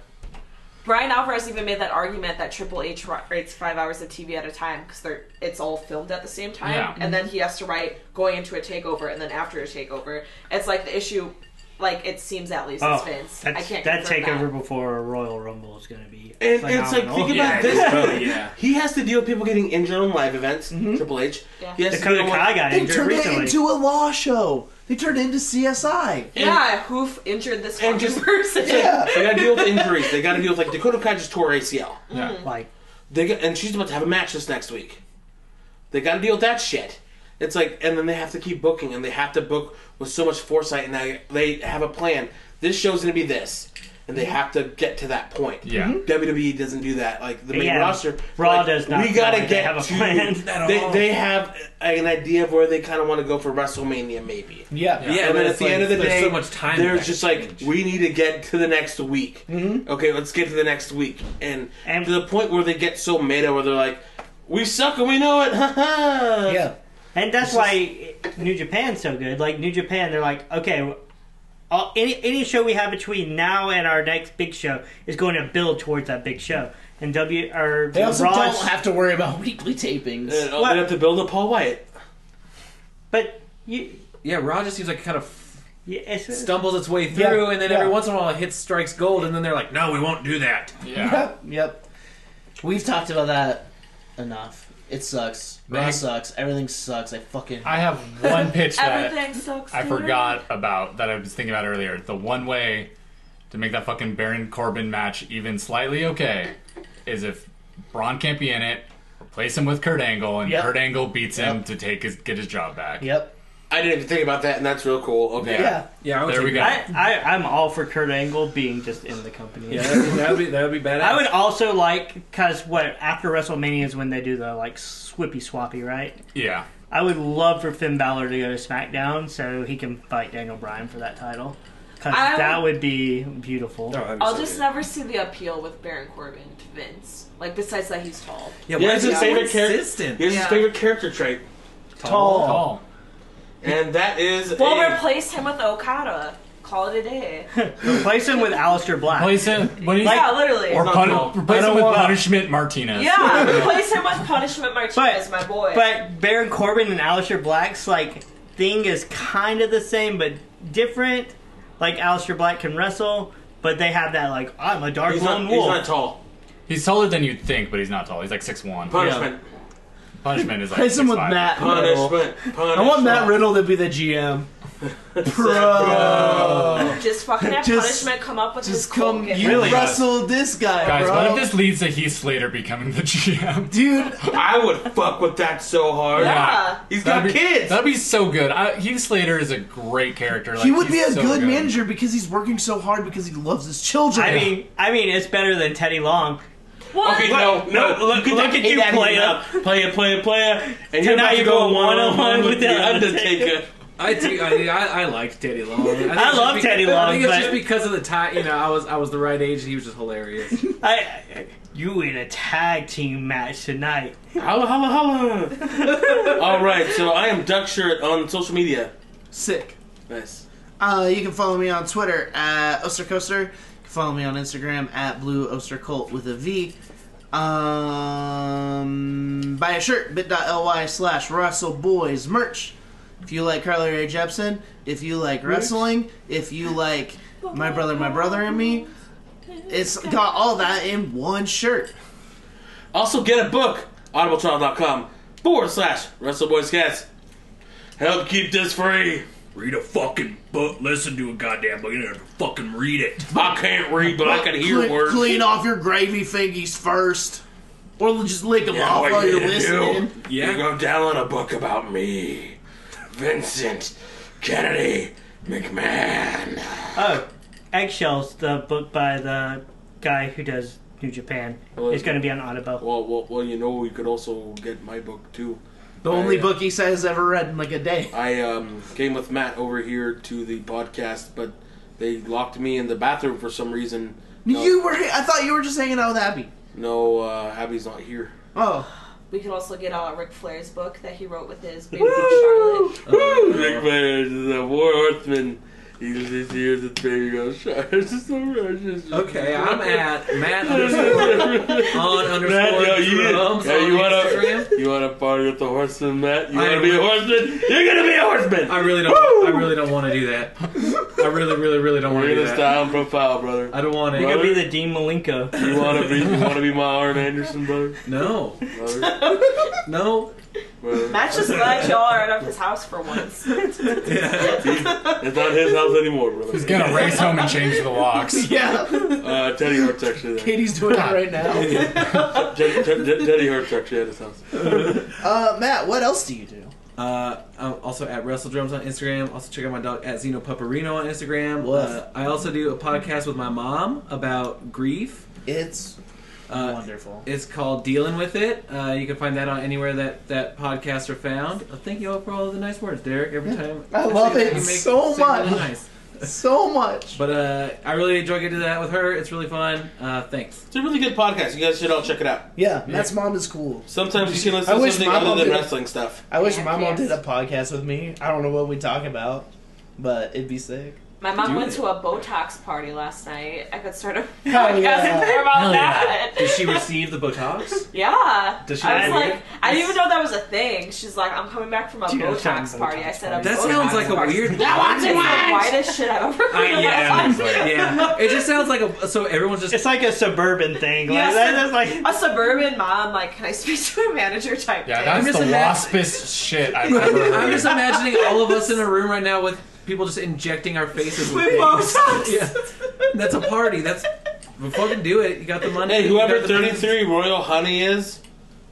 Speaker 4: Brian Alvarez even made that argument that Triple H ri- writes five hours of TV at a time because they're it's all filmed at the same time,
Speaker 7: Yeah.
Speaker 4: and then he has to write going into a takeover and then after a takeover. It's like the issue, like it seems at least
Speaker 8: Oh,
Speaker 4: it's Vince. I
Speaker 8: that's-
Speaker 4: can't
Speaker 8: that
Speaker 4: confirm
Speaker 8: takeover
Speaker 4: That.
Speaker 8: before a Royal Rumble is going to be.
Speaker 3: And it's like
Speaker 8: phenomenal.
Speaker 3: think about this. He has to deal with people getting injured on live events. Triple H.
Speaker 4: Yeah.
Speaker 3: He has to
Speaker 8: Dakota
Speaker 3: deal with-
Speaker 8: Kai got
Speaker 6: They
Speaker 8: injured
Speaker 6: turned it
Speaker 8: recently.
Speaker 6: into a law show. They turned it into CSI.
Speaker 4: Yeah, hoof injured this
Speaker 3: And
Speaker 4: fucking
Speaker 3: just-
Speaker 4: person.
Speaker 6: Yeah.
Speaker 3: They got to deal with injuries. They got to deal with like Dakota Kai just tore her ACL.
Speaker 7: yeah.
Speaker 8: like
Speaker 3: They got, and she's about to have a match this next week. They got to deal with that shit. It's like, and then they have to keep booking, and they have to book with so much foresight, and they they have a plan. This show's gonna be this. and they have to get to that point.
Speaker 7: Yeah. Mhm.
Speaker 3: WWE doesn't do that. Like the main
Speaker 8: Mm-hmm. Yeah,
Speaker 3: roster,
Speaker 8: Raw
Speaker 3: like,
Speaker 8: does not
Speaker 3: We gotta
Speaker 8: feel like
Speaker 3: get
Speaker 8: they have a
Speaker 3: to.
Speaker 8: plan at
Speaker 3: they
Speaker 8: all.
Speaker 3: they have an idea of where they kind of want to go for WrestleMania, maybe.
Speaker 6: Yeah.
Speaker 5: Yeah,
Speaker 3: and
Speaker 5: but
Speaker 3: then at
Speaker 5: it's
Speaker 3: the
Speaker 5: like,
Speaker 3: end of the
Speaker 5: there's
Speaker 3: day,
Speaker 5: so much time
Speaker 3: They're
Speaker 5: back
Speaker 3: just like,
Speaker 5: change.
Speaker 3: we need to get to the next week. Mm-hmm. Okay, let's get to the next week, and,
Speaker 8: And-
Speaker 3: to the point where they get so meta, where they're like, we suck and we know it. Ha ha.
Speaker 6: Yeah.
Speaker 8: And that's why New Japan's so good. Like New Japan, they're like, okay, all, any any show we have between now and our next big show is going to build towards that big show. And W or
Speaker 6: They also
Speaker 8: Raw,
Speaker 6: don't have to worry about weekly tapings.
Speaker 3: And oh,
Speaker 8: What?
Speaker 3: they have to build a Paul White.
Speaker 8: but you,
Speaker 5: Yeah, Raw just seems like it kind of
Speaker 8: you it's,
Speaker 5: stumbles its way through,
Speaker 6: Yeah,
Speaker 5: and then
Speaker 6: yeah.
Speaker 5: every once in a while it hits strikes gold, and then they're like, "No, we won't do that."
Speaker 7: Yeah.
Speaker 6: Yep. Yep. We've talked about that enough. It sucks. Raw
Speaker 7: Meg-
Speaker 6: sucks. Everything sucks. I fucking.
Speaker 7: I have one pitch that
Speaker 10: Everything sucks.
Speaker 7: I
Speaker 10: dude.
Speaker 7: forgot about that I was thinking about earlier. The one way to make that fucking Baron Corbin match even slightly okay is if Braun can't be in it, replace him with Kurt Angle, and
Speaker 6: Yep.
Speaker 7: Kurt Angle beats him
Speaker 6: Yep.
Speaker 7: to take his get his job back.
Speaker 6: Yep.
Speaker 3: I didn't even think about that, and that's real cool. Okay.
Speaker 6: Yeah.
Speaker 5: Yeah, I would
Speaker 7: There we
Speaker 5: take
Speaker 7: go.
Speaker 5: that.
Speaker 8: I, I I'm all for Kurt Angle being just in the company.
Speaker 5: Yeah, that would, that would be that would be badass.
Speaker 8: I would also like because what after WrestleMania is when they do the like swippy swappy, right?
Speaker 7: Yeah.
Speaker 8: I would love for Finn Balor to go to SmackDown so he can fight Daniel Bryan for that title. Because
Speaker 10: I
Speaker 8: that would be beautiful.
Speaker 5: Oh, that'd be
Speaker 10: I'll
Speaker 5: so
Speaker 10: just
Speaker 5: good.
Speaker 10: never see the appeal with Baron Corbin to Vince. Like besides that he's tall.
Speaker 5: Yeah,
Speaker 3: Yeah,
Speaker 5: why
Speaker 3: it's
Speaker 5: is he
Speaker 3: his
Speaker 5: so
Speaker 3: favorite character.
Speaker 5: insistent?
Speaker 3: Here's his
Speaker 10: Yeah.
Speaker 3: favorite character trait,
Speaker 6: Tall.
Speaker 7: Tall.
Speaker 3: and that is
Speaker 10: Well,
Speaker 3: a,
Speaker 10: replace him with Okada. Call it a day.
Speaker 8: Replace him with Aleister Black.
Speaker 7: Replace him. What do you
Speaker 10: yeah, literally.
Speaker 7: or pun-
Speaker 3: tall.
Speaker 7: replace
Speaker 6: I
Speaker 7: him
Speaker 6: don't
Speaker 7: with
Speaker 6: wanna-
Speaker 7: Punishment Martinez.
Speaker 10: yeah, replace him with Punishment Martinez, my boy.
Speaker 8: But Baron Corbin and Aleister Black's like thing is kind of the same but different. Like Aleister Black can wrestle, but they have that like I'm a dark
Speaker 3: he's
Speaker 8: lone
Speaker 3: not, he's
Speaker 8: wolf.
Speaker 3: not tall.
Speaker 7: He's taller than you'd think, but he's not tall. He's like six one.
Speaker 3: Punishment.
Speaker 7: Punishment is like
Speaker 6: Replace him with
Speaker 7: 6'5".
Speaker 6: Matt Riddle.
Speaker 3: Punishment. Punishment.
Speaker 6: I want Matt Riddle to be the GM. Bro.
Speaker 10: Oh. just fucking have
Speaker 6: Just-
Speaker 10: Punishment come up with his
Speaker 6: Just
Speaker 10: cool
Speaker 6: come.
Speaker 10: gimmick.
Speaker 6: You
Speaker 7: Really does.
Speaker 6: wrestle this guy,
Speaker 7: Guys,
Speaker 6: bro.
Speaker 7: what if this leads to Heath Slater becoming the GM?
Speaker 6: Dude,
Speaker 3: I would fuck with that so hard.
Speaker 10: Yeah.
Speaker 3: He's got
Speaker 7: That'd be-
Speaker 3: kids.
Speaker 7: That'd be so good. I, Heath Slater is a great character. Like,
Speaker 6: he would be
Speaker 7: he's
Speaker 6: a
Speaker 7: so
Speaker 6: good, manager because he's working so hard because he loves his children.
Speaker 8: I mean, I mean, it's better than Teddy Long.
Speaker 10: What?
Speaker 3: Okay, no, no.
Speaker 8: look-
Speaker 3: could
Speaker 8: look
Speaker 3: not
Speaker 8: at
Speaker 3: hate
Speaker 8: you,
Speaker 3: that
Speaker 8: player.
Speaker 3: enough. player, player, player, and you're
Speaker 8: Tonight
Speaker 3: about to
Speaker 8: you
Speaker 3: go
Speaker 8: go
Speaker 3: one on one
Speaker 8: one-on-one
Speaker 3: with
Speaker 8: with the
Speaker 3: the Undertaker.
Speaker 5: I do. I, mean, I, I liked Teddy Long. I, think
Speaker 8: I
Speaker 5: it's
Speaker 8: love
Speaker 5: just
Speaker 8: Teddy
Speaker 5: I
Speaker 8: Long,
Speaker 5: think it's
Speaker 8: but-
Speaker 5: just because of the time. You know, I was I was the right age. He was just hilarious.
Speaker 8: I, I- you in a tag team match tonight.
Speaker 3: Holla, holla, holla. All right, so I am Duck Shirt on social media.
Speaker 6: sick.
Speaker 3: Nice.
Speaker 6: Uh, you can follow me on Twitter at Ostercoaster. You can follow me on Instagram at Blue Oster Cult with a V. Um, buy a shirt bit.ly slash Russell Boys merch. If you like Carly Rae Jepsen, if you like wrestling, if you like My Brother, My Brother and Me, it's got all that in one shirt.
Speaker 3: Also, get a book, audibletrial.com forward slash WrestleBoysCast. Help keep this free.
Speaker 9: Read a fucking book. Listen to a goddamn book. You don't have to fucking read it.
Speaker 3: I can't read, but I can hear
Speaker 6: Cle-
Speaker 3: words.
Speaker 6: Clean off your gravy fingies first, or just lick them
Speaker 3: Yeah,
Speaker 6: off
Speaker 3: what
Speaker 6: while
Speaker 3: you
Speaker 6: you're
Speaker 3: gonna do?
Speaker 6: listening.
Speaker 5: Yeah.
Speaker 3: You go download a book about me, Vincent Kennedy McMahon.
Speaker 8: Oh, Eggshells, the book by the guy who does New Japan,
Speaker 3: Hello.
Speaker 8: is going to be on Audible.
Speaker 3: Well, well, well, you know, you could also get my book too.
Speaker 6: The only
Speaker 3: I, uh,
Speaker 6: book he said has ever read in like a day.
Speaker 3: I um, came with Matt over here to the podcast, but they locked me in the bathroom for some reason. No,
Speaker 6: You were. I thought you were just hanging out with Abby.
Speaker 3: no uh, Abby's not here.
Speaker 6: Oh,
Speaker 10: We could also get uh, Ric Flair's book that he wrote with his baby Charlotte.
Speaker 3: Rick Flair is a war horseman. He's this year's a baby girl shark. It's just so precious.
Speaker 5: Okay, I'm at Matt underscore on underscore
Speaker 3: yo, you-
Speaker 5: drums
Speaker 3: yo,
Speaker 5: on
Speaker 3: you wanna-
Speaker 5: Instagram.
Speaker 3: You want to party with the horseman, Matt? You want
Speaker 5: I
Speaker 3: to be a
Speaker 5: am-
Speaker 3: horseman? You're gonna be a horseman.
Speaker 5: I really don't. I really don't want to do that. I really, really, really don't want
Speaker 3: We're
Speaker 5: to do
Speaker 3: gonna
Speaker 5: that.
Speaker 3: style and profile, brother.
Speaker 5: I don't want
Speaker 8: You're
Speaker 5: to.
Speaker 8: going to be the Dean Malenko.
Speaker 3: You want to be? You want to be my Arn Anderson, brother?
Speaker 5: No,
Speaker 3: brother,
Speaker 5: no.
Speaker 3: brother.
Speaker 10: Matt's just glad y'all are out of his house for once.
Speaker 3: It's not his house anymore, brother.
Speaker 7: He's gonna race home and change the locks.
Speaker 6: yeah.
Speaker 3: Uh, Teddy Hart's actually there.
Speaker 6: Katie's doing it right now.
Speaker 3: Ted- Ted- Ted- Teddy Hart's actually at his house.
Speaker 6: Uh, Matt, what else do you do?
Speaker 5: Uh, I'm also at Wrestle Drums on Instagram. Also check out my dog at Zeno Paparino on Instagram.
Speaker 6: Woof.
Speaker 5: Uh, I also do a podcast with my mom about grief.
Speaker 6: It's
Speaker 5: Uh,
Speaker 6: wonderful.
Speaker 5: it's called Dealing with It. Uh, you can find that on anywhere that that podcasts are found. Uh, thank you all for all the nice words, Derek. Every time
Speaker 6: I
Speaker 5: say
Speaker 6: love
Speaker 5: that,
Speaker 6: it
Speaker 5: you
Speaker 6: so
Speaker 5: say
Speaker 6: much.
Speaker 5: really nice.
Speaker 6: So much.
Speaker 5: But uh, I really enjoy getting to that with her. It's really fun. Uh, thanks.
Speaker 3: It's a really good podcast. You guys should all check it out.
Speaker 6: Yeah, Matt's mom is cool.
Speaker 3: Sometimes you can listen
Speaker 6: I
Speaker 3: to
Speaker 6: wish
Speaker 3: something
Speaker 6: my
Speaker 3: other
Speaker 6: mom
Speaker 3: than
Speaker 6: did-
Speaker 3: wrestling stuff.
Speaker 6: I wish
Speaker 4: Yeah,
Speaker 6: my mom
Speaker 4: yes.
Speaker 6: did a podcast with me. I don't know what we talk about, but it'd be sick.
Speaker 4: My mom
Speaker 5: Do
Speaker 4: went
Speaker 5: it.
Speaker 4: to a Botox party last night. I could start a
Speaker 6: Hell
Speaker 4: podcast
Speaker 6: yeah.
Speaker 4: there about
Speaker 7: Hell yeah.
Speaker 4: that.
Speaker 5: Did she receive the Botox?
Speaker 4: Yeah.
Speaker 5: Does she
Speaker 4: I was
Speaker 5: look
Speaker 4: like, I didn't even know that was a thing. She's like, I'm coming back from a
Speaker 8: Dude, I was having
Speaker 4: Botox party. I
Speaker 8: Botox
Speaker 4: said,
Speaker 8: party.
Speaker 4: a
Speaker 5: That
Speaker 4: Oh, Botox
Speaker 5: sounds like a
Speaker 4: party.
Speaker 5: weird.
Speaker 4: It's the whitest shit I've ever heard.
Speaker 5: I-
Speaker 4: in
Speaker 5: yeah,
Speaker 4: my life.
Speaker 7: Like,
Speaker 5: yeah, it just sounds like a. So everyone's just
Speaker 8: It's like a suburban thing. Like,
Speaker 4: Yes.
Speaker 8: that- that's like
Speaker 4: A suburban mom, like, can I speak to a manager type
Speaker 7: yeah,
Speaker 4: thing?
Speaker 7: that's
Speaker 5: just
Speaker 7: the
Speaker 5: imagine-
Speaker 7: waspest shit I've ever heard.
Speaker 5: I'm just imagining all of us in a room right now with people just injecting our faces with,
Speaker 4: With
Speaker 5: things.
Speaker 4: Botox.
Speaker 5: Yeah, that's a party. That's well, fucking do it. You got the money.
Speaker 3: Hey,
Speaker 5: you got
Speaker 3: whoever
Speaker 5: the
Speaker 3: 33 Royal Honey is,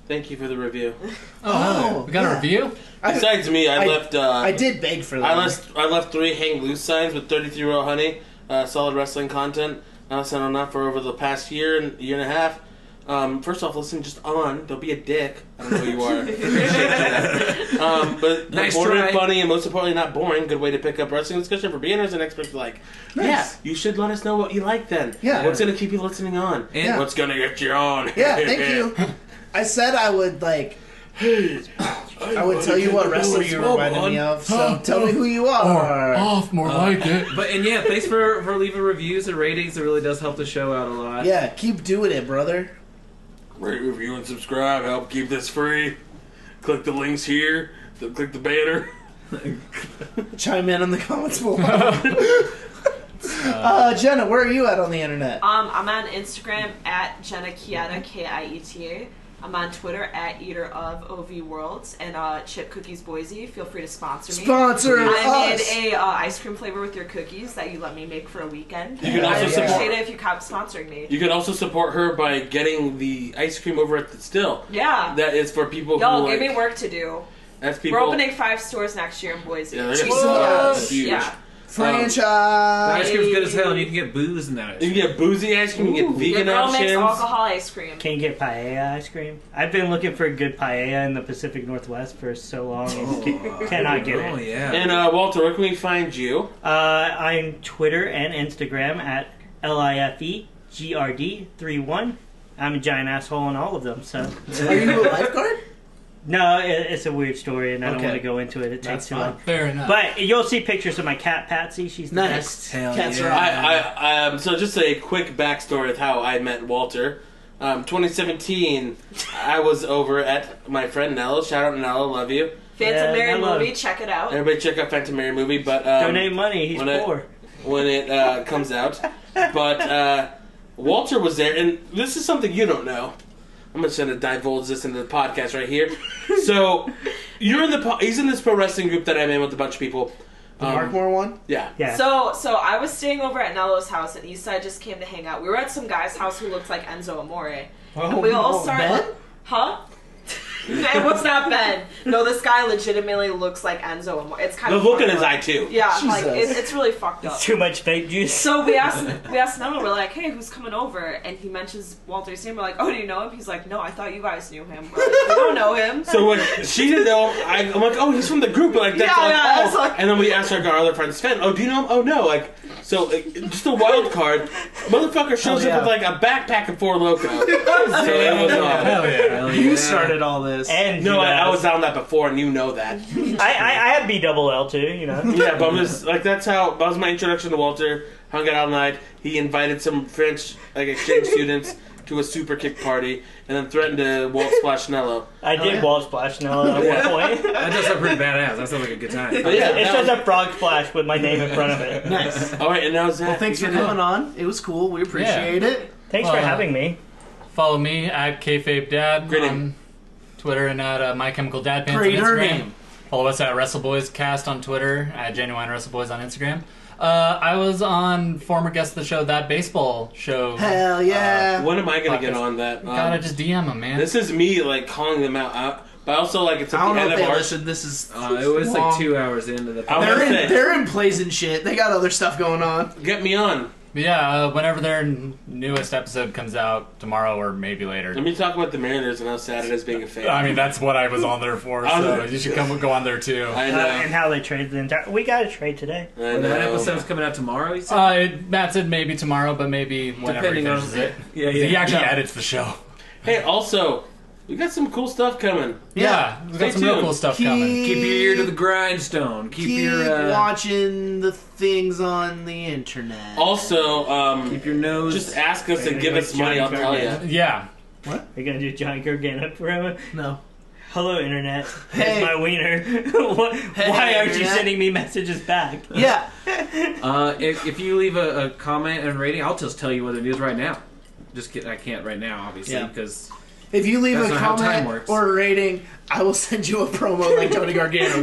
Speaker 3: thank you for the review.
Speaker 7: Oh,
Speaker 6: Oh,
Speaker 7: we got
Speaker 6: yeah.
Speaker 7: a review?
Speaker 3: Besides me, I,
Speaker 6: I-
Speaker 3: left. Uh,
Speaker 6: I did beg for that.
Speaker 3: I left. I left three hang loose signs with 33 Royal Honey, uh, solid wrestling content. Now sent on that for over the past year and year and a half. Um, first off, listen just on. Don't be a dick. I don't know who you are. Appreciate you. um, but
Speaker 5: Nice
Speaker 3: important,
Speaker 5: try.
Speaker 3: funny, and most importantly, not boring. Good way to pick up wrestling discussion for beginners and experts alike.
Speaker 6: Nice.
Speaker 3: Yeah, you should let us know what you like then.
Speaker 6: Yeah.
Speaker 3: What's gonna keep you listening on?
Speaker 5: And-
Speaker 6: Yeah.
Speaker 3: What's gonna get you on?
Speaker 6: Yeah, thank you. I said I would like. I would tell you what wrestler you reminded me of. So tell me who you are.
Speaker 7: off, more like it.
Speaker 5: But and yeah, thanks for for leaving reviews and ratings. It really does help the show out a lot.
Speaker 6: Yeah, keep doing it, brother.
Speaker 3: Rate, review, and subscribe. Help keep this free. Click the links here. Th- Click the banner.
Speaker 6: Chime in on the comments below. uh, Jenna, where are you at on the internet?
Speaker 4: Um, I'm on Instagram at Jenna Kieta, K I E T A. I'm on Twitter at Eater of OV Worlds and uh, Chip Cookies Boise. Feel free to sponsor me.
Speaker 6: Sponsor
Speaker 4: I
Speaker 6: us. Um,
Speaker 4: made a uh, ice cream flavor with your cookies that you let me make for a weekend.
Speaker 3: You can also
Speaker 4: I appreciate
Speaker 3: support-
Speaker 4: it if you kept sponsoring me.
Speaker 3: You can also support her by getting the ice cream over at the still.
Speaker 4: Yeah.
Speaker 3: That is for people
Speaker 4: Y'all,
Speaker 3: who
Speaker 4: give
Speaker 3: like,
Speaker 4: me work to do.
Speaker 3: That's people.
Speaker 4: We're opening five stores next year in Boise.
Speaker 3: Yeah, they're
Speaker 4: Jesus.
Speaker 3: gonna
Speaker 6: Jesus.
Speaker 3: be huge.
Speaker 4: Yeah.
Speaker 5: The
Speaker 6: Franchise.
Speaker 5: ice cream's good as hell, and you can get booze and that.
Speaker 3: You can get boozy ice cream. You can
Speaker 4: Your
Speaker 3: get vegan
Speaker 4: girl makes
Speaker 3: options.
Speaker 4: alcohol ice cream.
Speaker 8: Can you get paella ice cream? I've been looking for a good paella in the Pacific Northwest for so long and cannot get
Speaker 5: Oh
Speaker 8: it.
Speaker 5: yeah.
Speaker 3: And uh, Walter, where can we find you?
Speaker 8: Uh, I'm Twitter and Instagram at E LIFEGRD31. I'm a giant asshole in all of them, so.
Speaker 6: Are you a lifeguard?
Speaker 8: No, it, it's a weird story and I don't
Speaker 6: Okay.
Speaker 8: want to go into it. It takes
Speaker 6: That's
Speaker 8: too
Speaker 6: fine.
Speaker 8: long.
Speaker 7: Fair enough.
Speaker 8: But you'll see pictures of my cat, Patsy. She's the
Speaker 6: Nice.
Speaker 8: best.
Speaker 5: Hell
Speaker 6: Cats
Speaker 5: yeah.
Speaker 6: rock.
Speaker 3: I, I, um, so just a quick backstory of how I met Walter. Um, 2017, I was over at my friend Nella. Shout out Nella, love you.
Speaker 4: Phantom
Speaker 8: Yeah,
Speaker 4: Mary
Speaker 8: I love-
Speaker 4: movie, check it out.
Speaker 3: Everybody check out Phantom Mary movie, but um,
Speaker 8: Donate money. He's
Speaker 3: when I-
Speaker 8: poor.
Speaker 3: when it uh, comes out. But uh, Walter was there, and this is something you don't know. I'm just gonna divulge this into the podcast right here. So you're in the po- he's in this pro wrestling group that I'm in with a bunch of people.
Speaker 6: The
Speaker 3: Um,
Speaker 6: Mark Moore one?
Speaker 3: yeah,
Speaker 8: yeah.
Speaker 4: So, so I was staying over at Nello's house, and Eastside just came to hang out. We were at some guy's house who looked like Enzo Amore, and we all started,
Speaker 6: Oh, Ben?
Speaker 4: huh? it was not Ben. No, this guy legitimately looks like Enzo Amore. It's kind
Speaker 3: the
Speaker 4: of
Speaker 3: look in
Speaker 4: fucked
Speaker 3: his
Speaker 4: up.
Speaker 3: eye too.
Speaker 4: Yeah, like it,
Speaker 6: Jesus.
Speaker 4: it's really fucked up.
Speaker 8: Too much vape juice.
Speaker 4: So we asked we asked Nello, we're like, hey, who's coming over? And he mentions Walter's name. We're like, oh, do you know him? He's like, no, I thought you guys knew him. We're like, we don't know him.
Speaker 3: So when she didn't know, I, I'm like, oh, he's from the group. Like that's
Speaker 4: Yeah,
Speaker 3: all.
Speaker 4: yeah,
Speaker 3: oh.
Speaker 4: it's like-
Speaker 3: and then we asked our, our other friend Sven, oh, do you know him? Oh no, like so, like, just a wild card. Motherfucker shows
Speaker 6: Hell Oh, yeah.
Speaker 3: up with like a backpack of Four Loco. so it was uh, on.
Speaker 7: Hell Oh, yeah.
Speaker 5: Hell
Speaker 6: You
Speaker 5: yeah.
Speaker 6: started all this.
Speaker 8: And
Speaker 3: No, I, I
Speaker 8: Judas.
Speaker 3: was on that before, and you know that.
Speaker 8: I, I, I have B double L too, you know.
Speaker 3: Yeah, but I'm just like that's how that was my introduction to Walter. Hung out all night. He invited some French like exchange students to a super kick party, and then threatened to Walt Splashnello.
Speaker 8: I did wall splash now at
Speaker 3: Yeah.
Speaker 8: one point.
Speaker 5: That does sound pretty badass. That sounds like a good time.
Speaker 3: But yeah,
Speaker 8: It
Speaker 3: that
Speaker 8: says
Speaker 3: was-
Speaker 8: a frog splash with my name in front of it.
Speaker 6: nice.
Speaker 3: all right, and that was that.
Speaker 6: Well, thanks for coming on. It was cool. We appreciate it.
Speaker 8: Thanks for
Speaker 7: Wow.
Speaker 8: having me.
Speaker 7: Follow me at KFapeDad
Speaker 3: Great
Speaker 7: on
Speaker 3: name.
Speaker 7: Twitter and at uh, My Chemical Dad Pants
Speaker 6: Great
Speaker 7: on Instagram.
Speaker 6: name.
Speaker 7: Follow us at WrestleBoysCast on Twitter, at Genuine WrestleBoys on Instagram. Uh, I was on former guest of the show, That Baseball Show.
Speaker 6: Hell yeah.
Speaker 5: Uh,
Speaker 3: When am I gonna get on that? Um,
Speaker 7: Gotta just DM him, man.
Speaker 3: this is me like calling them out. Uh, But also, like, it's at
Speaker 6: I
Speaker 3: the
Speaker 6: don't know
Speaker 3: end
Speaker 6: if
Speaker 3: of
Speaker 6: they
Speaker 3: March.
Speaker 6: listened. This is
Speaker 5: Uh, it was like two hours into the.
Speaker 3: I was
Speaker 6: They're
Speaker 3: gonna
Speaker 6: in,
Speaker 3: say,
Speaker 6: they're in plays and shit. They got other stuff going on.
Speaker 3: get me on.
Speaker 7: Yeah, uh, whenever their n- newest episode comes out tomorrow or maybe later.
Speaker 3: Let me talk about the Mariners and how sad it is being a fan.
Speaker 7: I mean, that's what I was on there for,
Speaker 3: I was-
Speaker 7: so you should come go on there too.
Speaker 3: I
Speaker 8: Uh,
Speaker 3: know.
Speaker 8: and how they trade the entire. We got to trade today.
Speaker 3: I know.
Speaker 5: And that episode's coming out tomorrow. You said?
Speaker 7: Uh, it- Matt said maybe tomorrow, but maybe whenever
Speaker 5: Depending
Speaker 7: he
Speaker 5: on
Speaker 7: finishes Oh, it.
Speaker 5: yeah, yeah.
Speaker 7: He actually edits the show.
Speaker 3: Hey, also, we got some cool stuff coming.
Speaker 7: Yeah, we've got
Speaker 3: Stay
Speaker 7: some real
Speaker 3: tuned.
Speaker 7: cool stuff coming.
Speaker 5: Keep your ear to the grindstone. Keep,
Speaker 6: Keep
Speaker 5: your uh,
Speaker 6: watching the things on the internet.
Speaker 3: Also, um,
Speaker 5: keep your nose.
Speaker 3: just ask us and
Speaker 8: Wait,
Speaker 3: give
Speaker 8: wait,
Speaker 3: us money. I'll
Speaker 8: Johnny
Speaker 3: tell you.
Speaker 8: Gargano.
Speaker 7: Yeah,
Speaker 8: We're gonna do John Gargano forever.
Speaker 6: no.
Speaker 8: Hello, internet.
Speaker 6: Hey.
Speaker 8: Here's my wiener. what, why aren't you
Speaker 6: internet.
Speaker 8: sending me messages back?
Speaker 6: Yeah.
Speaker 5: Uh, if, if you leave a, a comment and rating, I'll just tell you what it is right now. Just kidding, I can't right now, obviously,
Speaker 6: Yeah.
Speaker 5: because
Speaker 6: If you leave
Speaker 5: That's
Speaker 6: a
Speaker 5: not how time
Speaker 6: comment
Speaker 5: works.
Speaker 6: or a rating, I will send you a promo like Tony Gargano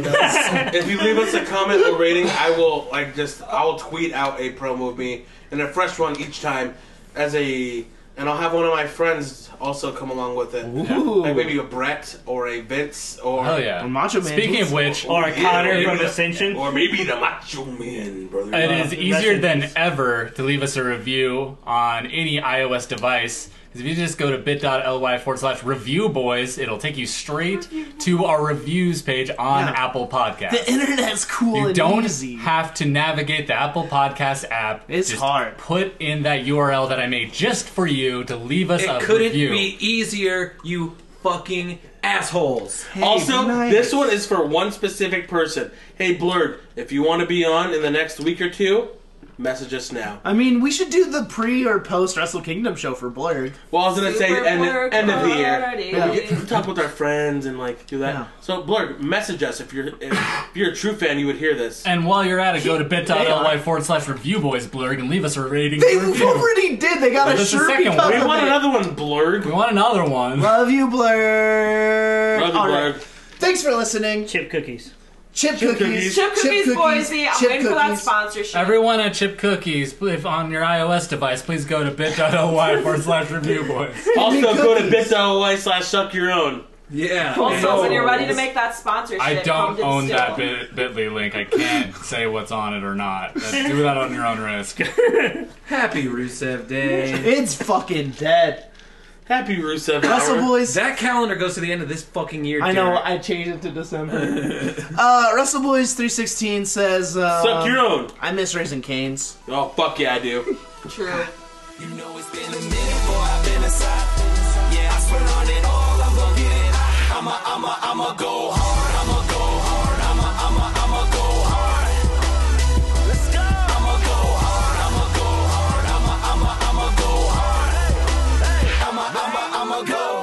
Speaker 6: does.
Speaker 3: If you leave us a comment or rating, I will like just I'll tweet out a promo of me and a fresh one each time as a and I'll have one of my friends also come along with it.
Speaker 6: Ooh.
Speaker 3: Like maybe a Brett or a Vince or
Speaker 7: hell yeah.
Speaker 6: Or Macho Man.
Speaker 7: Speaking of which,
Speaker 8: Or
Speaker 3: Yeah,
Speaker 8: Connor
Speaker 3: maybe
Speaker 8: from
Speaker 3: the-
Speaker 8: Ascension.
Speaker 3: Or maybe the Macho Man, brother.
Speaker 7: It
Speaker 3: Uh,
Speaker 7: is
Speaker 8: Rest
Speaker 7: easier
Speaker 8: in
Speaker 7: than
Speaker 8: peace.
Speaker 7: ever to leave us a review on any iOS device. 'Cause If you just go to bit.ly forward slash review boys, it'll take you straight to our reviews page on
Speaker 6: Yeah.
Speaker 7: Apple Podcasts.
Speaker 6: the internet's cool
Speaker 7: you
Speaker 6: and
Speaker 7: don't
Speaker 6: easy.
Speaker 7: have to navigate the Apple Podcast app.
Speaker 6: It's
Speaker 7: Just
Speaker 6: hard.
Speaker 7: Put in that URL that I made just for you to leave us a
Speaker 5: it couldn't
Speaker 7: review.
Speaker 5: be easier. You fucking assholes.
Speaker 6: Hey,
Speaker 3: Uh, also,
Speaker 6: be nice.
Speaker 3: this one is for one specific person. Hey, Blurred, if you want to be on in the next week or two, message us now.
Speaker 6: I mean, we should do the pre or post Wrestle Kingdom show for Blurred.
Speaker 3: Well, I was gonna say
Speaker 10: Super
Speaker 3: end,
Speaker 10: work
Speaker 3: end of the year.
Speaker 10: already.
Speaker 3: Yeah. We get to talk with our friends and like do that.
Speaker 6: Yeah.
Speaker 3: So, Blurred, message us if you're if, if you're a true fan, you would hear this.
Speaker 7: and while you're at it, go to
Speaker 6: They
Speaker 7: bit.ly forward slash review boys blurg and leave us a rating.
Speaker 6: They
Speaker 7: and review.
Speaker 6: already did. They got
Speaker 7: Well,
Speaker 6: a
Speaker 7: that's the
Speaker 6: shirt
Speaker 7: second
Speaker 6: because
Speaker 7: one.
Speaker 3: We
Speaker 6: of
Speaker 3: want
Speaker 6: it.
Speaker 3: another one, Blurred.
Speaker 7: we want another one.
Speaker 6: Love you, Blurred.
Speaker 3: Love you,
Speaker 6: All right.
Speaker 3: Blurred.
Speaker 6: Thanks for listening.
Speaker 8: Chip cookies.
Speaker 6: Chip,
Speaker 3: cookies.
Speaker 6: cookies.
Speaker 10: Chip Cookies, Boise. I'm
Speaker 6: Chip
Speaker 10: waiting for that
Speaker 6: cookies.
Speaker 10: sponsorship.
Speaker 7: Everyone at Chip Cookies, if on your iOS device, please go to bit.ly forward slash review boys.
Speaker 3: Also,
Speaker 6: Give me
Speaker 3: go to
Speaker 6: cookies.
Speaker 3: bit.ly slash suck your own.
Speaker 5: Yeah.
Speaker 10: also, when you're ready to make that sponsorship,
Speaker 7: I
Speaker 10: come
Speaker 7: don't
Speaker 10: to the
Speaker 7: own that
Speaker 10: still.
Speaker 7: bit, bit.ly link. I can't say what's on it or not. That's- do that on your own risk.
Speaker 5: Happy Rusev Day.
Speaker 6: It's fucking dead.
Speaker 3: Happy Rusev
Speaker 6: Wrestle
Speaker 3: Hour.
Speaker 6: Boys.
Speaker 5: that calendar goes to the end of this fucking year.
Speaker 6: I know.
Speaker 5: Derek.
Speaker 6: I changed it to December. uh, Russell Boys three sixteen says. Uh,
Speaker 3: Suck your own.
Speaker 6: I miss raising canes.
Speaker 3: Oh fuck yeah, I do.
Speaker 10: True.
Speaker 2: You know it's been a minute, boy, I've been inside. Yeah, I swear on it all, I'm gonna get it. I'ma, I'ma, I'ma go hard, I'ma go hard, I'ma, I'ma, I'ma go hard. Let's go. I'ma go hard, I'ma go hard, I'ma, I'ma, I'ma go hard. I'ma, I'ma, I'ma go